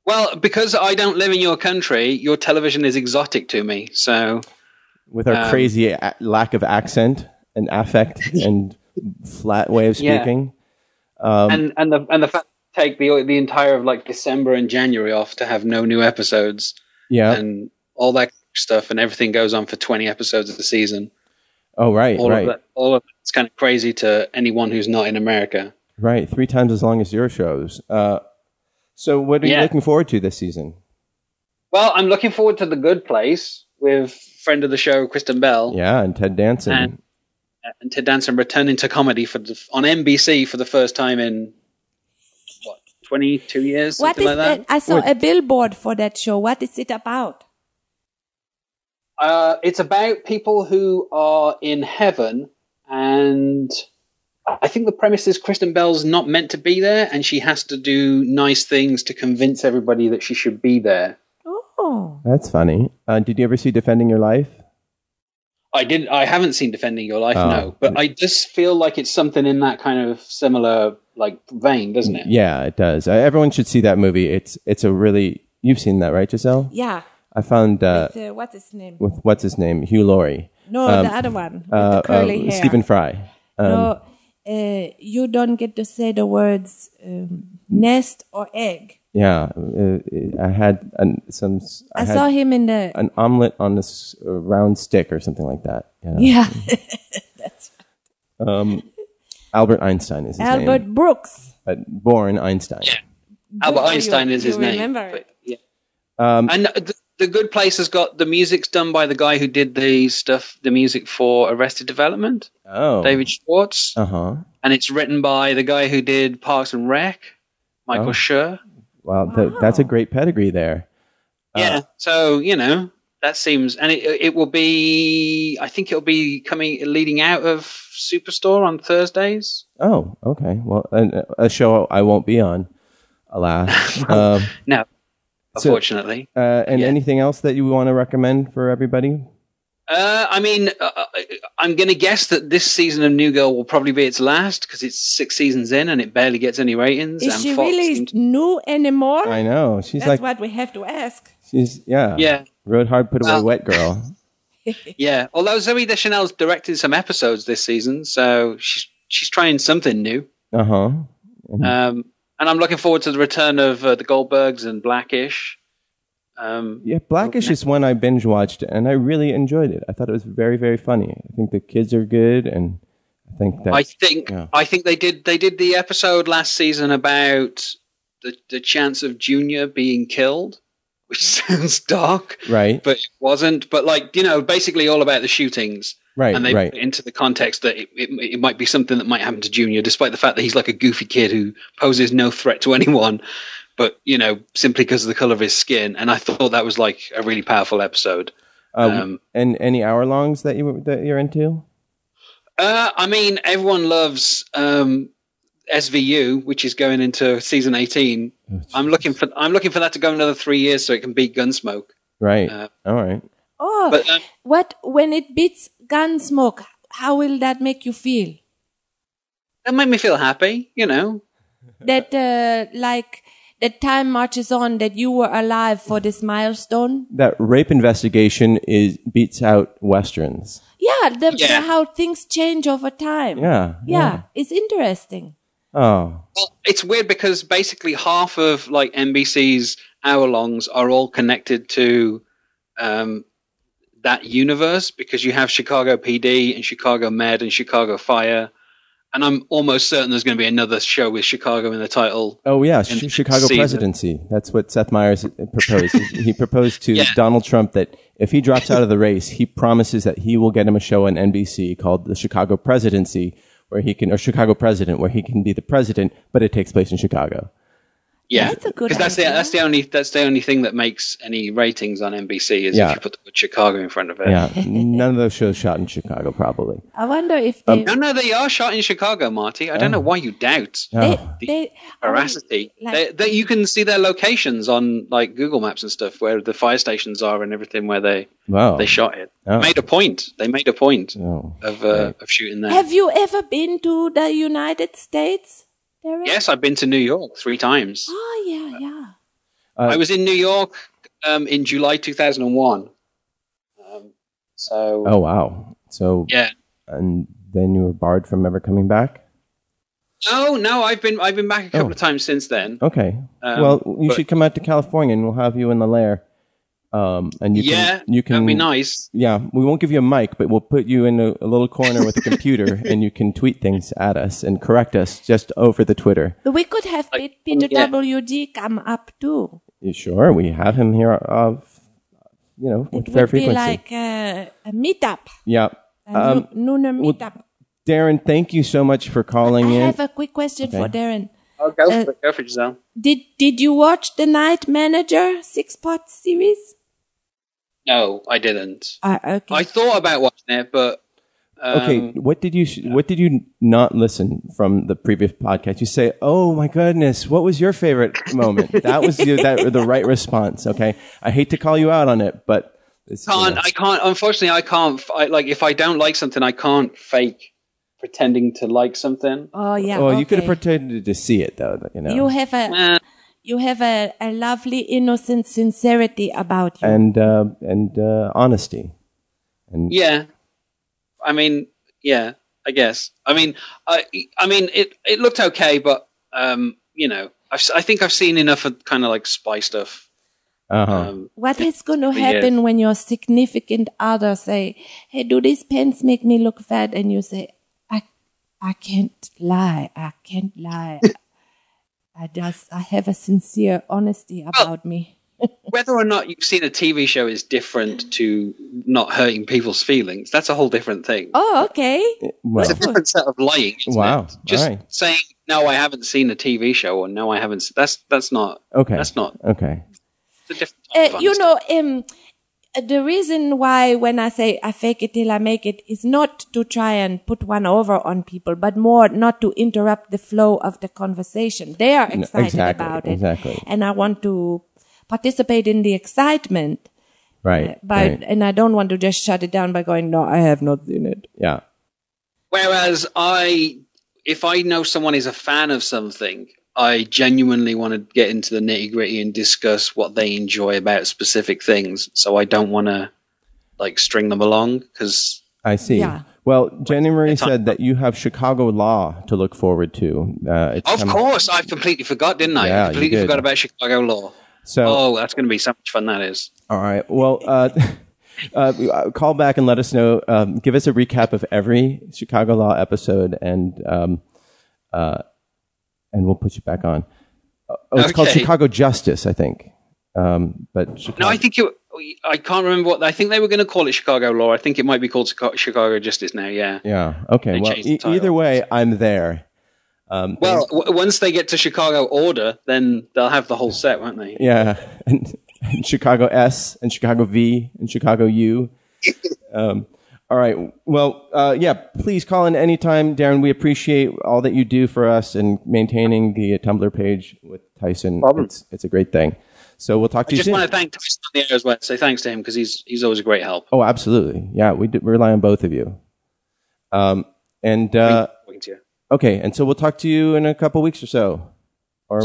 [SPEAKER 6] well, because I don't live in your country, your television is exotic to me. So
[SPEAKER 3] With our
[SPEAKER 6] Um,
[SPEAKER 3] crazy a- lack of accent and affect and flat way of
[SPEAKER 6] Yeah.
[SPEAKER 3] speaking.
[SPEAKER 6] and and the and the fact that they take the the entire of like December and January off to have no new episodes
[SPEAKER 3] Yeah.
[SPEAKER 6] and all that stuff, and everything goes on for twenty episodes of the season.
[SPEAKER 3] oh, right,
[SPEAKER 6] All
[SPEAKER 3] right,
[SPEAKER 6] of that, all of it's kind of crazy to anyone who's not in America.
[SPEAKER 3] right. Three times as long as your shows. Uh, so, what are you
[SPEAKER 6] Yeah.
[SPEAKER 3] looking forward to this season?
[SPEAKER 6] Well, I'm looking forward to the Good Place with friend of the show Kristen Bell
[SPEAKER 3] Yeah, and Ted Danson.
[SPEAKER 6] And- uh, and Ted Danson returning to comedy for the, on NBC for the first time in what 22 years,
[SPEAKER 5] What
[SPEAKER 6] something
[SPEAKER 5] is
[SPEAKER 6] like that.
[SPEAKER 5] that? I saw a billboard for that show. What is it about?
[SPEAKER 6] Uh, it's about people who are in heaven, and I think the premise is Kristen Bell's not meant to be there, and she has to do nice things to convince everybody that she should be there.
[SPEAKER 5] Oh,
[SPEAKER 3] That's funny. Uh, did you ever see Defending Your Life?
[SPEAKER 6] I didn't. I haven't seen Defending Your Life,
[SPEAKER 3] Oh.
[SPEAKER 6] no, but I just feel like it's something in that kind of similar like vein, doesn't it?
[SPEAKER 3] Yeah, it does. Uh, everyone should see that movie. It's it's a really you've seen that right, Giselle?
[SPEAKER 5] yeah.
[SPEAKER 3] I found uh,
[SPEAKER 5] With, uh, what's his name?
[SPEAKER 3] with what's his name, Hugh Laurie,
[SPEAKER 5] No,
[SPEAKER 3] um,
[SPEAKER 5] the other one. With
[SPEAKER 3] uh,
[SPEAKER 5] the curly
[SPEAKER 3] uh,
[SPEAKER 5] hair.
[SPEAKER 3] Stephen Fry. Um,
[SPEAKER 5] no, uh, you don't get to say the words um, nest or egg.
[SPEAKER 3] Yeah, uh, I had an, some. s- I,
[SPEAKER 5] I,
[SPEAKER 3] had
[SPEAKER 5] saw him in the.
[SPEAKER 3] an omelet on this uh, round stick or something like that. Yeah.
[SPEAKER 5] yeah,
[SPEAKER 3] Um, Albert Einstein is his
[SPEAKER 5] Albert
[SPEAKER 3] name,
[SPEAKER 5] Brooks.
[SPEAKER 3] but born Einstein.
[SPEAKER 6] Albert
[SPEAKER 5] Good for
[SPEAKER 6] Einstein
[SPEAKER 5] you.
[SPEAKER 6] is his
[SPEAKER 5] You
[SPEAKER 6] name.
[SPEAKER 5] remember
[SPEAKER 6] but-
[SPEAKER 5] it.
[SPEAKER 6] yeah.
[SPEAKER 3] Um,
[SPEAKER 6] And the, the Good Place has got the music's done by the guy who did the stuff, the music for Arrested Development,
[SPEAKER 3] oh,
[SPEAKER 6] David Schwartz,
[SPEAKER 3] Uh huh.
[SPEAKER 6] and it's written by the guy who did Parks and Rec, Michael
[SPEAKER 3] Oh.
[SPEAKER 6] Schur.
[SPEAKER 3] Wow, th- that's a great pedigree there. Oh.
[SPEAKER 6] Yeah. So you know that seems, and it it will be. I think it'll be coming leading out of Superstore on Thursdays.
[SPEAKER 3] Oh, okay. Well, an, a show I won't be on, alas. um,
[SPEAKER 6] No,
[SPEAKER 3] So-
[SPEAKER 6] unfortunately.
[SPEAKER 3] uh, and
[SPEAKER 6] Yeah.
[SPEAKER 3] anything else that you want to recommend for everybody?
[SPEAKER 6] Uh, I mean, uh, I- I'm going to guess that this season of New Girl will probably be its last because it's six seasons in and it barely gets any ratings.
[SPEAKER 5] Is
[SPEAKER 6] and
[SPEAKER 5] she
[SPEAKER 6] Fox
[SPEAKER 5] really
[SPEAKER 6] seems-
[SPEAKER 5] new anymore?
[SPEAKER 3] I know she's
[SPEAKER 5] That's
[SPEAKER 3] like
[SPEAKER 5] what we have to ask.
[SPEAKER 3] she's yeah
[SPEAKER 6] Yeah,
[SPEAKER 3] Rode hard, put away,
[SPEAKER 6] Well-
[SPEAKER 3] wet girl.
[SPEAKER 6] yeah. Although Zoe Deschanel's directed some episodes this season, so she's she's trying something new.
[SPEAKER 3] Uh huh. Hmm.
[SPEAKER 6] Um, and I'm looking forward to the return of uh, the Goldbergs and Blackish. Um,
[SPEAKER 3] Yeah, Blackish is one I binge watched, and I really enjoyed it. I thought it was very, very funny. I think the kids are good, and I think that
[SPEAKER 6] I think
[SPEAKER 3] yeah.
[SPEAKER 6] I think they did they did the episode last season about the the chance of Junior being killed, which sounds dark.
[SPEAKER 3] right,
[SPEAKER 6] but it wasn't. But like you know, basically all about the shootings,
[SPEAKER 3] right,
[SPEAKER 6] and they
[SPEAKER 3] right.
[SPEAKER 6] put it into the context that it, it, it might be something that might happen to Junior, despite the fact that he's like a goofy kid who poses no threat to anyone, but you know, simply because of the color of his skin. And I thought that was like a really powerful episode.
[SPEAKER 3] Uh,
[SPEAKER 6] um,
[SPEAKER 3] and any hour longs that you that you're into?
[SPEAKER 6] Uh, I mean, everyone loves um, SVU, which is going into season eighteen.
[SPEAKER 3] Oh,
[SPEAKER 6] I'm looking for I'm looking for that to go another three years so it can beat Gunsmoke.
[SPEAKER 3] Right.
[SPEAKER 6] Uh,
[SPEAKER 3] All right.
[SPEAKER 5] Oh,
[SPEAKER 6] But um,
[SPEAKER 5] what when it beats Gunsmoke? How will that make you feel?
[SPEAKER 6] that made me feel happy, you know.
[SPEAKER 5] that uh, like that time marches on that you were alive for this milestone
[SPEAKER 3] That rape investigation is beats out westerns.
[SPEAKER 5] yeah the, the
[SPEAKER 6] Yeah.
[SPEAKER 5] how things change over time
[SPEAKER 3] Yeah.
[SPEAKER 5] yeah, it's interesting
[SPEAKER 3] Oh.
[SPEAKER 6] Well, it's weird because basically half of like NBC's hour longs are all connected to um, that universe because you have Chicago PD and Chicago Med and Chicago Fire And I'm almost certain there's going to be another show with Chicago in the title.
[SPEAKER 3] Oh yeah,
[SPEAKER 6] And
[SPEAKER 3] Ch- Chicago
[SPEAKER 6] see the-
[SPEAKER 3] presidency. That's what Seth Meyers proposed. he, he proposed to
[SPEAKER 6] Yeah.
[SPEAKER 3] Donald Trump that if he drops out of the race, he promises that he will get him a show on NBC called the Chicago Presidency, where he can or Chicago President, where he can be the president, but it takes place in Chicago.
[SPEAKER 6] Yeah,
[SPEAKER 5] That's a good
[SPEAKER 6] because that's the
[SPEAKER 5] idea.
[SPEAKER 6] that's the only that's the only thing that makes any ratings on NBC is
[SPEAKER 3] Yeah.
[SPEAKER 6] if you put the word Chicago in front of it.
[SPEAKER 3] Yeah, none of those shows shot in Chicago, probably.
[SPEAKER 5] I wonder if
[SPEAKER 3] Um,
[SPEAKER 5] they,
[SPEAKER 6] No, no, they are shot in Chicago, Marty. I don't
[SPEAKER 3] Oh.
[SPEAKER 6] know why you doubt
[SPEAKER 5] they,
[SPEAKER 6] the
[SPEAKER 5] they I wonder-
[SPEAKER 6] veracity.
[SPEAKER 5] Oh, like-
[SPEAKER 6] They- they- you can see their locations on like Google Maps and stuff, where the fire stations are and everything, where they
[SPEAKER 3] Wow.
[SPEAKER 6] they shot it.
[SPEAKER 3] Oh.
[SPEAKER 6] Made a point. They made a point
[SPEAKER 3] Oh.
[SPEAKER 6] of uh, of shooting there.
[SPEAKER 5] Have you ever been to the United States? Derek?
[SPEAKER 6] yes, I've been to New York three times.
[SPEAKER 5] Oh yeah, yeah.
[SPEAKER 3] Uh,
[SPEAKER 6] I was in New York um, in July 2001. Um, so
[SPEAKER 3] Oh wow. So
[SPEAKER 6] yeah.
[SPEAKER 3] and then you were barred from ever coming back.
[SPEAKER 6] No, Oh, no, I've been I've been back a couple
[SPEAKER 3] Oh.
[SPEAKER 6] of times since then.
[SPEAKER 3] Okay.
[SPEAKER 6] Um,
[SPEAKER 3] well, you
[SPEAKER 6] but-
[SPEAKER 3] should come out to California, and we'll have you in the lair. Um, and you
[SPEAKER 6] yeah,
[SPEAKER 3] can you can
[SPEAKER 6] that'd be nice.
[SPEAKER 3] Yeah, we won't give you a mic, but we'll put you in a, a little corner with a computer, and you can tweet things at us and correct us just over the Twitter.
[SPEAKER 5] We could have
[SPEAKER 6] Like,
[SPEAKER 5] Peter
[SPEAKER 6] yeah.
[SPEAKER 5] WD come up too.
[SPEAKER 3] You sure, we have him here of you know with
[SPEAKER 5] It
[SPEAKER 3] fair
[SPEAKER 5] would be
[SPEAKER 3] frequency.
[SPEAKER 5] like a, a meetup,
[SPEAKER 3] yeah,
[SPEAKER 5] a
[SPEAKER 3] Um,
[SPEAKER 5] no- nooner
[SPEAKER 3] well,
[SPEAKER 5] meetup.
[SPEAKER 3] Darren, thank you so much for calling
[SPEAKER 5] I
[SPEAKER 3] in.
[SPEAKER 5] have a quick question for Darren.
[SPEAKER 6] Oh, go
[SPEAKER 5] Uh,
[SPEAKER 6] for it, go for it, Giselle.
[SPEAKER 5] Did Did you watch the Night Manager six part series?
[SPEAKER 6] No, I didn't.
[SPEAKER 5] Ah, okay.
[SPEAKER 6] I thought about watching it, but um,
[SPEAKER 3] okay, what did you sh- what did you not listen from the previous podcast? You say, "Oh my goodness, what was your favorite moment?" that was the, that the right response. Okay, I hate to call you out on it, but it's, you
[SPEAKER 6] can't
[SPEAKER 3] know.
[SPEAKER 6] I can't. Unfortunately, I can't. f- I, like if I don't like something, I can't fake pretending to like something.
[SPEAKER 5] oh yeah.
[SPEAKER 3] well, you could have
[SPEAKER 5] okay.
[SPEAKER 3] pretended to see it though. You know,
[SPEAKER 5] You have a
[SPEAKER 6] Eh,
[SPEAKER 5] you have a, a lovely innocent sincerity about you.
[SPEAKER 3] and uh, and uh, honesty. And
[SPEAKER 6] yeah, I mean, yeah, I guess. I mean, I I mean, it it looked okay, but um, you know, I've, s- I think I've seen enough of kind of like spy stuff.
[SPEAKER 3] uh-huh.
[SPEAKER 6] Um,
[SPEAKER 5] What is going to
[SPEAKER 6] yeah.
[SPEAKER 5] happen when your significant other say, "Hey, do these pants make me look fat?" and you say, "I, I can't lie. I can't lie. I just, I have a sincere honesty about me."
[SPEAKER 6] whether or not you've seen a TV show is different to not hurting people's feelings. That's a whole different thing.
[SPEAKER 5] Oh, okay.
[SPEAKER 3] well,
[SPEAKER 6] It's a different set of lying. isn't
[SPEAKER 3] Wow.
[SPEAKER 6] it? Just
[SPEAKER 3] Alright.
[SPEAKER 6] saying no, I haven't seen a TV show, or no, I haven't. s- That's that's not.
[SPEAKER 3] okay,
[SPEAKER 6] That's not
[SPEAKER 3] okay.
[SPEAKER 6] it's a different. type
[SPEAKER 5] Uh,
[SPEAKER 6] of
[SPEAKER 5] you
[SPEAKER 6] honesty.
[SPEAKER 5] know, um, the reason why when I say I fake it till I make it is not to try and put one over on people, but more not to interrupt the flow of the conversation. They are
[SPEAKER 3] No,
[SPEAKER 5] excited
[SPEAKER 3] exactly,
[SPEAKER 5] about it.
[SPEAKER 3] exactly.
[SPEAKER 5] And I want to participate in the excitement, uh,
[SPEAKER 3] Right,
[SPEAKER 5] but,
[SPEAKER 3] right.
[SPEAKER 5] and I don't want to just shut it down by going, no, I have not seen it.
[SPEAKER 3] Yeah.
[SPEAKER 6] Whereas I, if I know someone is a fan of something, I genuinely want to get into the nitty gritty and discuss what they enjoy about specific things. So I don't want to like string them along because
[SPEAKER 3] I see.
[SPEAKER 5] Yeah.
[SPEAKER 3] Well, Jenny Marie said that you have Chicago law to look forward to. Uh, it's
[SPEAKER 6] Of
[SPEAKER 3] coming-
[SPEAKER 6] course, I completely forgot, didn't I?
[SPEAKER 3] Yeah, you
[SPEAKER 6] I completely
[SPEAKER 3] did.
[SPEAKER 6] forgot about Chicago Law.
[SPEAKER 3] So,
[SPEAKER 6] Oh, that's going to be so much fun. That is.
[SPEAKER 3] all right. Well, uh, uh, call back and let us know. Um, give us a recap of every Chicago law episode, and um, uh, and we'll put you back on. Oh, it's called
[SPEAKER 6] Okay.
[SPEAKER 3] Chicago Justice, I think. Um, but Chicago,
[SPEAKER 6] No, I think it. I can't remember what. I think they were going to call it Chicago Law. I think it might be called Chica- Chicago Justice now. Yeah.
[SPEAKER 3] Yeah. Okay.
[SPEAKER 6] They
[SPEAKER 3] well,
[SPEAKER 6] changed the
[SPEAKER 3] e-
[SPEAKER 6] title.
[SPEAKER 3] either way, I'm there.
[SPEAKER 6] Well, w- once they get to Chicago Order, then they'll have the whole set, won't they?
[SPEAKER 3] Yeah. And, and Chicago S and Chicago V and Chicago U. Um, all right. Well, uh, yeah, please call in anytime, Darren. We appreciate all that you do for us and maintaining the Tumblr page with Tyson. It's, it's a great thing. So we'll talk to
[SPEAKER 6] I
[SPEAKER 3] you
[SPEAKER 6] just
[SPEAKER 3] soon.
[SPEAKER 6] want to thank Tyson on the air as well. Say thanks to him because he's he's always a great help.
[SPEAKER 3] oh, absolutely. Yeah. We d- rely on both of you. Um, and, uh,
[SPEAKER 6] Talking to you.
[SPEAKER 3] okay. And so we'll talk to you in a couple weeks or so. Or,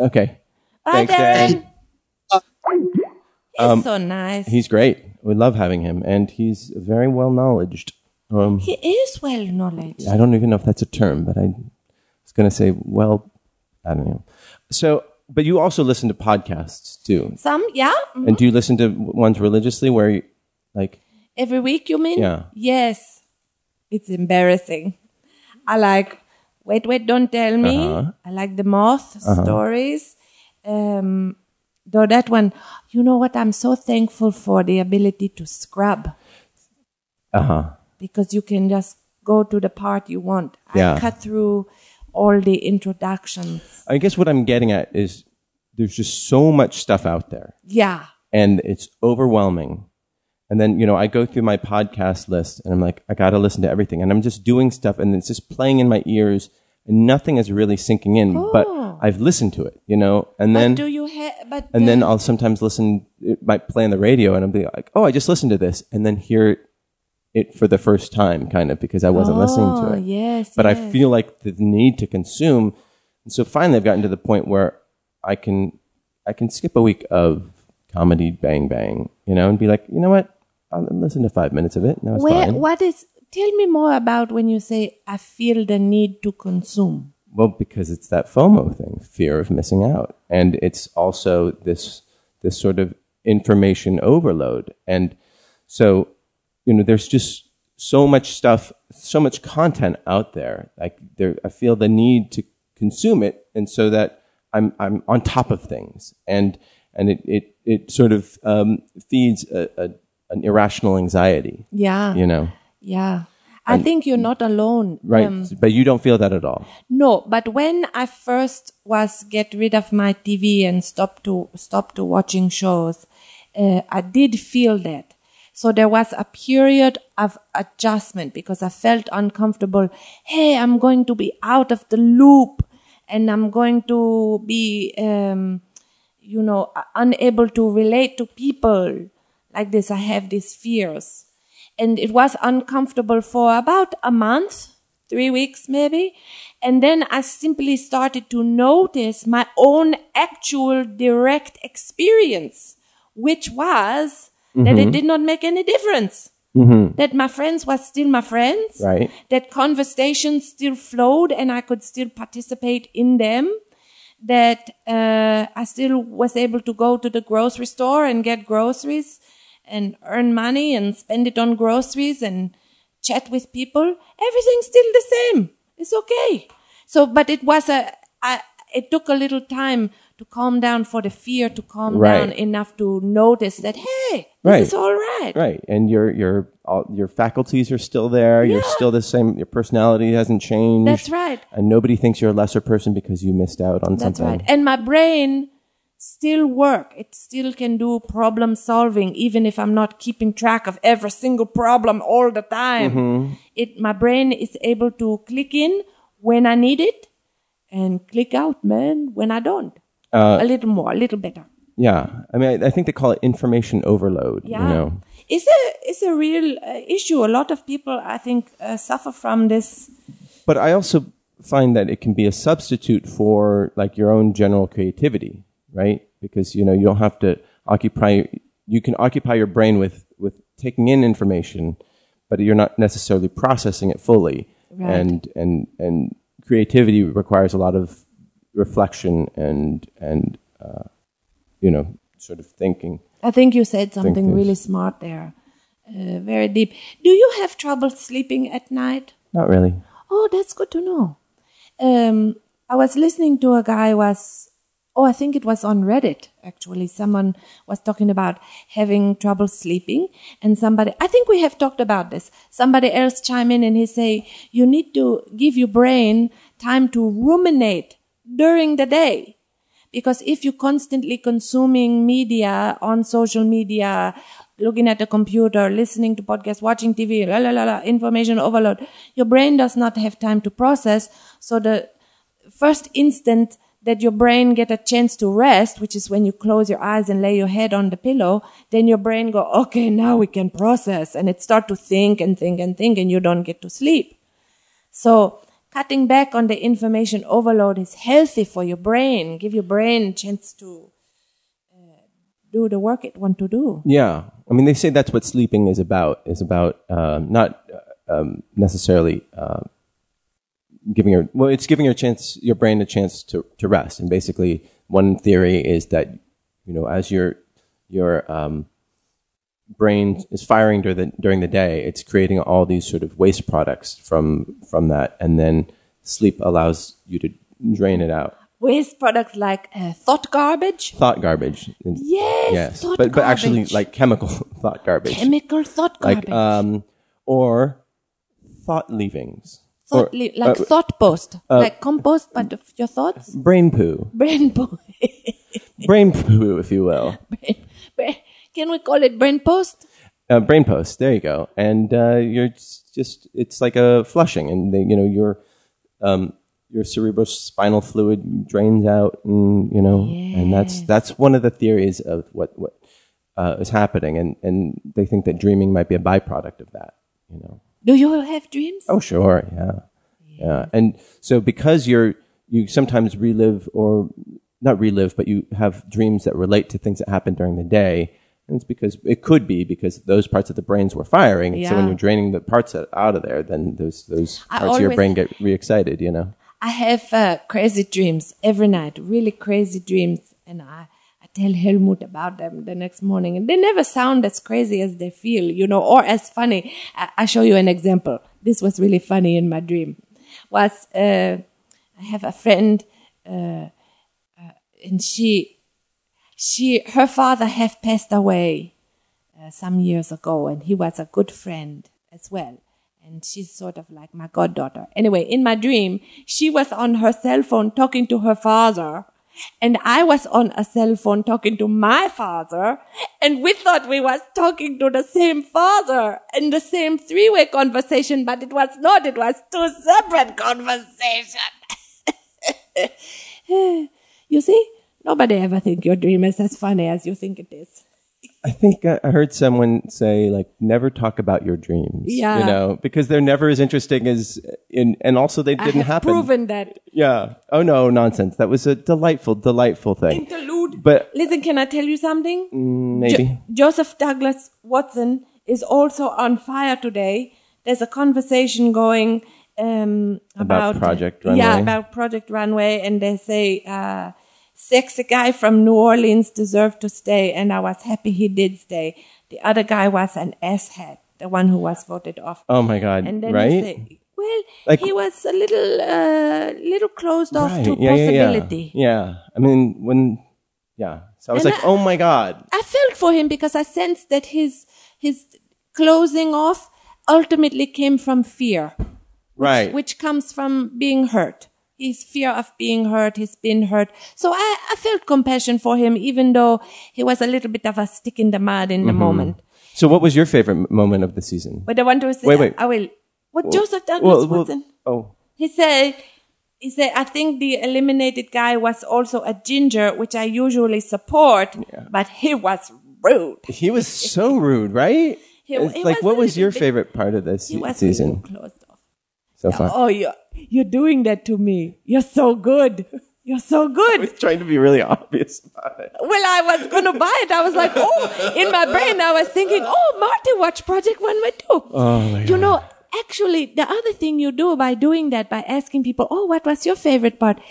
[SPEAKER 3] okay.
[SPEAKER 5] Bye,
[SPEAKER 3] Thanks,
[SPEAKER 5] Darren.
[SPEAKER 3] Darren.
[SPEAKER 5] He's so nice.
[SPEAKER 3] He's great. We love having him, and he's very well knowledged. Um,
[SPEAKER 5] he is well knowledge.
[SPEAKER 3] I don't even know if that's a term, but I was going to say, well, I don't know. So, but you also listen to podcasts too,
[SPEAKER 5] Some, yeah. mm,
[SPEAKER 3] and do you listen to ones religiously where, you, like,
[SPEAKER 5] Every week, you mean?
[SPEAKER 3] Yeah.
[SPEAKER 5] Yes. It's embarrassing. I like Wait, Wait, Don't Tell Me.
[SPEAKER 3] Uh-huh.
[SPEAKER 5] I like the moth stories. Um, though that one, you know what? I'm so thankful for the ability to scrub
[SPEAKER 3] Uh huh.
[SPEAKER 5] because you can just go to the part you want.
[SPEAKER 3] Yeah.
[SPEAKER 5] I cut through all the introductions.
[SPEAKER 3] I guess what I'm getting at is there's just so much stuff out there
[SPEAKER 5] Yeah.
[SPEAKER 3] and it's overwhelming. And then, you know, I go through my podcast list and I'm like, I got to listen to everything. And I'm just doing stuff and it's just playing in my ears and nothing is really sinking in, but I've listened to it, you know, and then.
[SPEAKER 5] Oh. but do you have? But
[SPEAKER 3] and then
[SPEAKER 5] uh,
[SPEAKER 3] I'll sometimes listen, it might play on the radio, and I'll be like, oh, I just listened to this, and then hear it for the first time, kind of, because I wasn't listening to it.
[SPEAKER 5] Oh, yes,
[SPEAKER 3] But I
[SPEAKER 5] yes.
[SPEAKER 3] feel like the need to consume. And so finally, I've gotten to the point where I can, I can skip a week of comedy bang bang, you know, and be like, you know what? I'll listen to five minutes of it. and that was
[SPEAKER 5] Where,
[SPEAKER 3] fine.
[SPEAKER 5] what is? Tell me more about when you say I feel the need to consume.
[SPEAKER 3] Well, because it's that FOMO thing, fear of missing out, and it's also this this sort of information overload, and so you know, there's just so much stuff, so much content out there. Like there, I feel the need to consume it, and so that I'm I'm on top of things, and and it it it sort of um, feeds a, a an irrational anxiety,
[SPEAKER 5] Yeah,
[SPEAKER 3] you know,
[SPEAKER 5] yeah. I think you're not alone.
[SPEAKER 3] right?
[SPEAKER 5] Um,
[SPEAKER 3] but you don't feel that at all.
[SPEAKER 5] no, but when I first was get rid of my TV and stop to stop to watching shows, uh, I did feel that. So there was a period of adjustment because I felt uncomfortable. Hey, I'm going to be out of the loop, and I'm going to be. Um, you know, uh, unable to relate to people like this. I have these fears. And it was uncomfortable for about a month, three weeks maybe. And then I simply started to notice my own actual direct experience, which was that it did not make any difference. That my friends was still my friends.
[SPEAKER 3] Right.
[SPEAKER 5] That conversations still flowed and I could still participate in them that uh, I still was able to go to the grocery store and get groceries and earn money and spend it on groceries and chat with people. Everything's still the same. It's okay. So, but it was a, I, it took a little time to calm down for the fear to calm
[SPEAKER 3] Right.
[SPEAKER 5] down enough to notice that, hey, this
[SPEAKER 3] Right.
[SPEAKER 5] is all right.
[SPEAKER 3] right and your your all, your faculties are still there you're still the same your personality hasn't changed
[SPEAKER 5] That's right.
[SPEAKER 3] and nobody thinks you're a lesser person because you missed out on
[SPEAKER 5] That's
[SPEAKER 3] something
[SPEAKER 5] right. And my brain still work. It still can do problem solving, even if I'm not keeping track of every single problem all the time. It, my brain is able to click in when I need it and click out, man, when I don't. a little more, a little better.
[SPEAKER 3] yeah i mean I, I think they call it information overload
[SPEAKER 5] Yeah.
[SPEAKER 3] you know
[SPEAKER 5] It's a, it's a real uh, issue. A lot of people, I think, uh, suffer from this.
[SPEAKER 3] but i also find that it can be a substitute for like your own general creativity right because you know you don't have to occupy you can occupy your brain with with taking in information but you're not necessarily processing it fully and and and creativity requires a lot of reflection and and uh, you know sort of thinking
[SPEAKER 5] I think you said something
[SPEAKER 3] this.
[SPEAKER 5] really smart there. Uh, very deep. Do you have trouble sleeping at night?
[SPEAKER 3] not really
[SPEAKER 5] Oh, that's good to know. Um, I was listening to a guy was, oh, I think it was on Reddit actually. Someone was talking about having trouble sleeping, and somebody, I think we have talked about this. Somebody else chime in and he say you need to give your brain time to ruminate during the day. Because if you're constantly consuming media on social media, looking at the computer, listening to podcasts, watching TV, la la la la, information overload, your brain does not have time to process. So the first instant that your brain get a chance to rest, which is when you close your eyes and lay your head on the pillow, then your brain go, okay, now we can process, and it start to think and think and think, and you don't get to sleep. So cutting back on the information overload is healthy for your brain. Give your brain a chance to uh, do the work it want to do.
[SPEAKER 3] Yeah, I mean, they say that's what sleeping is about. Is about um, not uh, um, necessarily uh, giving your well, it's giving your chance, your brain a chance to, to rest. And basically, one theory is that you know, as your your um, brain is firing during the, during the day, it's creating all these sort of waste products from from that, and then sleep allows you to drain it out.
[SPEAKER 5] Waste products like uh, thought garbage.
[SPEAKER 3] Thought garbage.
[SPEAKER 5] Yes,
[SPEAKER 3] Yes,
[SPEAKER 5] thought
[SPEAKER 3] but but actually
[SPEAKER 5] garbage.
[SPEAKER 3] like chemical thought garbage.
[SPEAKER 5] chemical thought garbage.
[SPEAKER 3] like um or thought leavings
[SPEAKER 5] thought
[SPEAKER 3] or uh,
[SPEAKER 5] li- like thought post, like compost, but of your thoughts.
[SPEAKER 3] brain poo,
[SPEAKER 5] Brain po-
[SPEAKER 3] brain poo, if you will.
[SPEAKER 5] brain- brain- Can we call it brain post?
[SPEAKER 3] uh, brain post. There you go. And uh, you're s- just it's like a flushing, and they, you know your um, your cerebrospinal fluid drains out, and you know, and that's that's one of the theories of what what uh, is happening, and and they think that dreaming might be a byproduct of that. You know.
[SPEAKER 5] Do you have dreams?
[SPEAKER 3] Oh, sure, yeah, yeah. And so because you're you sometimes relive or not relive, but you have dreams that relate to things that happen during the day. And it's because it could be because those parts of the brains were firing, and so when
[SPEAKER 5] Yeah.
[SPEAKER 3] you're draining the parts that- out of there, then those those
[SPEAKER 5] I
[SPEAKER 3] parts of your
[SPEAKER 5] always-
[SPEAKER 3] brain get re-excited. You know,
[SPEAKER 5] I have uh, crazy dreams every night, really crazy dreams, and I, I tell Helmut about them the next morning, and they never sound as crazy as they feel, you know, or as funny. I, I show you an example. This was really funny in my dream. Was uh, I have a friend, uh, uh, and she, she, her father have passed away, uh, some years ago, and he was a good friend as well. And she's sort of like my goddaughter. Anyway, in my dream, she was on her cell phone talking to her father, and I was on a cell phone talking to my father, and we thought we was talking to the same father in the same three-way conversation, but it was not. It was two separate conversations. you see, nobody ever think your dream is as funny as you think it is.
[SPEAKER 3] I think I I heard someone say like never talk about your dreams. you
[SPEAKER 5] Yeah.
[SPEAKER 3] know, because they're never as interesting as in, and also they didn't
[SPEAKER 5] I have
[SPEAKER 3] happen.
[SPEAKER 5] proven that
[SPEAKER 3] Yeah. Oh no, nonsense. That was a delightful, delightful thing.
[SPEAKER 5] interlude.
[SPEAKER 3] But-
[SPEAKER 5] listen, can I tell you something?
[SPEAKER 3] Maybe.
[SPEAKER 5] Jo- Joseph Douglas Watson is also on fire today. There's a conversation going um,
[SPEAKER 3] About
[SPEAKER 5] about,
[SPEAKER 3] Project
[SPEAKER 5] Yeah,
[SPEAKER 3] Runway.
[SPEAKER 5] about Project Runway, and they say uh, sexy guy from New Orleans deserved to stay, and I was happy he did stay. The other guy was an asshat, the one who was voted off.
[SPEAKER 3] Oh my god!
[SPEAKER 5] and then
[SPEAKER 3] right?
[SPEAKER 5] you say, well,
[SPEAKER 3] Like-
[SPEAKER 5] he was a little, uh, little closed off
[SPEAKER 3] right.
[SPEAKER 5] to
[SPEAKER 3] yeah,
[SPEAKER 5] possibility.
[SPEAKER 3] Yeah, yeah. yeah. I mean, when yeah. So I was
[SPEAKER 5] And
[SPEAKER 3] like,
[SPEAKER 5] I-
[SPEAKER 3] oh my god.
[SPEAKER 5] I felt for him because I sensed that his his closing off ultimately came from fear,
[SPEAKER 3] Right.
[SPEAKER 5] which comes from being hurt. His fear of being hurt, he's been hurt. So I, I felt compassion for him, even though he was a little bit of a stick in the mud in
[SPEAKER 3] Mm-hmm.
[SPEAKER 5] the moment.
[SPEAKER 3] so what was your favorite m- moment of the season?
[SPEAKER 5] But I want to say,
[SPEAKER 3] Wait, wait.
[SPEAKER 5] I will. What Joseph Douglas
[SPEAKER 3] Well, well,
[SPEAKER 5] Watson?
[SPEAKER 3] oh,
[SPEAKER 5] He said, he said, I think the eliminated guy was also a ginger, which I usually support, but he was rude.
[SPEAKER 3] he was so rude, right?
[SPEAKER 5] He-
[SPEAKER 3] it's
[SPEAKER 5] he
[SPEAKER 3] like,
[SPEAKER 5] was
[SPEAKER 3] what
[SPEAKER 5] a
[SPEAKER 3] was
[SPEAKER 5] little
[SPEAKER 3] your
[SPEAKER 5] bit-
[SPEAKER 3] favorite part of this
[SPEAKER 5] He was
[SPEAKER 3] season
[SPEAKER 5] really closed off.
[SPEAKER 3] so far?
[SPEAKER 5] Oh, you're, you're doing that to me. You're so good. You're so
[SPEAKER 3] I
[SPEAKER 5] good.
[SPEAKER 3] was trying to be really obvious about it.
[SPEAKER 5] Well, I was going to buy it. I was like, oh, in my brain, I was thinking, oh, Marty, watch Project One Way Two. you know, actually, the other thing you do by doing that, by asking people, oh, what was your favorite part?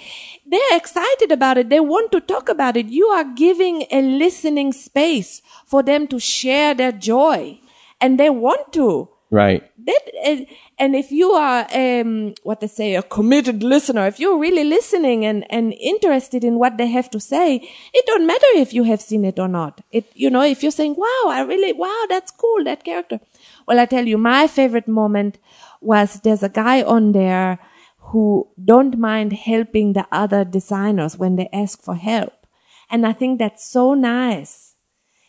[SPEAKER 5] They're excited about it. They want to talk about it. You are giving a listening space for them to share their joy. And they want to.
[SPEAKER 3] Right.
[SPEAKER 5] That and, and if you are um, what they say a committed listener, if you're really listening and, and interested in what they have to say, it don't matter if you have seen it or not. It you know if you're saying, "Wow, I really wow, that's cool that character." Well, I tell you, my favorite moment was there's a guy on there who don't mind helping the other designers when they ask for help, and I think that's so nice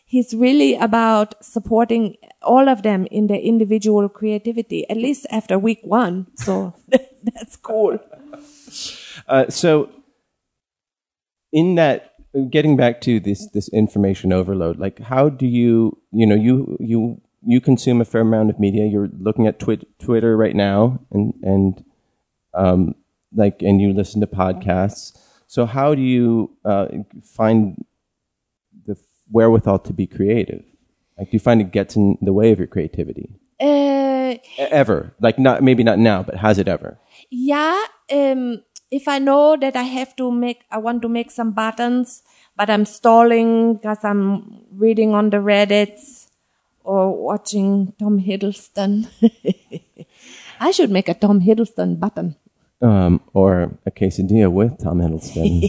[SPEAKER 5] he's really about supporting all of them in their individual creativity, at least after week one. So that's cool.
[SPEAKER 3] Uh, so in that getting back to this this information overload like how do you you know you you you consume a fair amount of media you're looking at twi- twitter right now and and um like and you listen to podcasts so how do you uh find the wherewithal to be creative like do you find it gets in the way of your creativity
[SPEAKER 5] Uh,
[SPEAKER 3] E- ever like not maybe not now but has it ever
[SPEAKER 5] yeah, um, if I know that I have to make, I want to make some buttons, but I'm stalling because I'm reading on the Reddits or watching Tom Hiddleston. I should make a Tom Hiddleston button.
[SPEAKER 3] Um, or a quesadilla with Tom Hiddleston.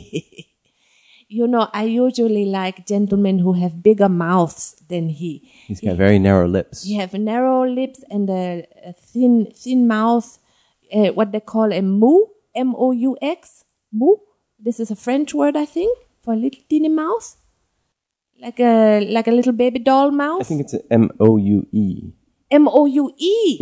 [SPEAKER 5] You know, I usually like gentlemen who have bigger mouths than he.
[SPEAKER 3] He's got very narrow lips.
[SPEAKER 5] You have narrow lips and a, a thin, thin mouth. Uh, what they call a mou, M O U X, mou. This is a French word, I think, for a little teeny mouth, like a like a little baby doll mouth.
[SPEAKER 3] I think it's M O U E.
[SPEAKER 5] M O U E.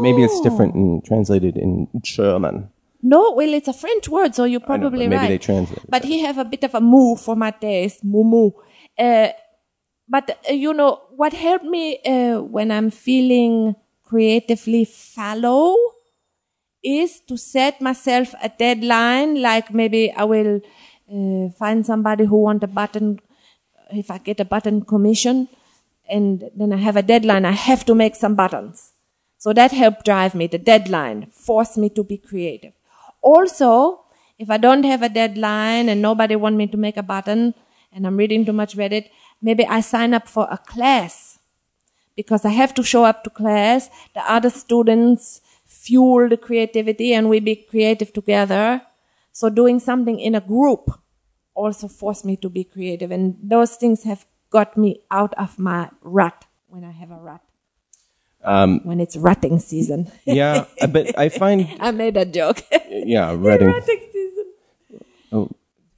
[SPEAKER 3] Maybe it's different and translated in German.
[SPEAKER 5] No, well, it's a French word, so you're
[SPEAKER 3] know, but
[SPEAKER 5] probably
[SPEAKER 3] maybe
[SPEAKER 5] right.
[SPEAKER 3] they translated
[SPEAKER 5] But he have a bit of a moo for my taste, moo moo. Uh, but uh, you know what helped me uh, when I'm feeling creatively fallow is to set myself a deadline. Like maybe I will uh, find somebody who want a button. If I get a button commission, and then I have a deadline, I have to make some buttons. So that helped drive me. The deadline forced me to be creative. Also, if I don't have a deadline and nobody want me to make a button and I'm reading too much Reddit, maybe I sign up for a class because I have to show up to class. The other students fuel the creativity and we be creative together. So doing something in a group also forced me to be creative. And those things have got me out of my rut when I have a rut. when it's rutting season.
[SPEAKER 3] yeah, uh, but I find
[SPEAKER 5] I made a joke.
[SPEAKER 3] yeah, Reading.
[SPEAKER 5] rutting season.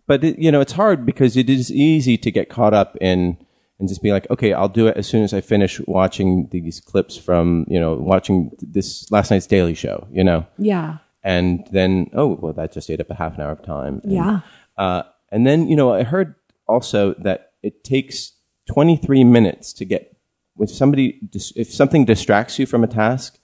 [SPEAKER 3] But it, you know, it's hard because it is easy to get caught up in and just be like, okay, I'll do it as soon as I finish watching these clips from you know watching this last night's Daily Show. You know,
[SPEAKER 5] Yeah.
[SPEAKER 3] and then oh well, that just ate up a half an hour of time. And,
[SPEAKER 5] Yeah.
[SPEAKER 3] uh, and then you know, I heard also that it takes 23 minutes to get if somebody dis- if something distracts you from a task,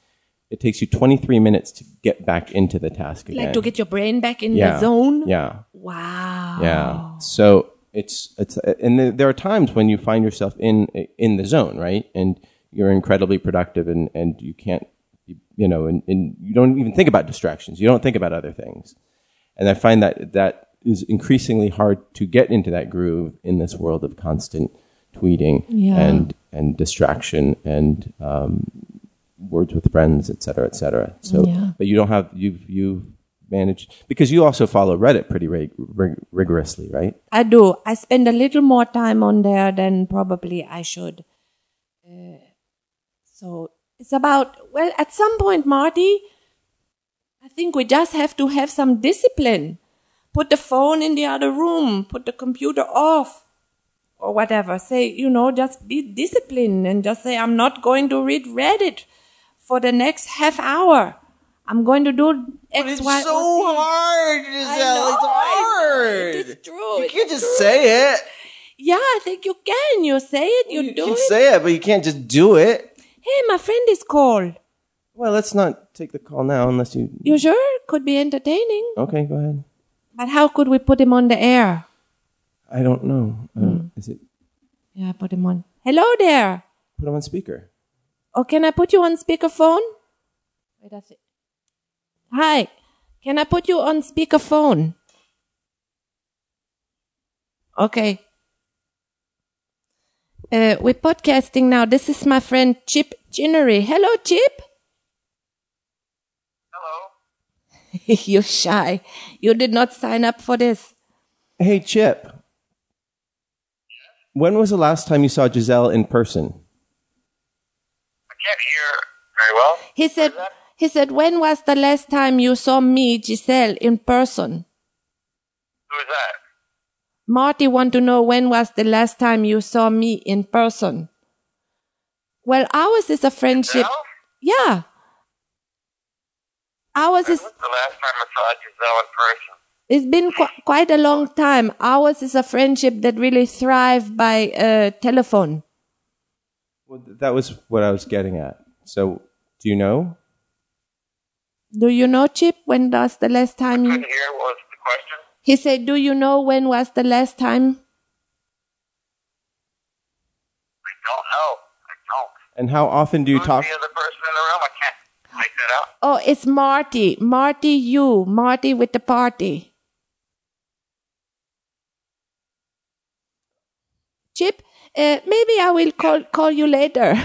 [SPEAKER 3] it takes you 23 minutes to get back into the task again.
[SPEAKER 5] Like to get your brain back in
[SPEAKER 3] yeah.
[SPEAKER 5] the zone.
[SPEAKER 3] Yeah.
[SPEAKER 5] Wow.
[SPEAKER 3] Yeah. So it's it's and th- there are times when you find yourself in in the zone, right? And you're incredibly productive, and and you can't, you know, and, and you don't even think about distractions. You don't think about other things. And I find that that is increasingly hard to get into that groove in this world of constant tweeting
[SPEAKER 5] Yeah.
[SPEAKER 3] and and distraction and um, words with friends, et cetera, et cetera. So,
[SPEAKER 5] Yeah.
[SPEAKER 3] but you don't have you you manage because you also follow Reddit pretty rig, rig, rigorously, right?
[SPEAKER 5] I do. I spend a little more time on there than probably I should. Uh, so it's about, well, at some point, Marty, I think we just have to have some discipline. Put the phone in the other room, put the computer off, or whatever. Say, you know, just be disciplined and just say, I'm not going to read Reddit for the next half hour. I'm going to do X,
[SPEAKER 7] It's
[SPEAKER 5] Y, or
[SPEAKER 7] so
[SPEAKER 5] Z."
[SPEAKER 7] hard,
[SPEAKER 5] I
[SPEAKER 7] Giselle. It's
[SPEAKER 5] know,
[SPEAKER 7] hard.
[SPEAKER 5] It is true.
[SPEAKER 7] You
[SPEAKER 5] it's
[SPEAKER 7] can't just
[SPEAKER 5] true.
[SPEAKER 7] say it.
[SPEAKER 5] Yeah, I think you can. You say it, you,
[SPEAKER 7] You
[SPEAKER 5] do
[SPEAKER 7] can
[SPEAKER 5] it.
[SPEAKER 7] say it, but you can't just do it.
[SPEAKER 5] hey, my friend is called.
[SPEAKER 3] Well, let's not take the call now unless you.
[SPEAKER 5] You sure? Could be entertaining.
[SPEAKER 3] Okay, go ahead.
[SPEAKER 5] But how could we put him on the air?
[SPEAKER 3] I don't know. I
[SPEAKER 5] Mm.
[SPEAKER 3] don't- Is it
[SPEAKER 5] Yeah, put him on. Hello there.
[SPEAKER 3] put them on speaker?
[SPEAKER 5] Or Oh, can I put you on speakerphone? Wait a sec. Hi. Can I put you on speakerphone? Okay. Uh, we're podcasting now. This is my friend Chip Chinnery. Hello, Chip. Hello. You're shy. You did not sign up for this.
[SPEAKER 3] Hey, Chip. When was the last time you saw Giselle in person?
[SPEAKER 8] can't hear very well.
[SPEAKER 5] He said. He said, "When was the last time you saw me, Giselle, in person?"
[SPEAKER 8] Who is that?
[SPEAKER 5] Marty want to know when was the last time you saw me in person? Well, ours is a friendship.
[SPEAKER 8] Giselle?
[SPEAKER 5] Yeah. Ours is,
[SPEAKER 8] When's the last time I saw Giselle in person?
[SPEAKER 5] it's been qu- quite a long time. Ours is a friendship that really thrive by uh, telephone.
[SPEAKER 3] Well, th- that was what I was getting at. So, do you know?
[SPEAKER 5] Do you know, Chip, when was the last time you,
[SPEAKER 8] Couldn't hear what was the question.
[SPEAKER 5] he said, do you know when was the last time?
[SPEAKER 8] I don't know. I don't.
[SPEAKER 3] And how often do you
[SPEAKER 8] Who's
[SPEAKER 3] talk?
[SPEAKER 8] the other person in the room? I can't make that out.
[SPEAKER 5] Oh, it's Marty. Marty, you. Marty with the party. Chip, Uh, maybe I will call call you later.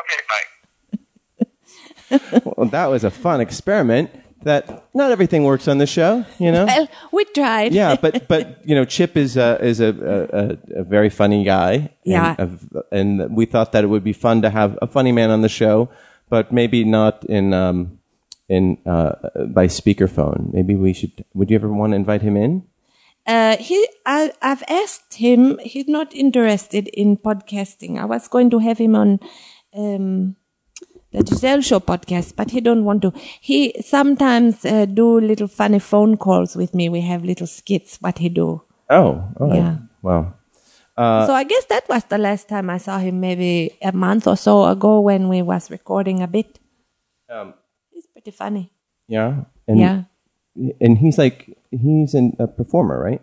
[SPEAKER 8] Okay, bye.
[SPEAKER 3] Well, that was a fun experiment. That not everything works on the show, you know.
[SPEAKER 5] Well, we tried.
[SPEAKER 3] yeah, but but you know, Chip is a is a a- a, a very funny guy. and
[SPEAKER 5] Yeah.
[SPEAKER 3] a- and, we thought that it would be fun to have a funny man on the show, but maybe not in um in uh by speakerphone. Maybe we should. Would you ever want to invite him in?
[SPEAKER 5] Uh, he, I, I've asked him. He's not interested in podcasting. I was going to have him on um, the Giselle Show podcast, but he don't want to. He sometimes uh, do little funny phone calls with me. We have little skits. What he do?
[SPEAKER 3] Oh, all right.
[SPEAKER 5] Yeah.
[SPEAKER 3] Wow. Uh,
[SPEAKER 5] so I guess that was the last time I saw him, maybe a month or so ago when we was recording a bit.
[SPEAKER 3] Um,
[SPEAKER 5] He's pretty funny.
[SPEAKER 3] Yeah. And,
[SPEAKER 5] yeah.
[SPEAKER 3] And he's like he's an, a performer, right?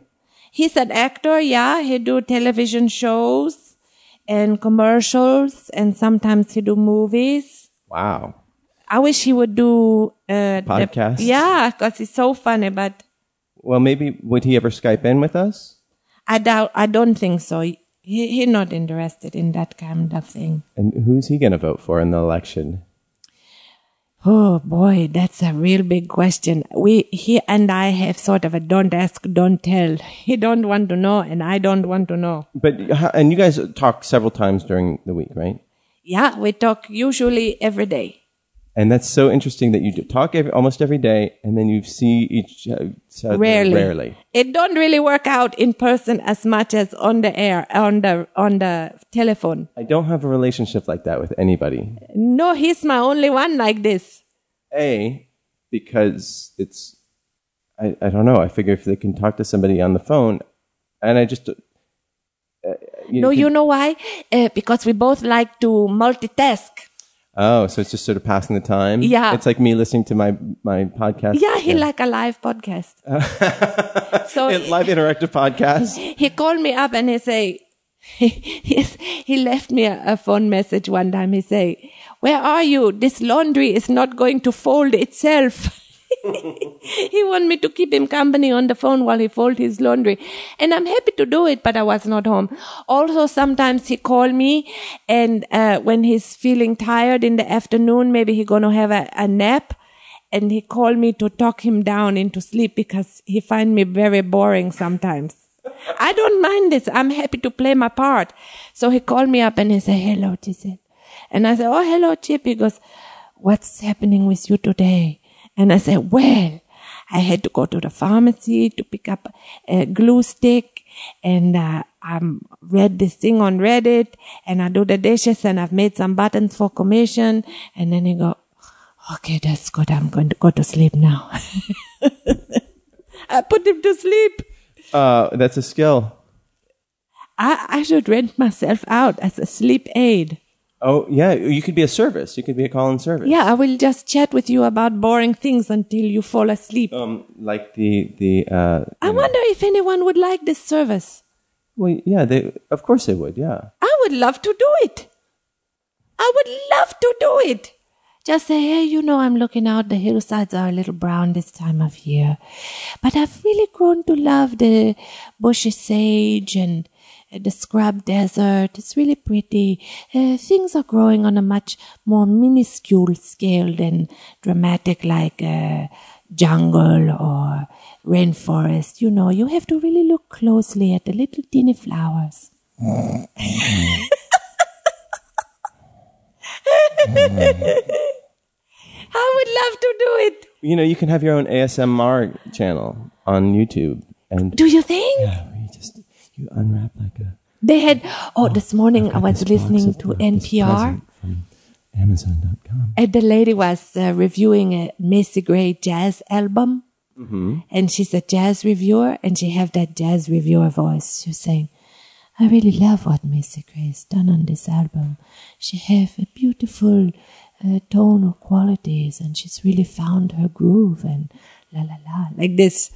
[SPEAKER 5] He's an actor, yeah. He do television shows and commercials, and sometimes he do movies.
[SPEAKER 3] Wow.
[SPEAKER 5] I wish he would do uh, the-
[SPEAKER 3] Podcasts?
[SPEAKER 5] yeah, because it's so funny. But
[SPEAKER 3] Well, maybe would he ever Skype in with us?
[SPEAKER 5] I doubt. I don't think so. He he not interested in that kind of thing.
[SPEAKER 3] And who's he going to vote for in the election?
[SPEAKER 5] Oh boy, that's a real big question. We he and I have sort of a don't ask, don't tell. He don't want to know, and I don't want to know.
[SPEAKER 3] But how- and you guys talk several times during the week, right?
[SPEAKER 5] Yeah, we talk usually every day.
[SPEAKER 3] And that's so interesting that you do talk every, almost every day, and then you see each other
[SPEAKER 5] rarely.
[SPEAKER 3] Rarely.
[SPEAKER 5] It don't really work out in person as much as on the air, on the on the telephone.
[SPEAKER 3] I don't have a relationship like that with anybody.
[SPEAKER 5] No, he's my only one like this.
[SPEAKER 3] A, because it's, I, I don't know. I figure if they can talk to somebody on the phone, and I just, uh, you
[SPEAKER 5] No,
[SPEAKER 3] can-
[SPEAKER 5] you know why? Uh, because we both like to multitask.
[SPEAKER 3] Oh, so it's just sort of passing the time.
[SPEAKER 5] Yeah.
[SPEAKER 3] it's like me listening to my my podcast.
[SPEAKER 5] Yeah, he like a live podcast. so
[SPEAKER 3] Yeah, live interactive podcast.
[SPEAKER 5] he called me up and he say, yes, he left me a, a phone message one time. He say, where are you? This laundry is not going to fold itself. he want me to keep him company on the phone while he fold his laundry. And I'm happy to do it, but I was not home. Also, sometimes he call me and uh, when he's feeling tired in the afternoon, maybe he going to have a, a nap. And he called me to talk him down into sleep because he find me very boring sometimes. I don't mind this. I'm happy to play my part. So he called me up and he said, hello, Giselle. And I said, oh, hello, Chip. He goes, what's happening with you today? And I said, well, I had to go to the pharmacy to pick up a glue stick and uh, I read this thing on Reddit and I do the dishes and I've made some buttons for commission. And then he go, okay, that's good. I'm going to go to sleep now. I put him to sleep.
[SPEAKER 3] Uh, that's a skill.
[SPEAKER 5] I, I should rent myself out as a sleep aid.
[SPEAKER 3] Oh yeah, you could be a service. You could be a call in service.
[SPEAKER 5] Yeah, I will just chat with you about boring things until you fall asleep.
[SPEAKER 3] Um, like the the uh,
[SPEAKER 5] I wonder if anyone would like this service.
[SPEAKER 3] well, yeah, they of course they would. Yeah,
[SPEAKER 5] I would love to do it. I would love to do it. Just say, hey, you know, I'm looking out. The hillsides are a little brown this time of year. But I've really grown to love the bushy sage and uh, the scrub desert. It's really pretty. Uh, things are growing on a much more minuscule scale than dramatic like uh, jungle or rainforest. You know, you have to really look closely at the little teeny flowers. I would love to do it.
[SPEAKER 3] you know, you can have your own ASMR channel on YouTube, and
[SPEAKER 5] Do you think?
[SPEAKER 3] you just you unwrap like a
[SPEAKER 5] They had, oh, this morning I was
[SPEAKER 3] this box
[SPEAKER 5] listening
[SPEAKER 3] of
[SPEAKER 5] to
[SPEAKER 3] the- this
[SPEAKER 5] NPR
[SPEAKER 3] present from Amazon.com.
[SPEAKER 5] and the lady was uh, reviewing a Macy Gray jazz album. And she's a jazz reviewer and she have that jazz reviewer voice. She was saying, I really love what Macy Gray has done on this album. She have a beautiful uh, tonal qualities and she's really found her groove and la la la. Like this.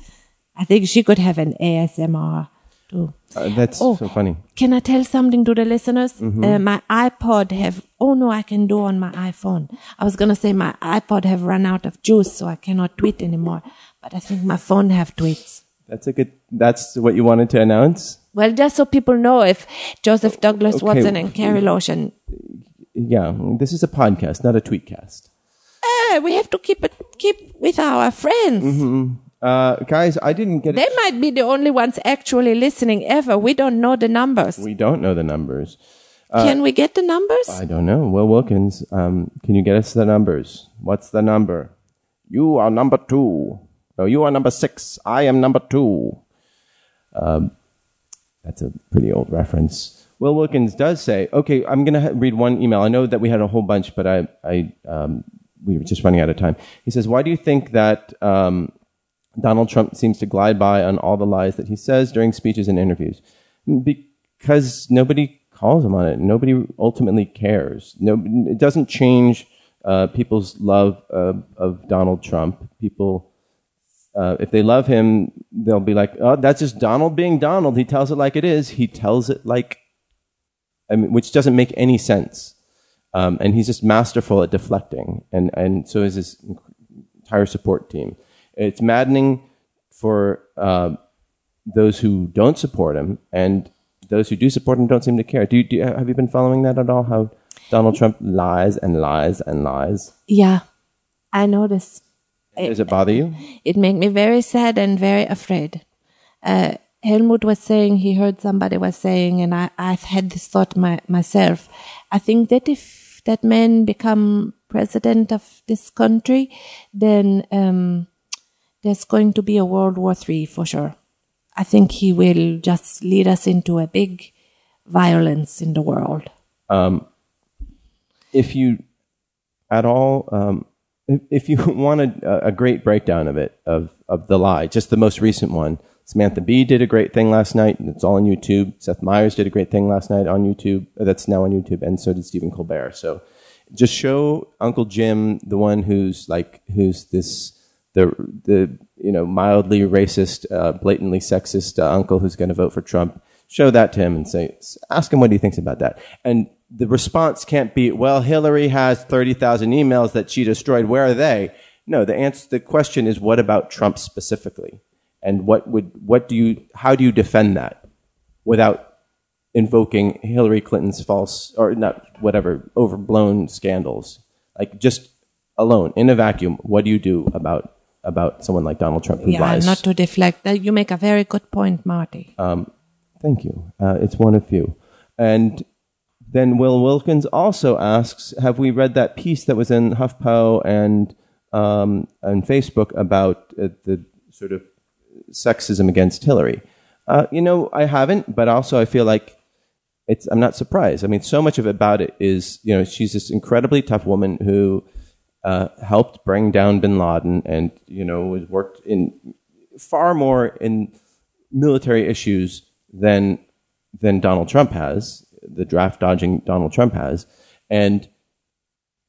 [SPEAKER 5] I think she could have an ASMR too.
[SPEAKER 3] Uh, that's
[SPEAKER 5] Oh.
[SPEAKER 3] so funny. Mm-hmm.
[SPEAKER 5] Can I tell something to the listeners? Uh, my iPod have oh no, I can do on my iPhone. I was gonna say my iPod have run out of juice, so I cannot tweet anymore. But I think my phone have tweets.
[SPEAKER 3] That's a good. That's what you wanted to announce.
[SPEAKER 5] Well, just so people know if Joseph Douglas Watson and Carrie Lotion.
[SPEAKER 3] Yeah, this is a podcast, not a tweetcast.
[SPEAKER 5] Eh, we have to keep it keep with our friends.
[SPEAKER 3] Uh, guys, I didn't get.
[SPEAKER 5] They might be the only ones actually listening ever. We don't know the numbers.
[SPEAKER 3] We don't know the numbers.
[SPEAKER 5] Can we get the numbers?
[SPEAKER 3] I don't know. Will Wilkins, um, can you get us the numbers? What's the number? You are number two. No, you are number six. I am number two. Um, that's a pretty old reference. Will Wilkins does say, okay, I'm going to ha- read one email. I know that we had a whole bunch, but I, I, um, we were just running out of time. He says, why do you think that um, Donald Trump seems to glide by on all the lies that he says during speeches and interviews? Because nobody calls him on it. Nobody ultimately cares. No, it doesn't change uh, people's love of, of Donald Trump. People, uh, if they love him, they'll be like, "Oh, that's just Donald being Donald. He tells it like it is. He tells it like, I mean, which doesn't make any sense." Um, and he's just masterful at deflecting, and and so is his entire support team. It's maddening for uh, those who don't support him, and those who do support him don't seem to care. Do you, do you, have you been following that at all? How Donald Trump lies and lies and lies?
[SPEAKER 5] yeah, I noticed.
[SPEAKER 3] Does it bother you?
[SPEAKER 5] It made me very sad and very afraid. Uh, Helmut was saying, he heard somebody was saying, and I, I've had this thought my, myself. I think that if that man become president of this country, then um, there's going to be a World War Three for sure. I think he will just lead us into a big violence in the world.
[SPEAKER 3] if you at all um, if, if you want a, a great breakdown of it of, of the lie just the most recent one samantha bee did a great thing last night and it's all on youtube seth meyers did a great thing last night on youtube uh, that's now on youtube and so did stephen colbert so just show uncle jim the one who's like who's this the the you know mildly racist uh, blatantly sexist uh, uncle who's going to vote for trump show that to him and say, ask him what he thinks about that. And the response can't be, well, Hillary has 30,000 emails that she destroyed. Where are they? No, the answer, the question is, what about Trump specifically? And what would, what do you, how do you defend that without invoking Hillary Clinton's false or not, whatever, overblown scandals? Like just alone in a vacuum, what do you do about, about someone like Donald Trump who
[SPEAKER 5] Yeah,
[SPEAKER 3] lies?
[SPEAKER 5] not to deflect. That- You make a very good point, Marty.
[SPEAKER 3] Thank you. Uh, it's one of few. And then Will Wilkins also asks, have we read that piece that was in HuffPo and um, and Facebook about uh, the sort of sexism against Hillary? Uh, you know, I haven't, but also I feel like it's I'm not surprised. I mean, so much of it about it is you know she's this incredibly tough woman who uh, helped bring down Bin Laden and you know was worked in far more in military issues than than Donald Trump has, the draft dodging Donald Trump has, and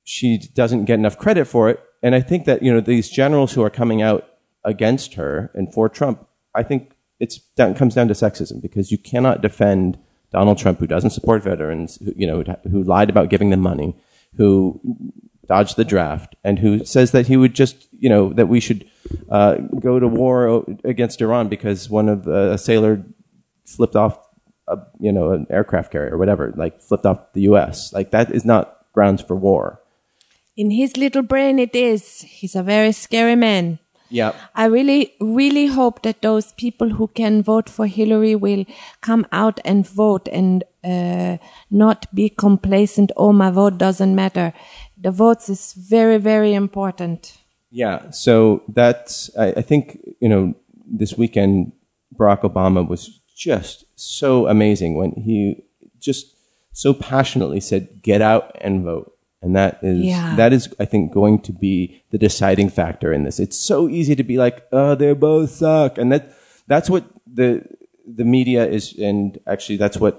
[SPEAKER 3] she doesn't get enough credit for it. And I think that you know these generals who are coming out against her and for Trump, I think it's down, comes down to sexism because you cannot defend Donald Trump who doesn't support veterans, who, you know, who lied about giving them money, who dodged the draft, and who says that he would just you know that we should uh, go to war o- against Iran because one of uh, a sailor flipped off a you know an aircraft carrier or whatever like flipped off the US like that is not grounds for war
[SPEAKER 5] In his little brain, it is. He's a very scary man.
[SPEAKER 3] yeah
[SPEAKER 5] I really, really hope that those people who can vote for Hillary will come out and vote and uh, not be complacent. Oh, my vote doesn't matter. The votes is very, very important.
[SPEAKER 3] yeah so that's I, I think you know this weekend Barack Obama was just so amazing when he just so passionately said get out and vote and that is
[SPEAKER 5] Yeah.
[SPEAKER 3] that is I think going to be the deciding factor in this it's so easy to be like oh they both suck and that that's what the the media is and actually that's what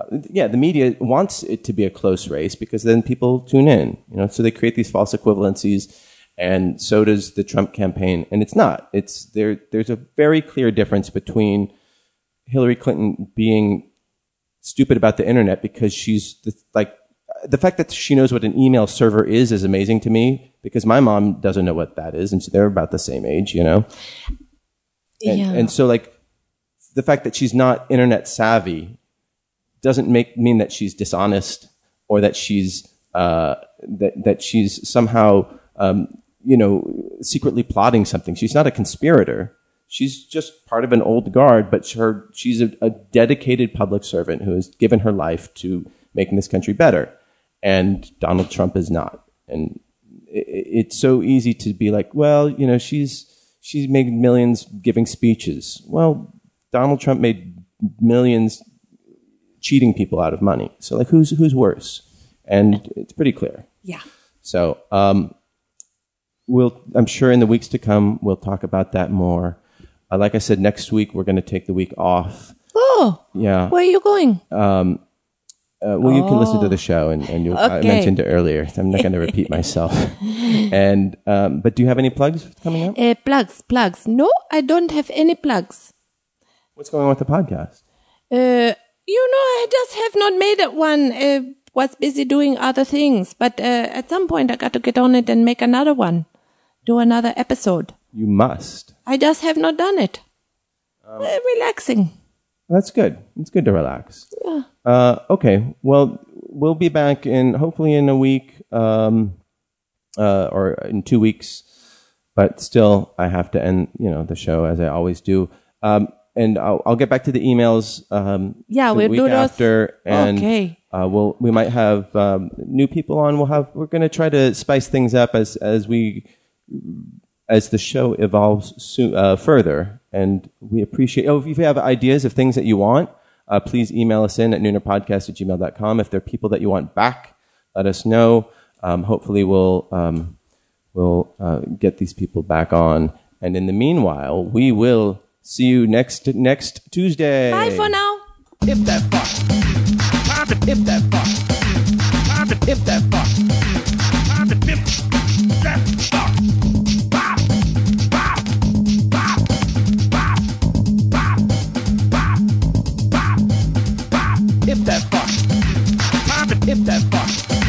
[SPEAKER 3] uh, yeah, the media wants it to be a close race because then people tune in, you know. So they create these false equivalencies, and so does the Trump campaign. And it's not. It's there. There's a very clear difference between Hillary Clinton being stupid about the internet because she's the, like the fact that she knows what an email server is is amazing to me because my mom doesn't know what that is, and so they're about the same age, you know. And,
[SPEAKER 5] yeah.
[SPEAKER 3] and so like the fact that she's not internet savvy doesn't make mean that she's dishonest or that she's uh, that that she's somehow um, you know secretly plotting something. She's not a conspirator. She's just part of an old guard, but her she's a, a dedicated public servant who has given her life to making this country better. And Donald Trump is not. And it, it's so easy to be like, well, you know, she's she's made millions giving speeches. Well, Donald Trump made millions cheating people out of money. So like, who's who's worse? And it's pretty clear.
[SPEAKER 5] Yeah.
[SPEAKER 3] So um, we'll, I'm sure in the weeks to come, we'll talk about that more. Uh, like I said, next week we're going to take the week off.
[SPEAKER 5] Oh,
[SPEAKER 3] Yeah.
[SPEAKER 5] where are you going?
[SPEAKER 3] Uh, well, you can listen to the show, and, and you, I
[SPEAKER 5] Oh. Okay.
[SPEAKER 3] mentioned it earlier. I'm not going to repeat myself. And um, but do you have any plugs coming up?
[SPEAKER 5] Uh, plugs, plugs. No, I don't have any plugs.
[SPEAKER 3] What's going on with the podcast?
[SPEAKER 5] Uh, you know, I just have not made it one. Uh, was busy doing other things, but uh, at some point I got to get on it and make another one, do another episode.
[SPEAKER 3] You must.
[SPEAKER 5] I just have not done it. Uh, relaxing.
[SPEAKER 3] That's good. It's good to relax. Yeah. Uh, okay. Well, we'll be back in hopefully in a week um, uh, or in two weeks. But still, I have to end you know the show as I always do. Um, and I'll, I'll get back to the emails. Um,
[SPEAKER 5] Yeah,
[SPEAKER 3] the
[SPEAKER 5] we'll
[SPEAKER 3] week
[SPEAKER 5] do those.
[SPEAKER 3] after. And,
[SPEAKER 5] Okay.
[SPEAKER 3] Uh, we'll we might have um, new people on. We'll have we're going to try to spice things up as as we as the show evolves so, uh, further. And we appreciate, oh, if you have ideas of things that you want, uh, please email us in at noonerpodcast at gmail.com. If there are people that you want back, let us know. Um, hopefully, we'll, um, we'll uh, get these people back on. And in the meanwhile, we will see you next next Tuesday.
[SPEAKER 5] Bye for now.
[SPEAKER 9] If that fuck. Time to pimp that fuck. Time to pimp that fuck. Time to pimp that fuck. Bop, bop, bop, bop, bop, bop, bop, bop. Pimp that fuck. Time to pimp that fuck.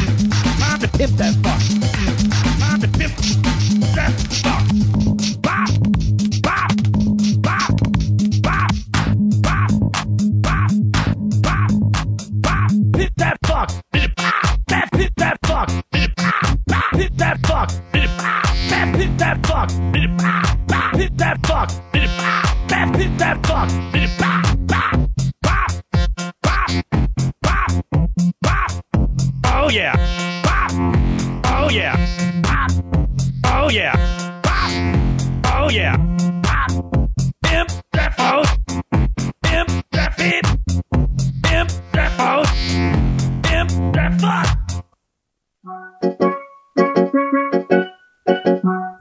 [SPEAKER 9] Time to pimp that fuck. Time to pimp that fuck. Bop, bop, bop, bop, bop, bop bop, bop, hit that fuck, hit it, pow, bap, hit that fuck, hit it, pow, bap, hit that fuck, hit it, pow, bap, hit that fuck, hit it, pow, bap, hit that fuck, hit it, pow, bap, hit that fuck, hit it, pow, bop, bop, bop, bop, bop, oh yeah, bop, oh yeah, bop, oh yeah, bop, oh yeah, bop, imp that fuck, imp that fit. Imp that house. Imp that fuck.